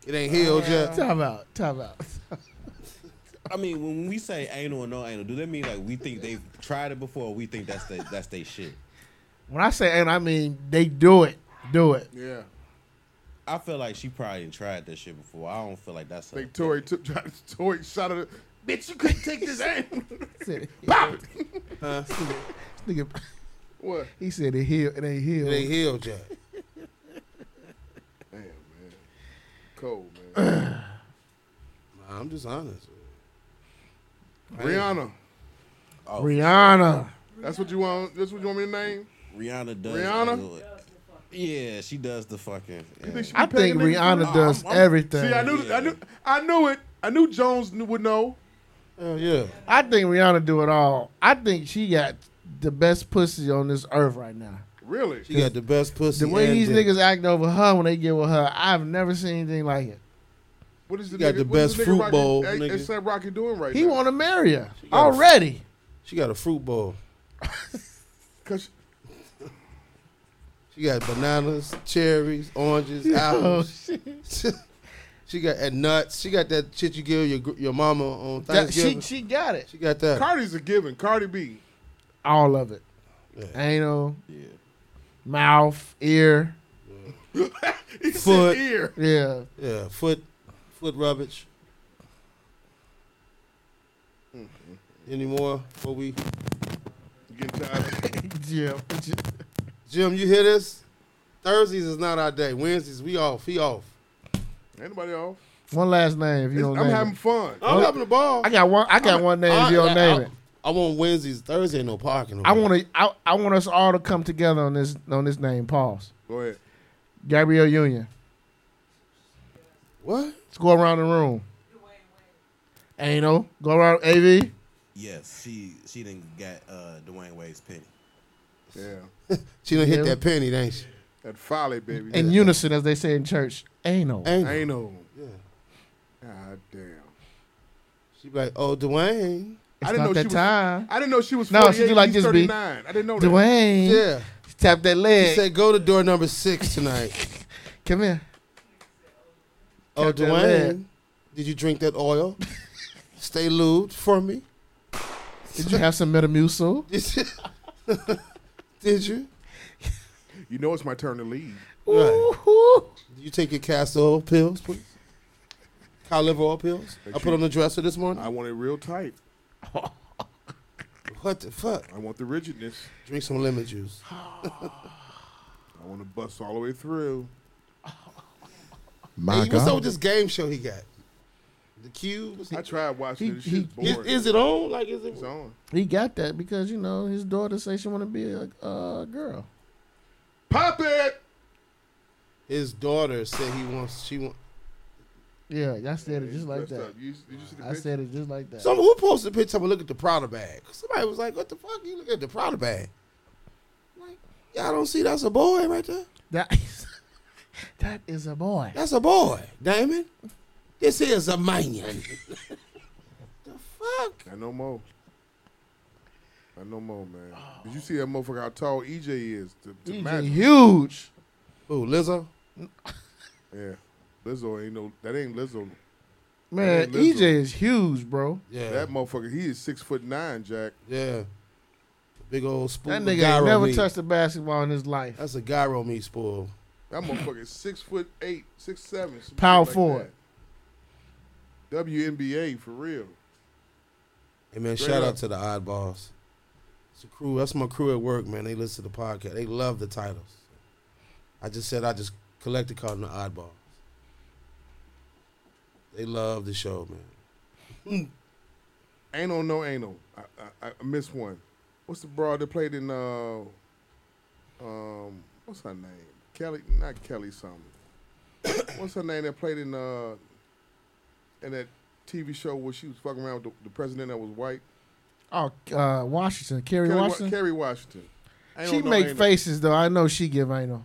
It ain't healed
Uh,
yet.
Time out. Time out.
I mean, when we say anal or no anal, do that mean like we think they've tried it before? Or we think that's they that's they shit.
When I say anal, I mean they do it. Do it.
Yeah.
I feel like she probably ain't tried that shit before. I don't feel like that's.
Think
Her.
Tory took Tory shot at it. Bitch, you couldn't take this anal.
Said it.
Pop.
Nigga,
What?
he said it heal. It ain't heal.
It ain't healed yet.
Damn, man. Cold, man.
Nah, I'm just honest.
Rihanna.
Oh,
Rihanna.
That's what you want. That's what you want me to name.
Rihanna does.
Rihanna?
anal. Yeah, she does the fucking.
You think she
I
be paying
think
niggas for
Rihanna
that?
does everything.
Oh, See, I knew, I knew, I knew it. I knew Jones knew, would know.
Hell yeah.
I think Rihanna do it all. I think she got the best pussy on this earth right now.
Really?
She got the best pussy.
The way
and
these
dick.
niggas act over her when they get with her, I've never seen anything like it.
What is the
got
nigga,
the
what is
best fruit
Rocky,
bowl,
eh,
nigga.
eh, Sam Rocky doing right
He
now?
want to marry her
got a-
already.
She got a fruit bowl.
Cause
She got bananas, cherries, oranges,
Oh,
apples. she got and nuts. She got that shit you give your gr- your mama on
That- she
Thanksgiving. she,
she got it.
got that.
Cardi's a given. Cardi B.
All of it.
Yeah.
Anal,
Yeah.
mouth, ear.
He said
Foot.
ear.
Yeah,
Yeah, foot, foot rubbish.
Mm-hmm.
Any more? What we?
You Getting tired.
yeah.
Jim, you hear this? Thursdays is not our day. Wednesdays we off. He off.
Anybody off?
One last name if you
It's-
don't
I'm
name
having
it.
fun.
I'm having the ball.
I got one. I
Uh,
got one name if you don't name
I,
it.
I want Wednesdays. Thursday ain't no parking.
I want to. I, I want us all to come together on this on this name. Pause.
Go ahead.
Gabrielle Union.
what?
Let's go around the room. Anal. Go around AV.
Yes, she she didn't got uh, Dwayne Wade's penny.
Yeah.
She done
Yeah.
hit that penny, ain't she?
That folly, baby.
In unison, as they say in church. Anal.
Ain't
Ain't no.
Yeah.
God damn.
She be like, oh, Dwayne.
It's
I didn't
not
know
that
she was.
time.
I didn't know she was. 48,
No, she do like
he's
this, B.
39. I didn't know that.
Dwayne.
Yeah.
Tap that
He
leg.
said, go to door number six tonight.
Come here.
oh,
Tap that leg.
Dwayne, did you drink that oil? Stay lubed for me.
Did you have some Metamucil?
did you?
You know it's my turn to leave.
Ooh.
Did you take your castor oil pills, please? Cow liver oil pills? I put on the dresser this morning.
I want it real tight.
what the fuck?
I want the rigidness.
Drink some lemon juice.
I want to bust all the way through.
My hey, what's up with this game show he got? The Cube?
I tried watching this.
he-
Shit's
Is,
boring.
is it on? Like, is it?
It's on.
He got that because you know his daughter says she want to be a uh, girl.
Pop it.
His daughter said he wants. She want.
Yeah, I said it just like
Messed
that.
up. You, did you see the
I
picture?
said it just like that.
Some who posted a picture of a look at the Prada bag. Somebody was like, "What the fuck? You look at the Prada bag?" Y'all don't see that's a boy right there.
That is, that is a boy.
That's a boy, Damon. This is a man.
I know more. I know more, man. Did you see that motherfucker? How tall EJ is? To, to
EJ
match him?
E huge.
Who Lizzo?
Yeah, Lizzo ain't no. That ain't Lizzo.
Man,
That ain't Lizzo.
EJ is huge, bro.
Yeah.
That motherfucker, he is six foot nine, Jack.
Yeah. Big old spool.
That
of
nigga
gyro
ain't never
meat.
touched a basketball in his life.
That's a gyro meat spool.
That motherfucker is six foot eight, six seven. some
Power
shit like
forward.
that. WNBA for real.
Hey man,
Straight
shout
up.
out to the oddballs. It's a crew. That's my crew at work, man. They listen to the podcast. They love the titles. I just said I just collected called them the oddballs. They love the show, man.
Anal, no anal. I, I, I missed one. What's the broad that played in uh, um, what's her name? Kelly, not Kelly something. what's her name that played in uh, in that TV show where she was fucking around with the, the president that was white?
Oh, uh, Washington, Kerry
Wa-
Washington.
Kerry Washington. Ain't
she
on no
make
anal.
faces though. I know she give anal.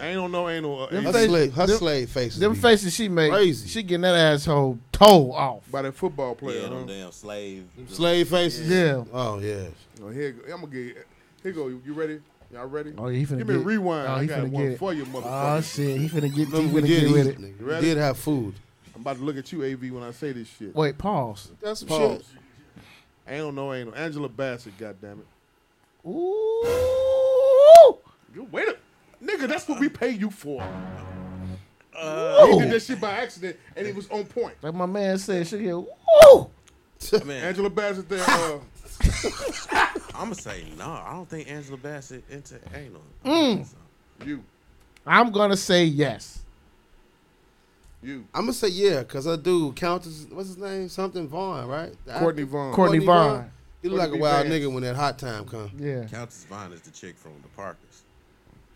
Ain't on no anal. Uh,
Them
anal.
faces-
her
them-
slave faces
Them
be
faces she make.
crazy.
She getting that asshole toe off.
by that football player.
Yeah,
huh?
them damn slave.
Slave faces.
Yeah.
Oh yeah.
Oh, here, go. I'm gonna get. Here go. You ready? Y'all ready?
Oh, he finna
Give me a
get-
rewind.
Oh,
I
he
got
finna
one
get it.
for you, motherfucker.
Oh shit, he finna get, he
Remember, we
finna
did
get with
eat.
it.
nigga.
You
We
ready?
did have food.
I'm about to look at you, AV, when I say this shit.
Wait, pause.
That's some
Pause.
shit.
Ain't no anal. Angela Bassett, goddammit.
Ooh,
You wait a nigga, that's what we pay you for. he did
Ooh.
that shit by accident and it was on point.
like my man said, she here. Ooh,
Man,
Angela Bassett there, uh,
I'm gonna say no. I don't think Angela Bassett into anal.
you,
I'm gonna say yes.
you.
I'm gonna say yeah, cause I do. Countess, what's his name? Something Vaughn, right? The
Courtney
actor?
Vaughn.
Courtney Vaughn.
He
Courtney
look like a
B.
wild
Vance.
nigga when that hot time comes.
Yeah,
Countess Vaughn is the chick from the Parkers.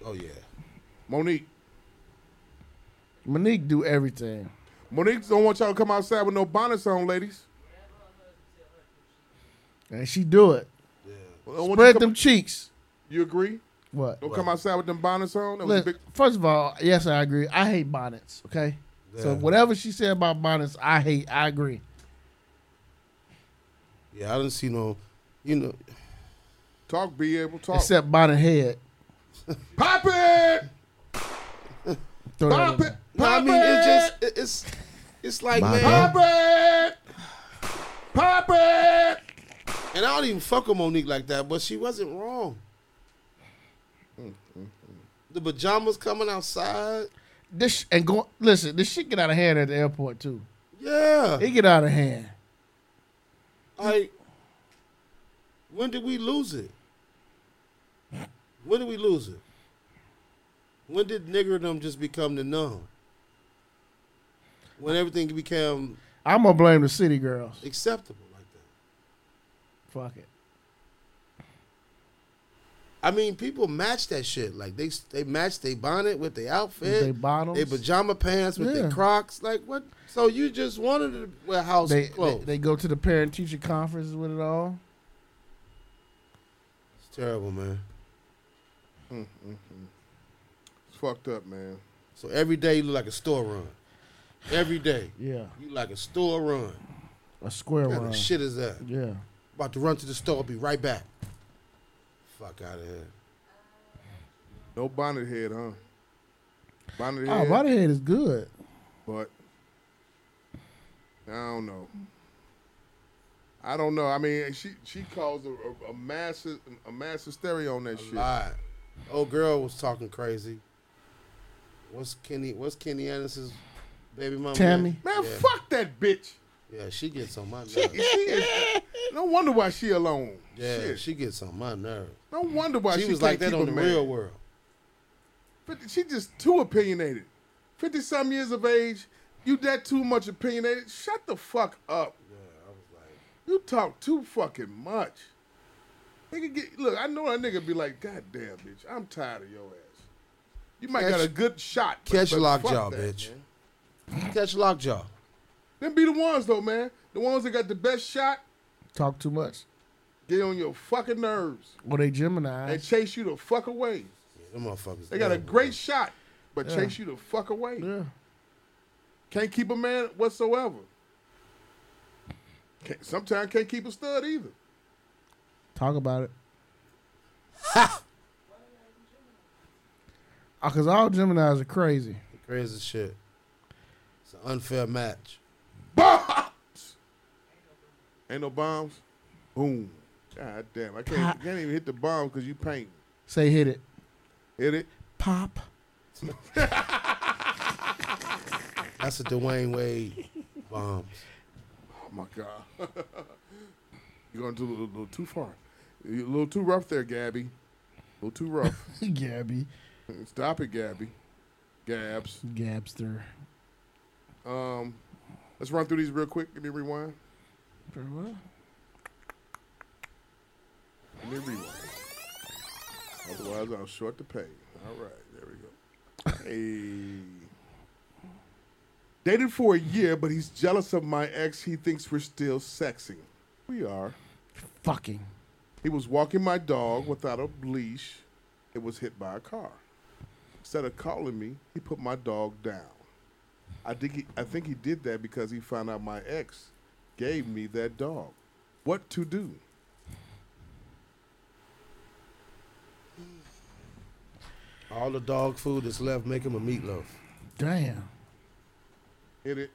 Oh yeah.
Monique.
Monique do everything.
Monique don't want y'all to come outside with no bonnets on, ladies.
And she do it.
Don't want you
Spread
come-
them cheeks.
You agree?
What?
Don't come outside with them bonnets on. That was a
Look,
big.
first of all, yes, I agree. I hate bonnets. Okay, so whatever she said about bonnets, I hate. I agree.
Yeah, I didn't see no, you know,
Talk, be able talk.
Except bonnet head.
Oh. Pop it!
Throw that
Pop it!
in there.
No, I
Pop
mean,
it!
it's just it- it's it's like
My
man,
bad.
Pop it! Pop it!
and I don't even fuck with Monique like that, but she wasn't wrong.
Mm,
The pajamas coming outside,
This sh- and go. Listen, this shit get out of hand at the airport too.
yeah.
It get out of hand.
Like, when did we lose it? When did we lose it? When did niggerdom just become the norm? When everything became
I'm gonna blame the city girls.
acceptable like that.
Fuck it.
I mean, people match that shit. Like they they match they bonnet with their outfit,
They bottoms.
they pajama pants with their
Yeah.
Crocs. Like what? So you just wanted to wear house
They, they
clothes?
they go to the parent teacher conferences with it all.
it's terrible, man.
It's fucked up, man.
So every day you look like a store run. Every day
Yeah,
you like a store run.
a square
What kind
one.
of shit is that?
Yeah,
About to run to the store. Be right back. Fuck out of here.
No bonnet head, huh? Bonnet
Ah,
oh,
head.
body head is good.
But I don't know. I don't know. I mean, she she caused a, a, a massive a mass hysteria on that shit.
Lied. Old girl was talking crazy. What's Kenny? What's Kenny Anderson's baby mama?
Tammy.
name?
Man,
Yeah.
fuck that bitch.
Yeah, she gets on my nerves.
She is, no wonder why she alone.
Yeah,
Shit.
she gets on my nerves.
no wonder why she,
She, was like
can't
that
keep
on
a
the
man.
real world.
50, she just too opinionated. Fifty some years of age, you that too much opinionated. Shut the fuck up. You talk too fucking much. Nigga, get look. I know that nigga be like, God damn, bitch, I'm tired of your ass. You might got
Catch-
a good shot. but-
Catch
but fuck
lockjaw,
that,
bitch.
man.
Catch lockjaw.
Them be the ones though, man. The ones that got the best shot.
Talk too much.
Get on your fucking nerves
Well, they Gemini.
and chase you the fuck away.
Them motherfuckers.
They got a great shot, but
Yeah.
chase you the fuck away.
Yeah.
Can't keep a man whatsoever. Can't, sometimes can't keep a stud either.
Talk about it. Because Ah, all Geminis are crazy.
Crazy shit. It's an unfair match.
Ain't no bombs. Boom. God damn. I can't, can't even hit the bomb because you paint.
Say hit it.
Hit it.
Pop.
That's a Dwayne Wade bombs.
Oh my God. You're going to do a little, little too far. You're a little too rough there, Gabby. A little too rough.
Gabby.
Stop it, Gabby. Gabs.
Gabster.
Um, let's run through these real quick. Give me rewind. Give me rewind. Otherwise, I'll short the page. All right, there we go. Hey. Dated for a year, but he's jealous of my ex. He thinks we're still sexing. We are.
Fucking.
He was walking my dog without a leash. It was hit by a car. Instead of calling me, he put my dog down. I think he, I think he did that because he found out my ex gave me that dog. What to do?
All the dog food that's left, make him a meatloaf.
Damn.
Hit it.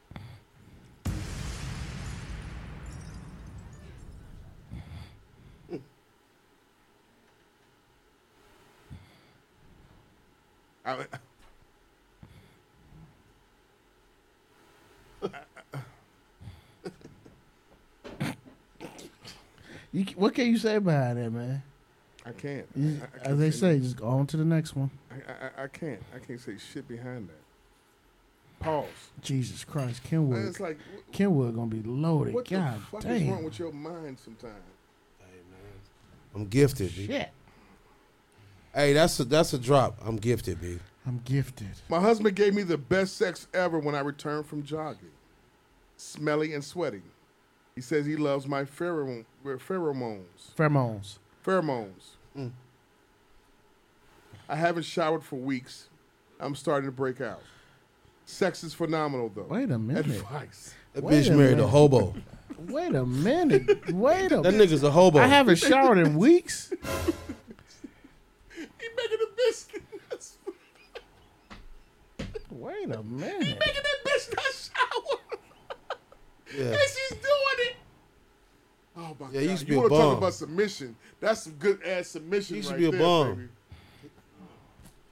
I,
You, c- what can you say about that, man?
I can't.
You-
I- I can't
as they say,
nothing.
just go on to the next one.
I, I, I can't. I can't say shit behind that. Pause.
Jesus Christ, Kenwood.
Man, it's like, wh-
Kenwood gonna be loaded.
What
God
the fuck is
damn.
wrong with your mind sometimes?
I'm gifted, B.
Shit.
Hey, that's a that's a drop. I'm gifted, B.
I'm gifted.
My husband gave me the best sex ever when I returned from jogging. Smelly and sweaty. He says he loves my pheromone, pheromones.
Pheromones.
Pheromones. I haven't showered for weeks. I'm starting to break out. Sex is phenomenal, though.
Wait a minute.
Advice.
That
Wait
bitch
a
married a
minute.
hobo.
Wait a minute. Wait a
That nigga's a hobo.
I haven't showered in weeks.
He making a biscuit.
Wait a minute.
making that bitch not shower.
Yeah.
she's doing it. Oh my
Yeah,
god!
he used to be
you
a
want to talk
bum.
about submission? That's some good ass submission.
He used to
right
be a
there,
bum.
Baby.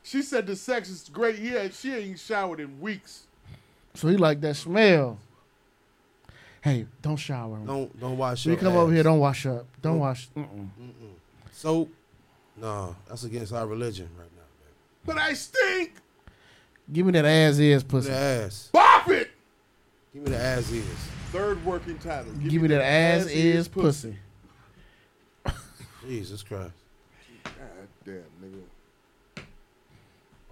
She said the sex is great. Yeah, she ain't showered in weeks.
So he like that smell. Hey, don't shower.
Don't don't wash
So you
your
come
ass.
over here, don't wash up. Don't wash. Mm-mm.
Soap. No, that's against our religion right now.
But I stink.
Give me that ass is
Give
pussy.
me the ass.
Bop it.
Give me the ass ears.
Third working title.
Give, me that ass, is pussy.
Jesus Christ.
God damn, nigga.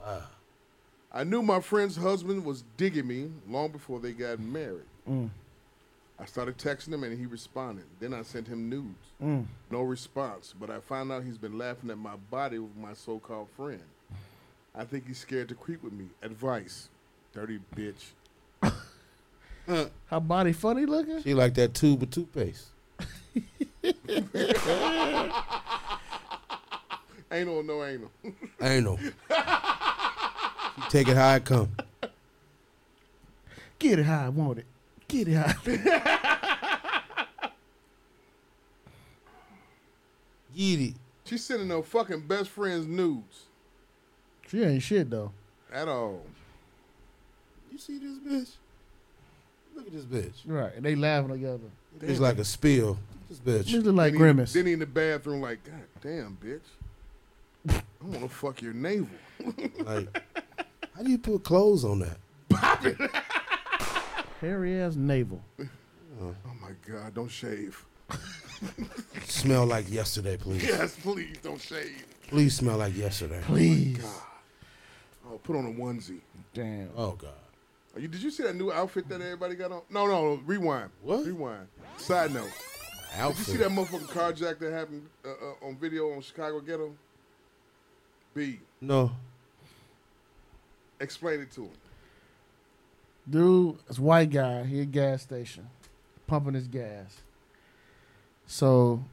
Wow. I knew my friend's husband was digging me long before they got married.
Mm.
I started texting him and he responded. Then I sent him nudes.
Mm.
No response, but I found out he's been laughing at my body with my so called friend. I think he's scared to creep with me. Advice. Dirty bitch.
Her body funny looking.
She like that tube of toothpaste.
Anal or no anal?
Anal. you take it how it come.
Get it how I want it. Get it how.
Yeet it.
She's sending her fucking best friend's nudes.
she ain't shit though.
At all.
You see this bitch? Look at this bitch.
Right. And they laughing together.
It's like a spill. This
She
bitch.
look like
Then he-
grimace.
Then he in the bathroom, like, God damn, bitch. I want to fuck your navel.
Like, how do you put clothes on that?
Hairy ass navel.
Oh my God, don't shave.
Smell like yesterday, please.
Yes, please don't shave.
Please smell like yesterday.
Please.
Oh, put on a onesie.
Damn.
Oh God.
Are you, did you see that new outfit that everybody got on? No, no, rewind.
What?
Rewind. Side note. Did you see that motherfucking carjack that happened uh, uh, on video on Chicago Ghetto? B,
No.
explain it to him.
Dude, this white guy, he at gas station, pumping his gas. So,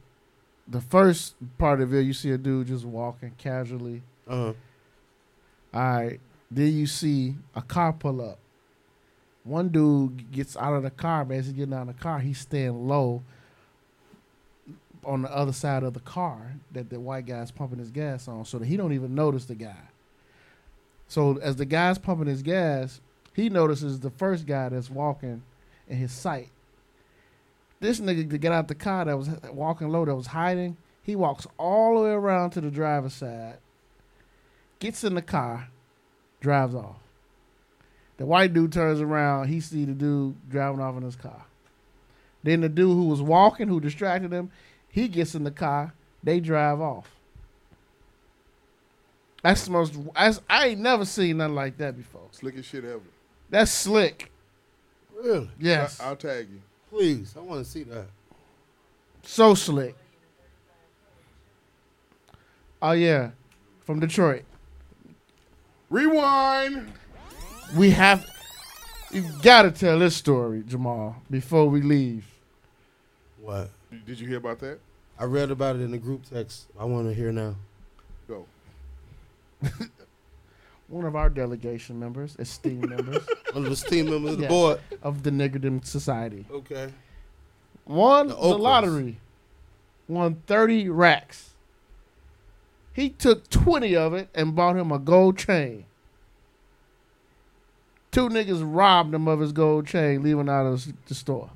the first part of it, you see a dude just walking casually.
Uh-huh.
All right. Then you see a car pull up. One dude gets out of the car, but as he's getting out of the car, he's staying low on the other side of the car that the white guy's pumping his gas on, so that he don't even notice the guy. So as the guy's pumping his gas, he notices the first guy that's walking in his sight. This nigga to get out the car that was walking low, that was hiding, he walks all the way around to the driver's side, gets in the car, drives off. The white dude turns around, he see the dude driving off in his car. Then the dude who was walking, who distracted him, he gets in the car. They drive off. That's the most. That's, I ain't never seen nothing like that before.
Slickest shit ever.
That's slick.
Really?
Yes.
I, will tag you.
Please, I want to see that.
So slick. Oh yeah, from Detroit.
Rewind.
We have. You gotta tell this story, Jamal, before we leave.
What?
Did you hear about that?
I read about it in the group text. I want to hear now.
Go.
One of our delegation members, esteemed members,
One of the team members of the
Yes,
board.
of the Niggerdom Society.
Okay.
won the,
The Oakleys.
lottery, won 30 racks. He took 20 of it and bought him a gold chain. Two niggas robbed him of his gold chain, leaving out of the store.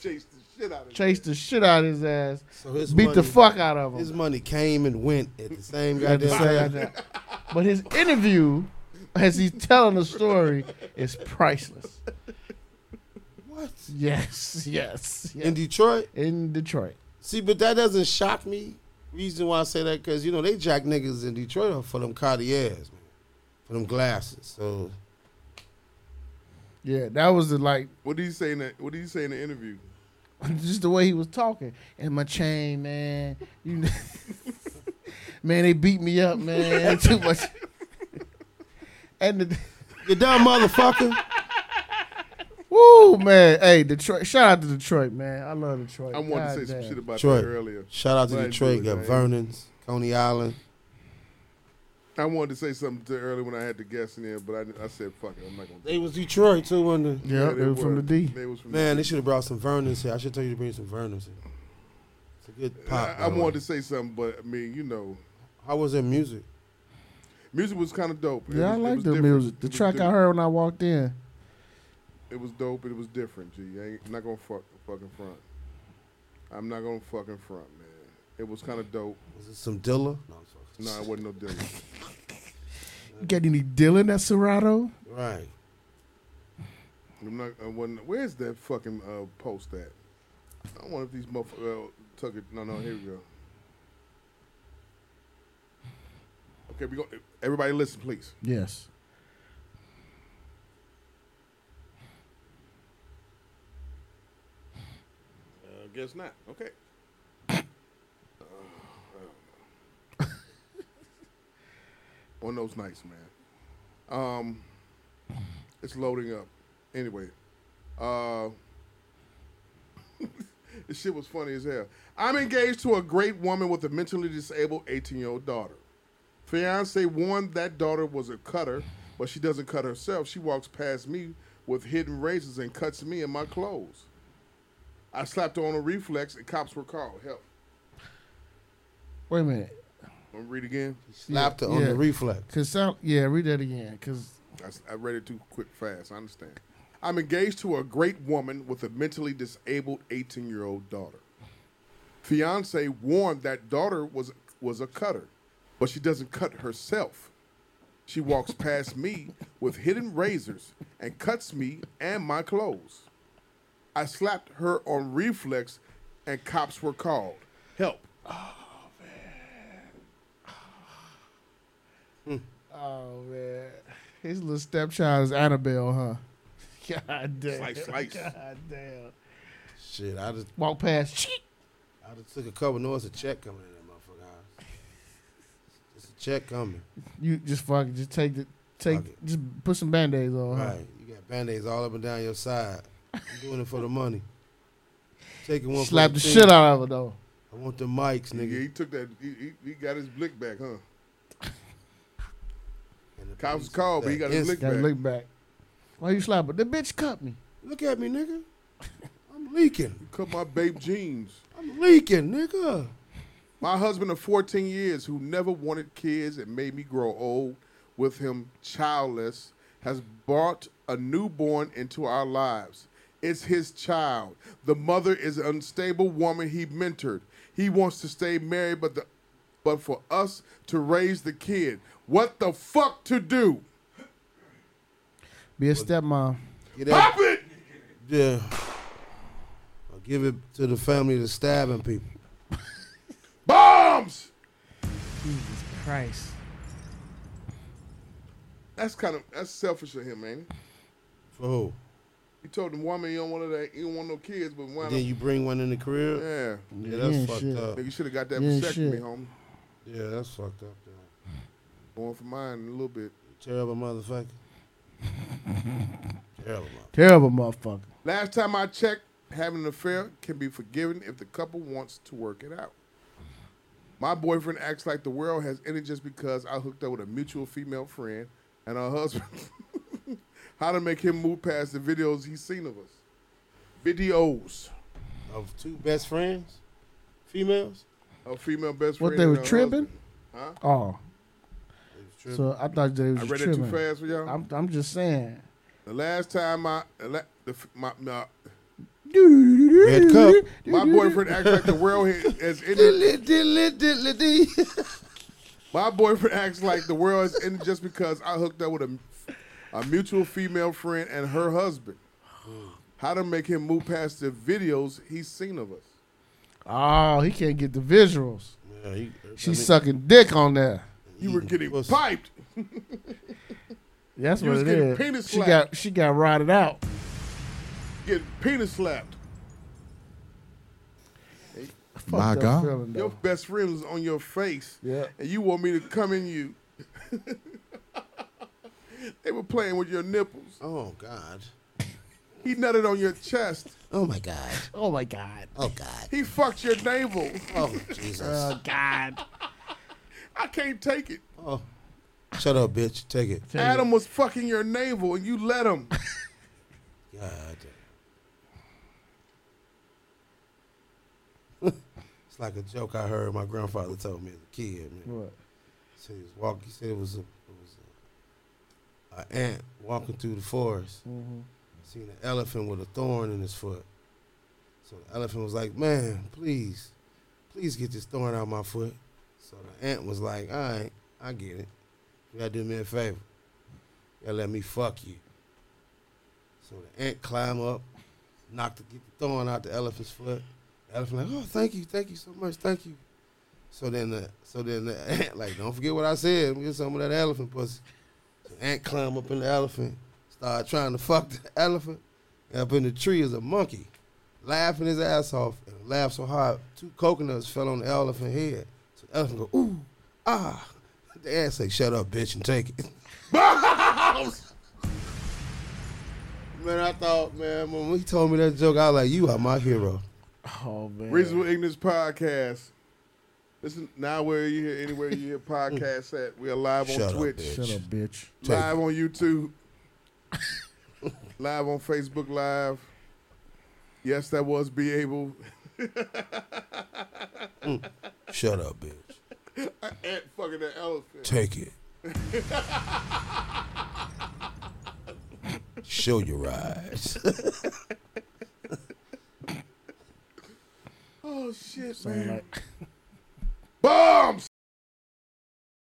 Chase the shit out of
Chased the shit out of his ass,
So his
beat the
money-
fuck out of him.
His money came and went at the same
Got to
goddamn
say
time.
that. But his interview, as he's telling the story, is priceless.
What?
Yes, yes, yes.
In Detroit?
In Detroit.
See, but that doesn't shock me. Reason why I say that because you know they jack niggas in Detroit up for them Cartiers, man, for them glasses. So
Yeah, that was the like
What did he say in that? What did he say in the interview?
just the way he was talking. And my chain, man. You kn- man, they beat me up, man. Too much. And the
you dumb motherfucker.
Woo, man. Hey, Detroit. Shout out to Detroit, man. I love Detroit.
I wanted to say
God
some
damn.
shit about
Detroit.
that earlier.
Shout out to
But I didn't
Detroit.
do it,
Got
man.
Vernon's, Coney Island.
I wanted to say something to earlier when I had the guest in there, but I, I said fuck it. I'm not gonna.
They was Detroit too, wasn't they?
Yeah, they were from the D.
They was from the
Man,
D.
they should have brought some Vernon's here. I should tell you to bring some Vernon's here. It's a good
I,
pop.
I wanted to say something, but I mean, you know,
How was their music?
music was kind of dope. It
Yeah, I
was- it
like
was
the
different.
music. The
It was
track I
different.
heard when I walked in.
It was dope, but it was different. G, I ain't, I'm not gonna fuck fucking front. I'm not gonna fucking front, man. It was kind of dope.
Was it some Dilla? No, I'm sorry.
No, it wasn't no Dylan.
You got any Dylan at Serato?
Right.
I'm not. I wasn't. Where's that fucking uh, post at? I wonder if these motherfuckers uh, took it. No, no. Here we go. Okay, we go. Everybody, listen, please.
Yes.
Uh, guess not. Okay. One of those nights, man. Um, it's loading up. Anyway, uh, this shit was funny as hell. I'm engaged to a great woman with a mentally disabled 18 year old daughter. Fiance warned that daughter was a cutter, but she doesn't cut herself. She walks past me with hidden razors and cuts me in my clothes. I slapped her on a reflex and cops were called. Help.
Wait a minute.
Let me read again.
Slapped her on
yeah.
the reflex.
Cause sound, yeah, read that again. Cause
I, s- I read it too quick, fast. I understand. I'm engaged to a great woman with a mentally disabled 18 year old daughter. Fiance warned that daughter was was a cutter, but she doesn't cut herself. She walks past me with hidden razors and cuts me and my clothes. I slapped her on reflex, and cops were called. Help.
oh man, his little stepchild is Annabelle, huh? God damn.
Slice, slice.
God damn.
Shit, I just
Walk past.
I just took a couple notes. A check coming in that motherfucker house. It's a check coming.
You just fuck. Just take the take. Just put some band aids on. Huh?
Right. You got band aids all up and down your side. You doing it for the money. Taking one. for
Slap the
team.
shit out of her though.
I want the mics,
Nigga,
nigga.
he took that. He, he, he got his blick back, huh? Cops called, but he got his blick
Got
back.
lick back. Why you slap her? The bitch cut me.
Look at me, nigga. I'm leaking.
You cut my babe jeans.
I'm leaking, nigga.
My husband of 14 years, who never wanted kids and made me grow old with him childless, has brought a newborn into our lives. It's his child. The mother is an unstable woman he mentored. He wants to stay married, but the but for us to raise the kid. What the fuck to do?
Be a stepmom.
Get Pop it. Yeah. I'll give it to the family that's stabbing people.
Bombs!
Jesus Christ.
That's kind of that's selfish of him, ain't it?
For who?
He told the woman you don't want that you don't want no kids, but why
Then you bring one in the crib.
Yeah.
Yeah, that's
Yeah,
fucked
shit.
up.
Nigga, you shoulda got that Yeah, vasectomy, shit. homie.
Yeah, that's fucked up. Though.
Going for mine in a little bit.
Terrible motherfucker. Terrible motherfucker.
Terrible motherfucker.
Last time I checked, having an affair can be forgiven if the couple wants to work it out. My boyfriend acts like the world has ended just because I hooked up with a mutual female friend and her husband. How to make him move past the videos he's seen of us. Videos.
Of two best friends? Females?
Of female best friends.
What they were
and her
tripping?
husband. Huh?
Oh. So I thought they was
I
just
read
tripping.
it too fast for y'all.
I'm, I'm just saying.
The last time I, the, la- the f- my, my,
Red cup.
my boyfriend acts like the world has- has ended. my boyfriend acts like the world has ended just because I hooked up with a, a mutual female friend and her husband. How to make him move past the videos he's seen of us?
Oh, he can't get the visuals.
Yeah, he,
She's sucking dick on there.
You were getting piped.
That's
You
what
was
it
getting
is.
penis
she
slapped.
got she got rotted out.
Getting penis slapped.
Fuck My that God. feeling,
your best friend was on your face,
Yeah.
and you want me to come in you. they were playing with your nipples.
Oh God!
He nutted on your chest.
Oh my God!
Oh my God.
Oh God!
He fucked your navel.
Oh Jesus!
Oh God.
I can't take it.
Oh, shut up, bitch. Take it.
Adam was fucking your navel, and you let him.
God. it's like a joke I heard my grandfather told me as a kid. Man.
What?
He said he was walking. He said it was a, it was a, a ant walking through the forest. Seen an elephant with a thorn in his foot. So the elephant was like, "Man, please, please get this thorn out of my foot." So the ant was like, "All right, I get it. You gotta do me a favor. You gotta let me fuck you." So the ant climb up, knock the, get the thorn out the elephant's foot. The elephant like, oh, thank you, thank you so much, thank you. So then the so then the ant like, don't forget what I said. Let me Get some of that elephant pussy. So the ant climb up in the elephant, start trying to fuck the elephant. And up in the tree is a monkey, laughing his ass off and laughed so hard two coconuts fell on the elephant head. So the elephant go, ooh, ah. The ant say, shut up, bitch, and take it. Man, I thought, man, when he told me that joke, I was like, you are my hero.
Oh man.
Reasonable Ignorance Podcast. Listen, now where you hear anywhere you hear podcasts at, we are live on
Shut up,
Twitch,
bitch. Shut up, bitch.
live on YouTube, live on Facebook Live. Yes, that was be able.
Shut up, bitch.
I ant fucking that elephant.
Take it. Show your eyes.
oh shit,
Sound
man!
like-
Bombs.